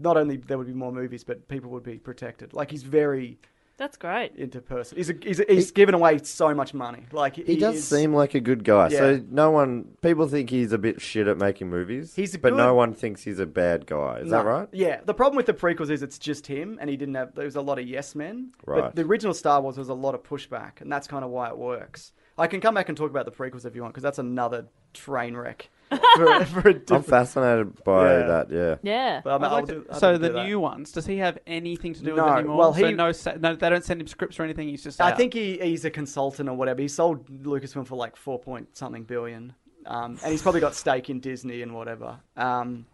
not only there would be more movies, but people would be protected. Like he's very
That's great.
into person. He's a, he's, a, he's given away so much money. Like
He does
is-
seem like a good guy.
Yeah.
So no one, people think he's a bit shit at making movies.
He's a
but no
good-
one thinks he's a bad guy. Is that
No.
right?
Yeah. The problem with the prequels is it's just him, and he didn't have. There was a lot of yes men. But
Right.
the original Star Wars was a lot of pushback, and that's kind of why it works. I can come back and talk about the prequels if you want, because that's another train wreck. for, for a
I'm
different-
fascinated by
Yeah.
that. Yeah.
Yeah.
But I'm-
I'd
I'll
like to-
do- I'll
so
do
the
that.
new ones, does he have anything to do
No,
with it anymore?
well, he-
so no, sa- no, they don't send him scripts or anything. He's just.
I
out.
think he, he's a consultant or whatever. He sold Lucasfilm for like four point something billion, um, and he's probably got stake in Disney and whatever. Um,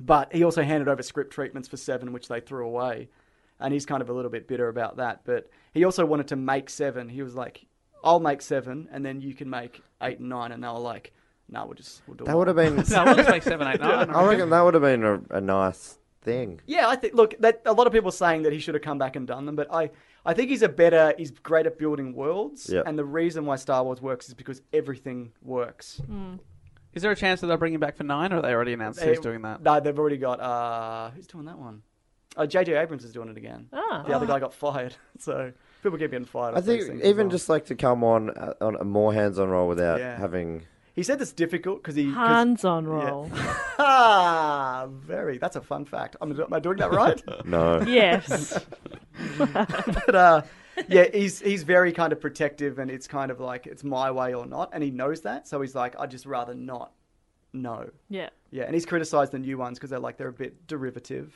but he also handed over script treatments for Seven, which they threw away, and he's kind of a little bit bitter about that. But he also wanted to make Seven. He was like, "I'll make Seven, and then you can make eight and nine. and they were like, "No, we'll just we'll do."
That
one."
would have been.
No, we'll just make seven, eight, nine.
I reckon that would have been a, a nice thing.
Yeah, I think. Look, that a lot of people are saying that he should have come back and done them, but I, I think he's a better. He's great at building worlds,
Yeah.
and the reason why Star Wars works is because everything works.
Mm.
Is there a chance that they'll bring him back for nine, or have they already announced he's
They-
doing that?
No, they've already got. Uh, who's doing that one? Uh, J.J. Abrams is doing it again.
Ah.
The other guy got fired, so people keep getting fired.
I
off these
think
things as
even
well.
just like to come on uh, on a more hands-on role without
Yeah.
having.
he said it's difficult because he. 'cause-
Hands on roll.
ah, very. That's a fun fact. I'm, am I doing that right?
No.
yes.
but uh, yeah, he's he's very kind of protective, and it's kind of like it's my way or not, and he knows that, so he's like, I'd just rather not know.
Yeah.
Yeah, and he's criticised the new ones because they're like they're a bit derivative.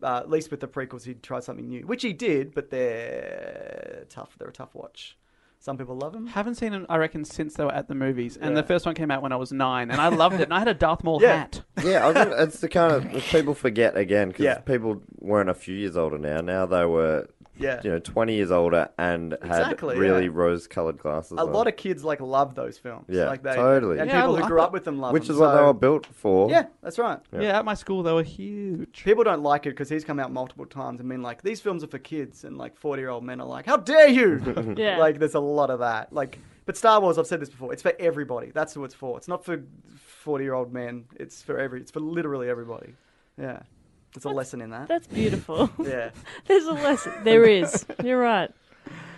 Uh, at least with the prequels, he tried something new, which he did, but they're tough. They're a tough watch. Some people love them.
Haven't seen him, I reckon, since they were at the movies. And
Yeah.
the first one came out when I was nine, and I loved it. And I had a Darth Maul
Yeah.
hat.
Yeah, I think it's the kind of people forget again because
Yeah.
people weren't a few years older now. Now they were,
Yeah.
you know, twenty years older and had
Exactly,
really
yeah.
rose-colored glasses.
A
on.
lot of kids like love those films.
Yeah,
like they,
totally.
And
Yeah, I
people who
like
grew up with them love
which
them.
is what they
so-
were built for.
Yeah, that's right.
Yeah. at my school they were huge.
People don't like it because he's come out multiple times and been like, these films are for kids. And like 40 year old men are like, how dare you?
Yeah.
Like, there's a lot of that. Like, but Star Wars, I've said this before, it's for everybody. That's who it's for. It's not for 40 year old men. It's for every, it's for literally everybody. Yeah. It's a lesson in that.
That's beautiful.
Yeah.
There's a lesson. There is. You're right.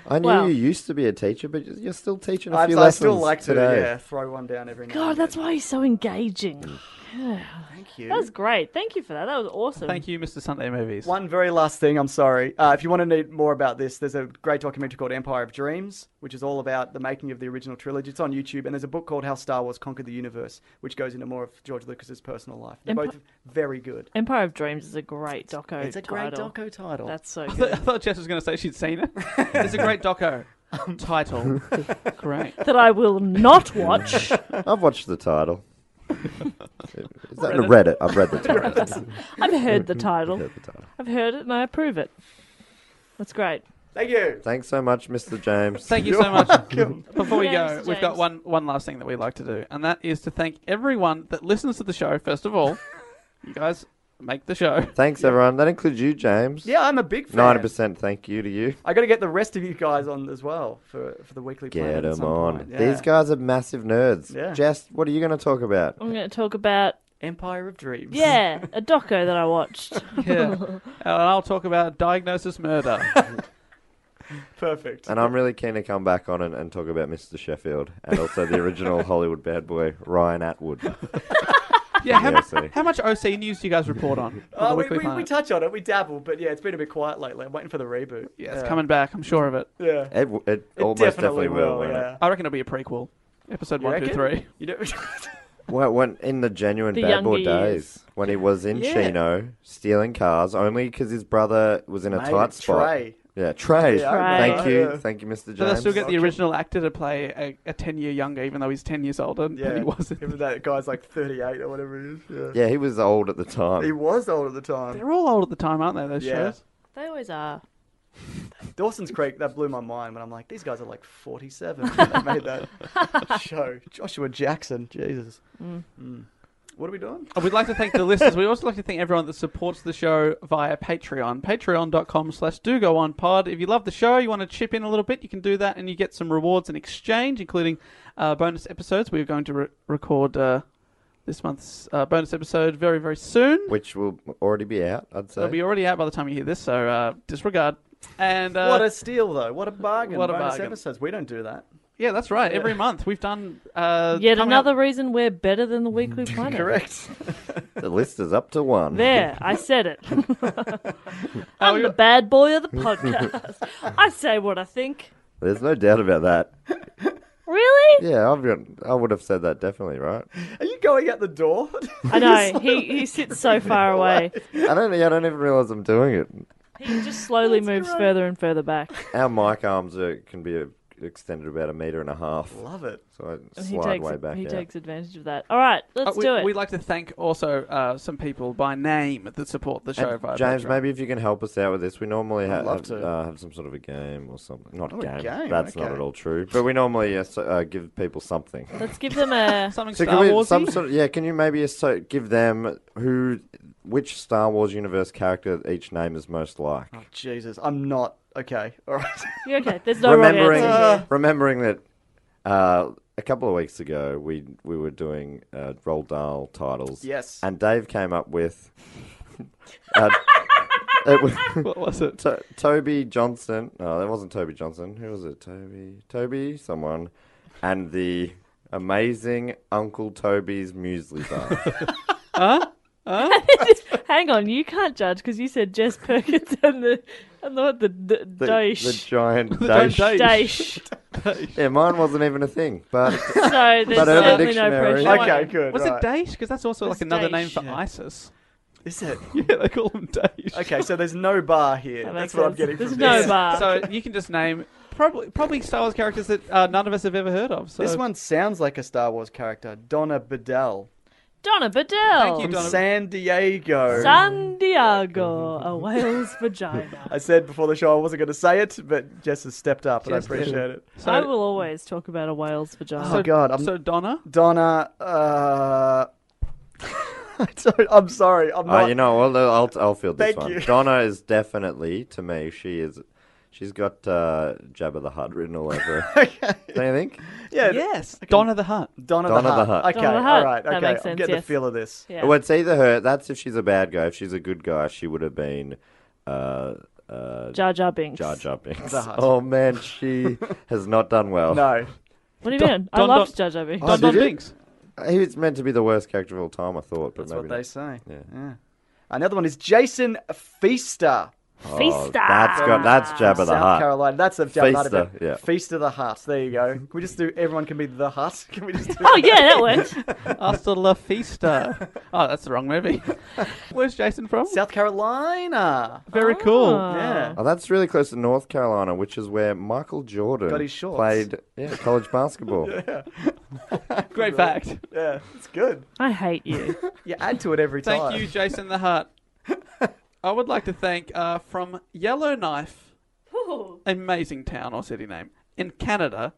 I knew
Well-
you used to be a teacher, but you- you're still teaching a
I,
few
I
lessons
still like to
today.
yeah, throw one down every now
God,
and
that's
then.
why he's so engaging.
Thank you.
That was great. Thank you for that. That was awesome.
Thank you, Mr. Sunday Movies.
One very last thing, I'm sorry. Uh, if you want to need more about this, there's a great documentary called Empire of Dreams, which is all about the making of the original trilogy. It's on YouTube, and there's a book called How Star Wars Conquered the Universe, which goes into more of George Lucas's personal life. They're
Empi-
both very good.
Empire of Dreams is a great doco.
It's a great
title.
doco title.
That's so
I
good.
thought- I thought Jess was going to say she'd seen it. It's a great doco title. Great.
that I will not watch.
I've watched the title. is that Reddit? Reddit? I've read the title.
I've heard the title.
Read the title.
I've heard it and I approve it. That's great.
Thank you.
Thanks so much, Mr. James.
Thank you so much. Before we
Yeah,
go,
Mr.
we've got
James.
one, one last thing that we like to do, and that is to thank everyone that listens to the show, first of all. You guys make the show.
Thanks, everyone. That includes you, James.
Yeah, I'm a big fan.
Ninety percent. Thank you to you.
I got to get the rest of you guys on as well for, for the weekly planet.
Get
at
them
some
on.
point. Yeah.
These guys are massive nerds.
Yeah.
Jess, what are you going to talk about?
I'm going to talk about
Empire of Dreams.
Yeah, a doco that I watched.
Yeah. and I'll talk about diagnosis murder.
Perfect.
And I'm really keen to come back on and, and talk about Mr. Sheffield and also the original Hollywood bad boy, Ryan Atwood.
yeah, how,
Yeah, so-
how much OC news do you guys report on? on
Oh,
the
we, we,
Weekly
we
Planet?
touch on it, we dabble, but yeah, it's been a bit quiet lately. I'm waiting for the reboot.
yeah, it's
yeah.
coming back, I'm sure of it.
Yeah.
It, w- it,
It
almost definitely, will. won't
yeah.
I reckon it'll be a prequel. Episode
You
one, two, three.
reckon? You don't...
it? Well, when in the genuine
The
bad boy
younger years.
days when he was in
Yeah.
Chino stealing cars only because his brother was in a
Mate,
tight spot.
Trey.
Yeah, Trey.
Yeah, I
Trey.
Thank you,
Yeah.
thank you, Mr. James.
So they'll still get the
Okay.
original actor to play a, a 10 year younger, even though he's 10 years older than
yeah.
he wasn't.
Even that guy's like 38 or whatever it is. Yeah.
yeah, he was old at the time.
He was old at the time.
They're all old at the time, aren't they, those
Yeah.
shows?
they always are.
Dawson's Creek, that blew my mind when I'm like, these guys are like 47 when they made that show. Joshua Jackson, Jesus. Mm. What are we doing?
And we'd like to thank the listeners. We'd also like to thank everyone that supports the show via Patreon. Patreon.com slash do go on pod. If you love the show, you want to chip in a little bit, you can do that and you get some rewards in exchange, including uh, bonus episodes. We're going to re- record uh, this month's uh, bonus episode very, very soon.
which will already be out, I'd say.
It'll be already out by the time you hear this, so uh, disregard. And uh,
what a steal, though. What a bargain.
what a
Bonus
bargain.
episodes. We don't do that.
yeah, that's right. Every month we've done uh,
Yet
coming up-
another reason we're better than the Weekly
Mm.
Planet.
Correct.
the list is up to one.
There, I said it.
Oh,
I'm
we-
the bad boy of the podcast. I say what I think.
There's no doubt about that.
Really?
Yeah, I've got, I would have said that definitely, right?
Are you going out the door?
I know. He he sits so far away.
I don't. I don't even realize I'm doing it.
He just slowly moves further and further back.
Our mic arms are, can be extended about a meter and a half,
Love it.
so I
And he
slide
takes
way back.
he
out.
takes advantage of that. All right, let's
Uh, we,
do it.
We'd like to thank also uh, some people by name that support the show.
And
via
James,
Patreon.
maybe if you can help us out with this, we normally ha-
love
have,
to.
Uh, have some sort of a game or something. Not
Oh, a
game.
game,
That's not
okay.
at all true. But we normally uh, so, uh, give people something.
Let's give them a.
something
So
Star
can we
Wars.
some sort of, yeah? Can you maybe so give them who, which Star Wars universe character each name is most like?
Jesus, I'm not. Okay. All right.
You okay? There's no wrong
remembering
answer. here.
remembering that uh, a couple of weeks ago we we were doing uh, Roald Dahl titles.
Yes.
and Dave came up with. Uh, it was
what was it?
to- Toby Johnson. No, that wasn't Toby Johnson. Who was it? Toby, Toby, someone, and the amazing Uncle Toby's muesli bar.
Oh. Hang on, you can't judge because you said Jess Perkins and the and the the, the,
the, the
Daesh.
giant
giant
Daesh.
Daesh.
Yeah, mine wasn't even a thing, but uh,
So there's
Urban
certainly no
Dictionary.
pressure.
okay, good.
Was
right.
it Daesh? Because that's also
It's
like another
Daesh.
name for
Yeah.
ISIS.
Is it?
Yeah, they call them Daesh.
Okay, so there's no bar here.
That makes
That's what I'm
sense.
getting
There's
from
no
this.
bar.
So you can just name probably probably Star Wars characters that uh, none of us have ever heard of. So.
This one sounds like a Star Wars character, Donna Bedell
Donna Bedell.
Thank you,
from
Donna-
San Diego.
San Diego, a whale's vagina.
I said before the show I wasn't going to say it, but Jess has stepped up, and
Jess
I appreciate
did.
it.
So,
I will always talk about a whale's
Oh
vagina.
So-
God, I'm
so
Um,
Donna.
Donna. Uh, I don't- I'm sorry. I'm
Oh,
not.
you know, well, no, I'll I'll field this
Thank
one.
you.
Donna is definitely to me. She is. She's got uh, Jabba the Hutt written all over. her. Don't you think?
yeah,
Yes, Donna the Hutt.
Donna,
Donna
the
the
Hutt.
Hutt.
Okay,
Donna the
all
Hutt.
right.
That
Okay,
makes
I'm
sense,
getting
yes.
the feel of this.
Yeah.
Well, it's either her. That's if she's a bad guy. If she's a good guy, she would have been uh, uh,
Jar Jar Binks.
Jar Jar Binks.
The Hutt.
Oh man, she has not done well.
No,
What do you mean? I
Don-
loved Jar
Don-
Jar Binks.
Oh,
Don Don
did it?
Binks.
he was meant to be the worst character of all time. I thought, but
that's
maybe
what they
not.
say.
Yeah.
yeah. Another one is Jason Feaster.
Oh, that's
Ah,
got that's Jabba the
South
Hutt.
Carolina. That's a Jabba the Hutt
Feaster,
event.
yeah.
Feast of the Hutt. There you go. Can we just do everyone can be the Hutt? Can we just do
Oh yeah, that worked.
Hasta la Fista. oh, that's the wrong movie. Where's Jason from?
South Carolina?
Very cool.
Ah.
Yeah.
Oh, that's really close to North Carolina, which is where Michael Jordan
Got his shorts.
played yeah, college basketball.
Great fact.
Yeah. It's good.
I hate you.
You add to it every time.
Thank you, Jason the Hut. I would like to thank uh, from Yellowknife, amazing town or city name in Canada,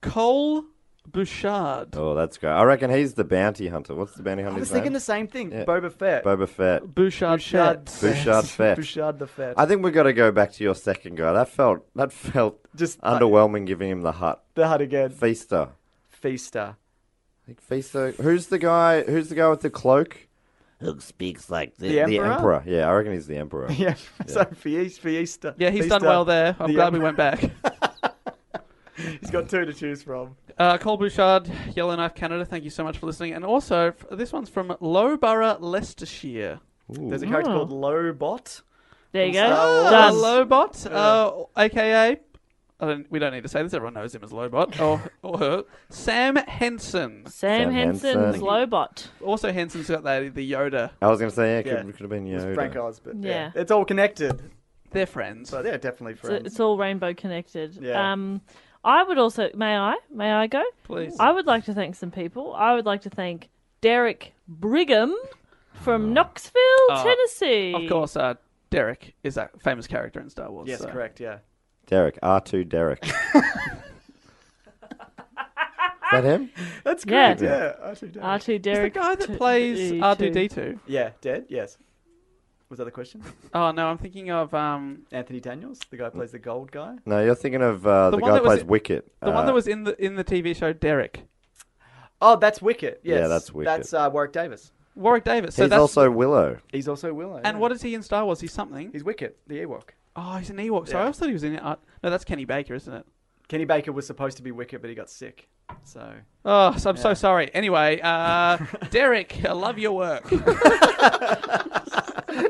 Cole Bouchard.
Oh, that's great. I reckon he's the bounty hunter. What's the bounty
I
hunter's
was thinking
name?
the same thing.
Yeah.
Boba Fett.
Boba Fett.
Bouchard,
Bouchard
Fett.
Bouchard Fett.
Bouchard the Fett.
I think we got to go back to your second guy. That felt that felt
Just- uh,
underwhelming. giving him the hut
the Hutt again.
feaster.
Feaster.
think Visa. Who's the guy? Who's the guy with the cloak? Who speaks like the,
The Emperor?
Yeah, I reckon he's the emperor.
Yeah, so for East, for Easter.
Yeah, he's done
Feaster,
well there. I'm
the-
glad we went back.
He's got two to choose from.
Uh, Cole Bouchard, Yellowknife Canada, thank you so much for listening. And also, f- this one's from Lowborough, Leicestershire.
There's a character
Oh.
called Lobot.
There you go.
Oh,
Done.
Lobot, uh, aka, I don't, we don't need to say this, everyone knows him as Lobot, or, or her, Sam Henson.
Sam
Sam
Henson,
Henson.
Slowbot.
Also, Henson's got that, the Yoda.
I was going to say, yeah,
Yeah.
could, could have been
It's
Yoda.
Frank Oz, but yeah.
Yeah.
It's all connected.
They're friends.
So they're definitely
It's,
friends.
it's all rainbow connected.
Yeah.
Um, I would also may I may I go?
Please.
I would like to thank some people. I would like to thank Derek Brigham from Knoxville,
Uh,
Tennessee.
Of course, uh, Derek is a famous character in Star Wars.
yes,
so.
correct, yeah.
Derek, R2 Derek. Is that him?
That's
Yeah. Uh,
great, yeah. R2 Derek.
R two
Is the
Derek.
guy that plays
D2.
R2D2?
Yeah, dead, yes. Was that the question?
Oh, no, I'm thinking of um,
Anthony Daniels, the guy who plays the gold guy.
No, you're thinking of uh,
The
the,
one
guy
that
who
was-
plays Wicket. Uh,
the
Uh,
one that was in the in the TV show Derek.
Oh, that's Wicket. Yes.
Yeah, that's Wicket.
That's uh, Warwick Davis.
Warwick Davis. So
he's
that's,
also Willow.
He's also Willow.
And
yeah.
what is he in Star Wars? He's something.
He's Wicket, the Ewok.
Oh, he's an Ewok. So I
Yeah.
always thought he was in it. Uh, no, that's Kenny Baker, isn't it?
Kenny Baker was supposed to be Wicket, but he got sick. So
Oh, so I'm so sorry. Anyway, uh, Derek, I love your work.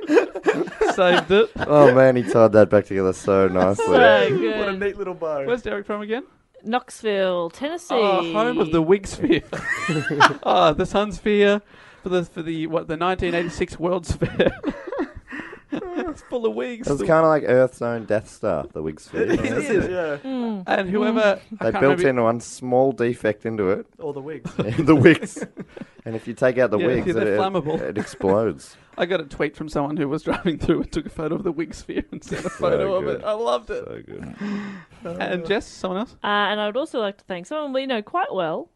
Saved it.
Oh, man, he tied that back together so nicely.
So
what a
good.
neat little bow.
Where's Derek from again?
Knoxville, Tennessee.
Oh, home of the Whig Sphere. oh, the Sun Sphere for the for the what the 1986 World's Fair. it's full of wigs.
It was kind of like Earth's own Death Star, the Wig Sphere.
This is, yeah.
and whoever I
They
can't
built
remember-
in one small defect into it,
All the wigs.
the wigs. And if you take out the
Yeah,
wigs,
they're
it,
flammable.
it, it explodes.
I got a tweet from someone who was driving through and took a photo of the Wig Sphere and sent a photo of
good.
it. I loved it.
so good.
and Jess, someone else?
Uh, and I would also like to thank someone we know quite well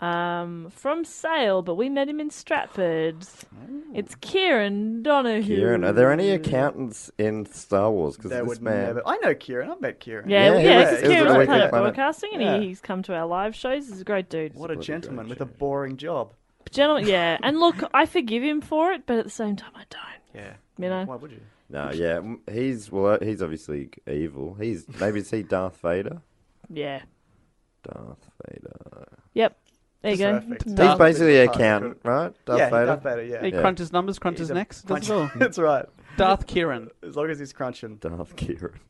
um, from Sale, but we met him in Stratford. It's Kieran Donahue.
Kieran, are there any accountants in Star Wars? Because
There
this
would
man,
never. I know Kieran. I've met Kieran.
Yeah,
Yeah,
well,
he
yeah,
was-
because
he was
Kieran
at
was
Wicked
Planet
Planet.
Broadcasting and
Yeah.
he, he's come to our live shows. He's a great dude.
What a gentleman with a boring job.
Gentlemen, yeah. And look, I forgive him for it, but at the same time, I don't.
Yeah.
You know?
Why would you?
no, yeah, m- he's well, he's obviously evil. He's maybe is he Darth Vader?
Yeah.
Darth Vader.
Yep. There you go.
Perfect.
No.
He's basically an
Vader.
accountant, right? Darth
yeah,
Vader.
Darth Vader. Yeah.
He
Yeah.
crunches numbers, crunches
He's a
necks, does it all.
crunch- That's right.
Darth Kieran.
As long as he's crunching.
Darth Kieran.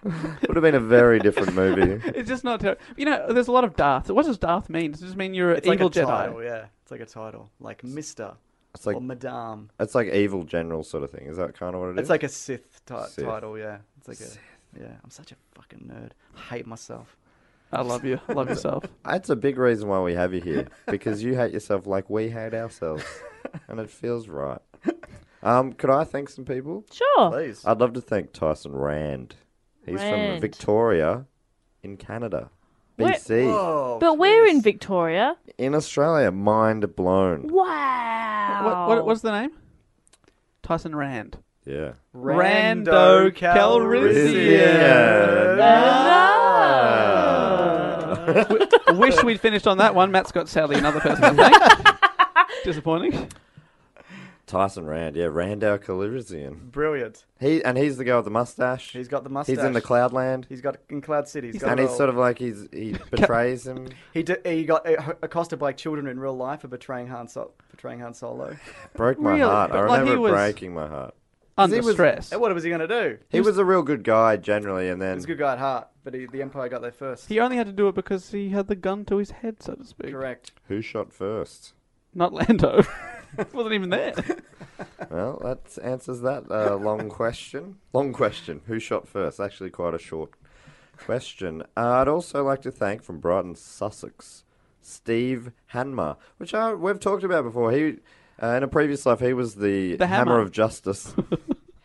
would have been a very different movie.
It's just not. Ter- you know, there's a lot of Darth. What does Darth mean? Does it just mean you're an
It's
evil
like a
Jedi?
title. Yeah. It's like a title, like Mister
It's like
or Madame.
it's like evil general sort of thing. Is that kind of what it is?
It's like a Sith, ti-
Sith.
title. Yeah. It's like a. Yeah. I'm such a fucking nerd. I hate myself.
I love you. I Love yourself.
That's a big reason why we have you here because you hate yourself like we hate ourselves, and it feels right. Um, could I thank some people?
Sure.
Please.
I'd love to thank Tyson Rand. He's
Rand.
from Victoria in Canada.
Where-
BC.
Oh,
But we're in Victoria.
In Australia, mind blown.
Wow.
What,
Oh.
what, what's the name? Tyson Rand.
Yeah.
Rando
Calrissian.
Ah.
Wish we'd finished on that one. Matt's got sadly another person to thank. Disappointing.
Tyson Rand, yeah, Randall Calrissian.
Brilliant.
He and he's the guy with the mustache.
He's got the mustache.
He's in the Cloudland,
He's got in Cloud City. He's got
and
it
he's
all.
sort of like he's he betrays him.
He d he got uh, accosted by children in real life for betraying Han Solo. Betraying Han Solo.
Broke my
Really?
heart. I
But, like, he
remember it
was-
breaking my heart.
Under
he was-
stress.
And what was he going to do?
He was a real good guy generally, and then
He's a good guy at heart, but he, the Empire got there first.
He only had to do it because he had the gun to his head, so to speak.
Correct.
who shot first?
Not Lando. Wasn't even there.
Well, that answers that uh, long question. Long question. Who shot first? Actually, quite a short question. Uh, I'd also like to thank from Brighton, Sussex, Steve Hanmer, which I, we've talked about before. He, uh, in a previous life, he was the,
The
hammer.
hammer.
of justice.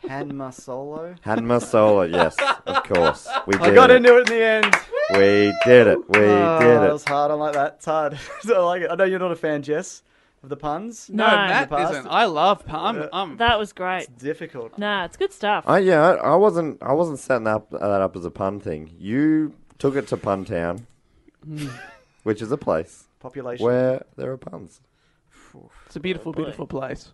Hanma Solo.
Hanmer Solar, yes, of course. We did
I got
it.
into it in the end.
We did it. We
Ah,
did
That
it.
was hard. I like that. It's hard. so I like it. I know you're not a fan, Jess, of the puns.
No,
Matt
the past.
isn't. I love. Um, I'm, I'm
That was great.
Difficult.
Nah, it's good stuff.
I yeah, I, I wasn't I wasn't setting up uh, that
Hmm.
up as a pun thing. You took it to Pun Town, which is a place
population.
where there are puns.
It's a beautiful, beautiful place.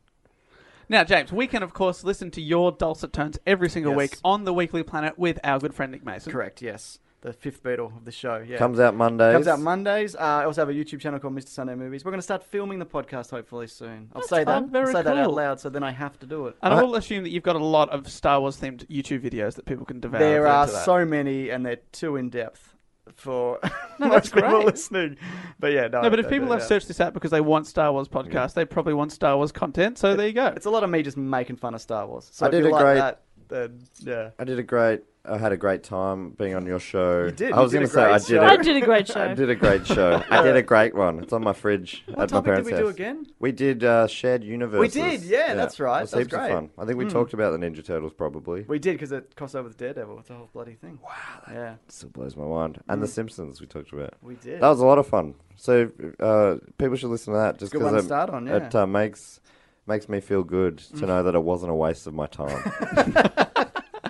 Now, James, we can, of course, listen to your dulcet tones every single
Yes.
week on the Weekly Planet with our good friend Nick Mason.
Correct. Yes, the fifth beetle of the show. Yeah.
Comes out Mondays.
Comes out Mondays. Uh, I also have a YouTube channel called Mr. Sunday Movies. We're going to start filming the podcast hopefully soon. I'll say that.
fun. Very
I'll say that out
cool.
loud, so then I have to do it.
And I will assume that you've got a lot of Star Wars themed YouTube videos that people can devour.
There
if they're
are
into that.
so many, and they're too in depth for
No,
most
that's
people
great.
listening. But yeah, no.
No, but if
I- I
people
do
have
that.
searched this out because they want Star Wars podcasts, they probably want Star Wars content. So there you go.
it's a lot of me just making fun of Star Wars. So
I
if
did
you
a
like
great-
that, then yeah.
I did a great. I had a great time being on your show. You
did,
I
you
was
did
going
a
to say
great
I did.
show.
I
A,
did a great
I
show.
did a great show. I did a great one. It's on my fridge at my
topic did
parents'
we do
house.
again?
We did uh, shared universes.
did, yeah, that's right.
It was
That's
heaps of
great. Hmm.
fun. I think we talked about the Ninja Turtles probably.
We did because it crossed over with Daredevil. It's a whole bloody thing. Wow. Yeah,
Still blows my mind. And
Hmm.
the Simpsons we talked about.
we did.
That was a lot of fun. So uh, people should listen to that just
Good one to
because it,
start on,
it
yeah. Mm.
uh, makes makes me feel good to know that it wasn't a waste of my time.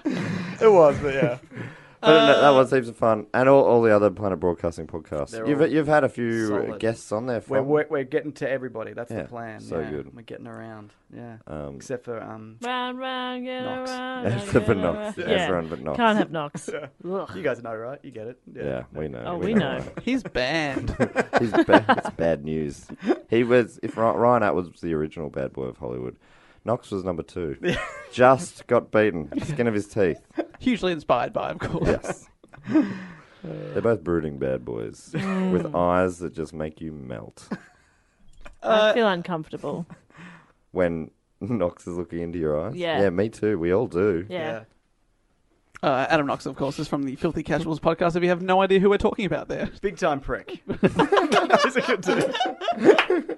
it was, but yeah.
But no,
Um,
that was heaps of fun, and all, all the other Planet Broadcasting podcasts. You've
all
you've had a few
solid.
guests on there.
We're,
From,
we're, we're getting to everybody. That's
Yeah,
the plan.
so
yeah.
good.
We're getting around. Yeah.
um,
Except for um,
Round, round, get
Knox.
around.
except for Knox,
Yeah.
everyone but Knox.
Can't have Knox.
you guys know, right? You get it.
yeah. we know.
Oh, we know.
He's banned.
He's ba- it's bad news. He was if Ry- Ryan Atwood was the original bad boy of Hollywood. Knox was number two. Just got beaten. Skin of his teeth.
Hugely inspired by, of course.
Yes. They're both brooding bad boys
Mm.
with eyes that just make you melt.
Uh,
I feel uncomfortable.
When Knox is looking into your eyes.
Yeah.
Yeah, me too. We all do.
Yeah.
Yeah.
Uh, Adam Knox, of course, is from the Filthy Casuals podcast. If you have no idea who we're talking about there.
Big time prick. That was a good dude.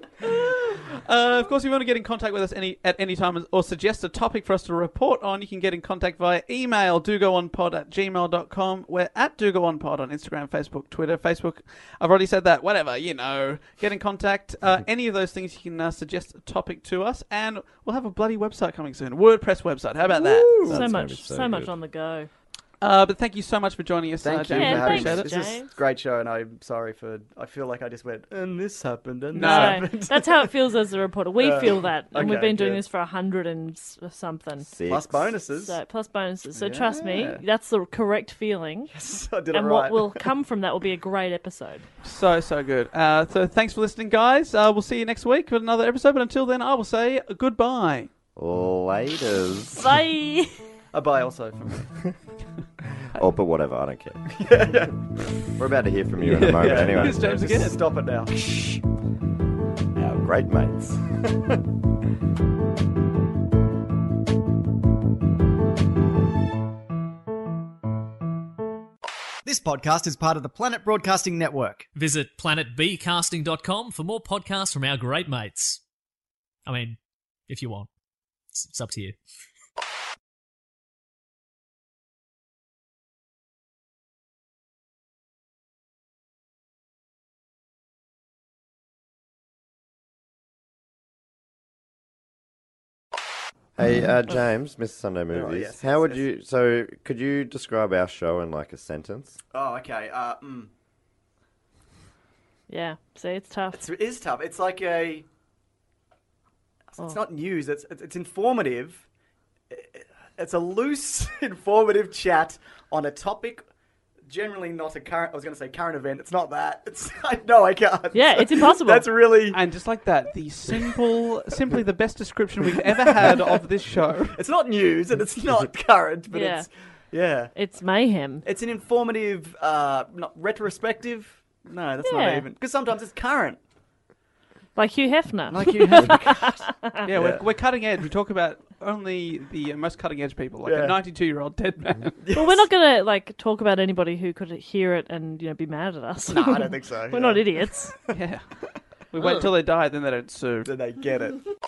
Uh, of course, if you want to get in contact with us any at any time or suggest a topic for us to report on, you can get in contact via email, dogoonpod at gmail.com. We're at dogoonpod on Instagram, Facebook, Twitter, Facebook. I've already said that. Whatever, you know. Get in contact. Uh,
Mm-hmm.
any of those things, you can uh, suggest a topic to us. And we'll have a bloody website coming soon. WordPress website. How about that?
So
That's gonna
much,
be
so,
so
much
good.
on the go.
Uh, but thank you so much for joining us, uh,
Thank you
James.
Yeah,
for having
thanks,
us.
appreciate it.
This is
James.
a great show, and I'm sorry for. I feel like I just went, and this happened, and
No.
No, that's how it feels as a reporter. We feel that, and we've
okay,
been doing
good.
this for a hundred and s- something.
Six.
plus bonuses.
So plus bonuses. So trust me, that's the correct feeling.
I did it
and what
right.
will come from that will be a great episode.
So, so good. Uh, so thanks for listening, guys. Uh, we'll see you next week with another episode. But until then, I will say goodbye.
Laters.
Bye.
A buy also from me.
Oh, but whatever, I don't care. We're about to hear from you in a moment anyway.
Here's James again.
Stop it now.
Our great mates.
This podcast is part of the Planet Broadcasting Network.
Visit planetbcasting.com for more podcasts from our great mates. I mean, if you want, it's, it's up to you.
Hey, uh, James, Mr. Sunday Movies.
yes,
how would you? So, could you describe our show in like a sentence?
Oh, okay. Uh, mm.
Yeah. See, it's tough.
It's, it is tough. It's like a. It's
Oh.
not news. It's it's, it's informative. It's a loose, informative chat on a topic. Generally, not a current. I was going to say current event. It's not that. It's I no, I can't.
Yeah, it's impossible.
That's really.
And just like that, the simple, simply the best description we've ever had of this show.
It's not news and it's not current, but
Yeah.
it's yeah.
It's mayhem.
It's an informative, uh, not retrospective. No, that's
Yeah.
not even because sometimes it's current.
Like Hugh Hefner.
Like you have
Yeah, We're, we're cutting edge. We talk about only the most cutting edge people, like
Yeah.
a 92 year old dead man.
well, we're not going to like talk about anybody who could hear it and you know be mad at us.
No, I don't think so.
we're not idiots.
yeah. We wait until they die, then they don't sue.
Then they get it.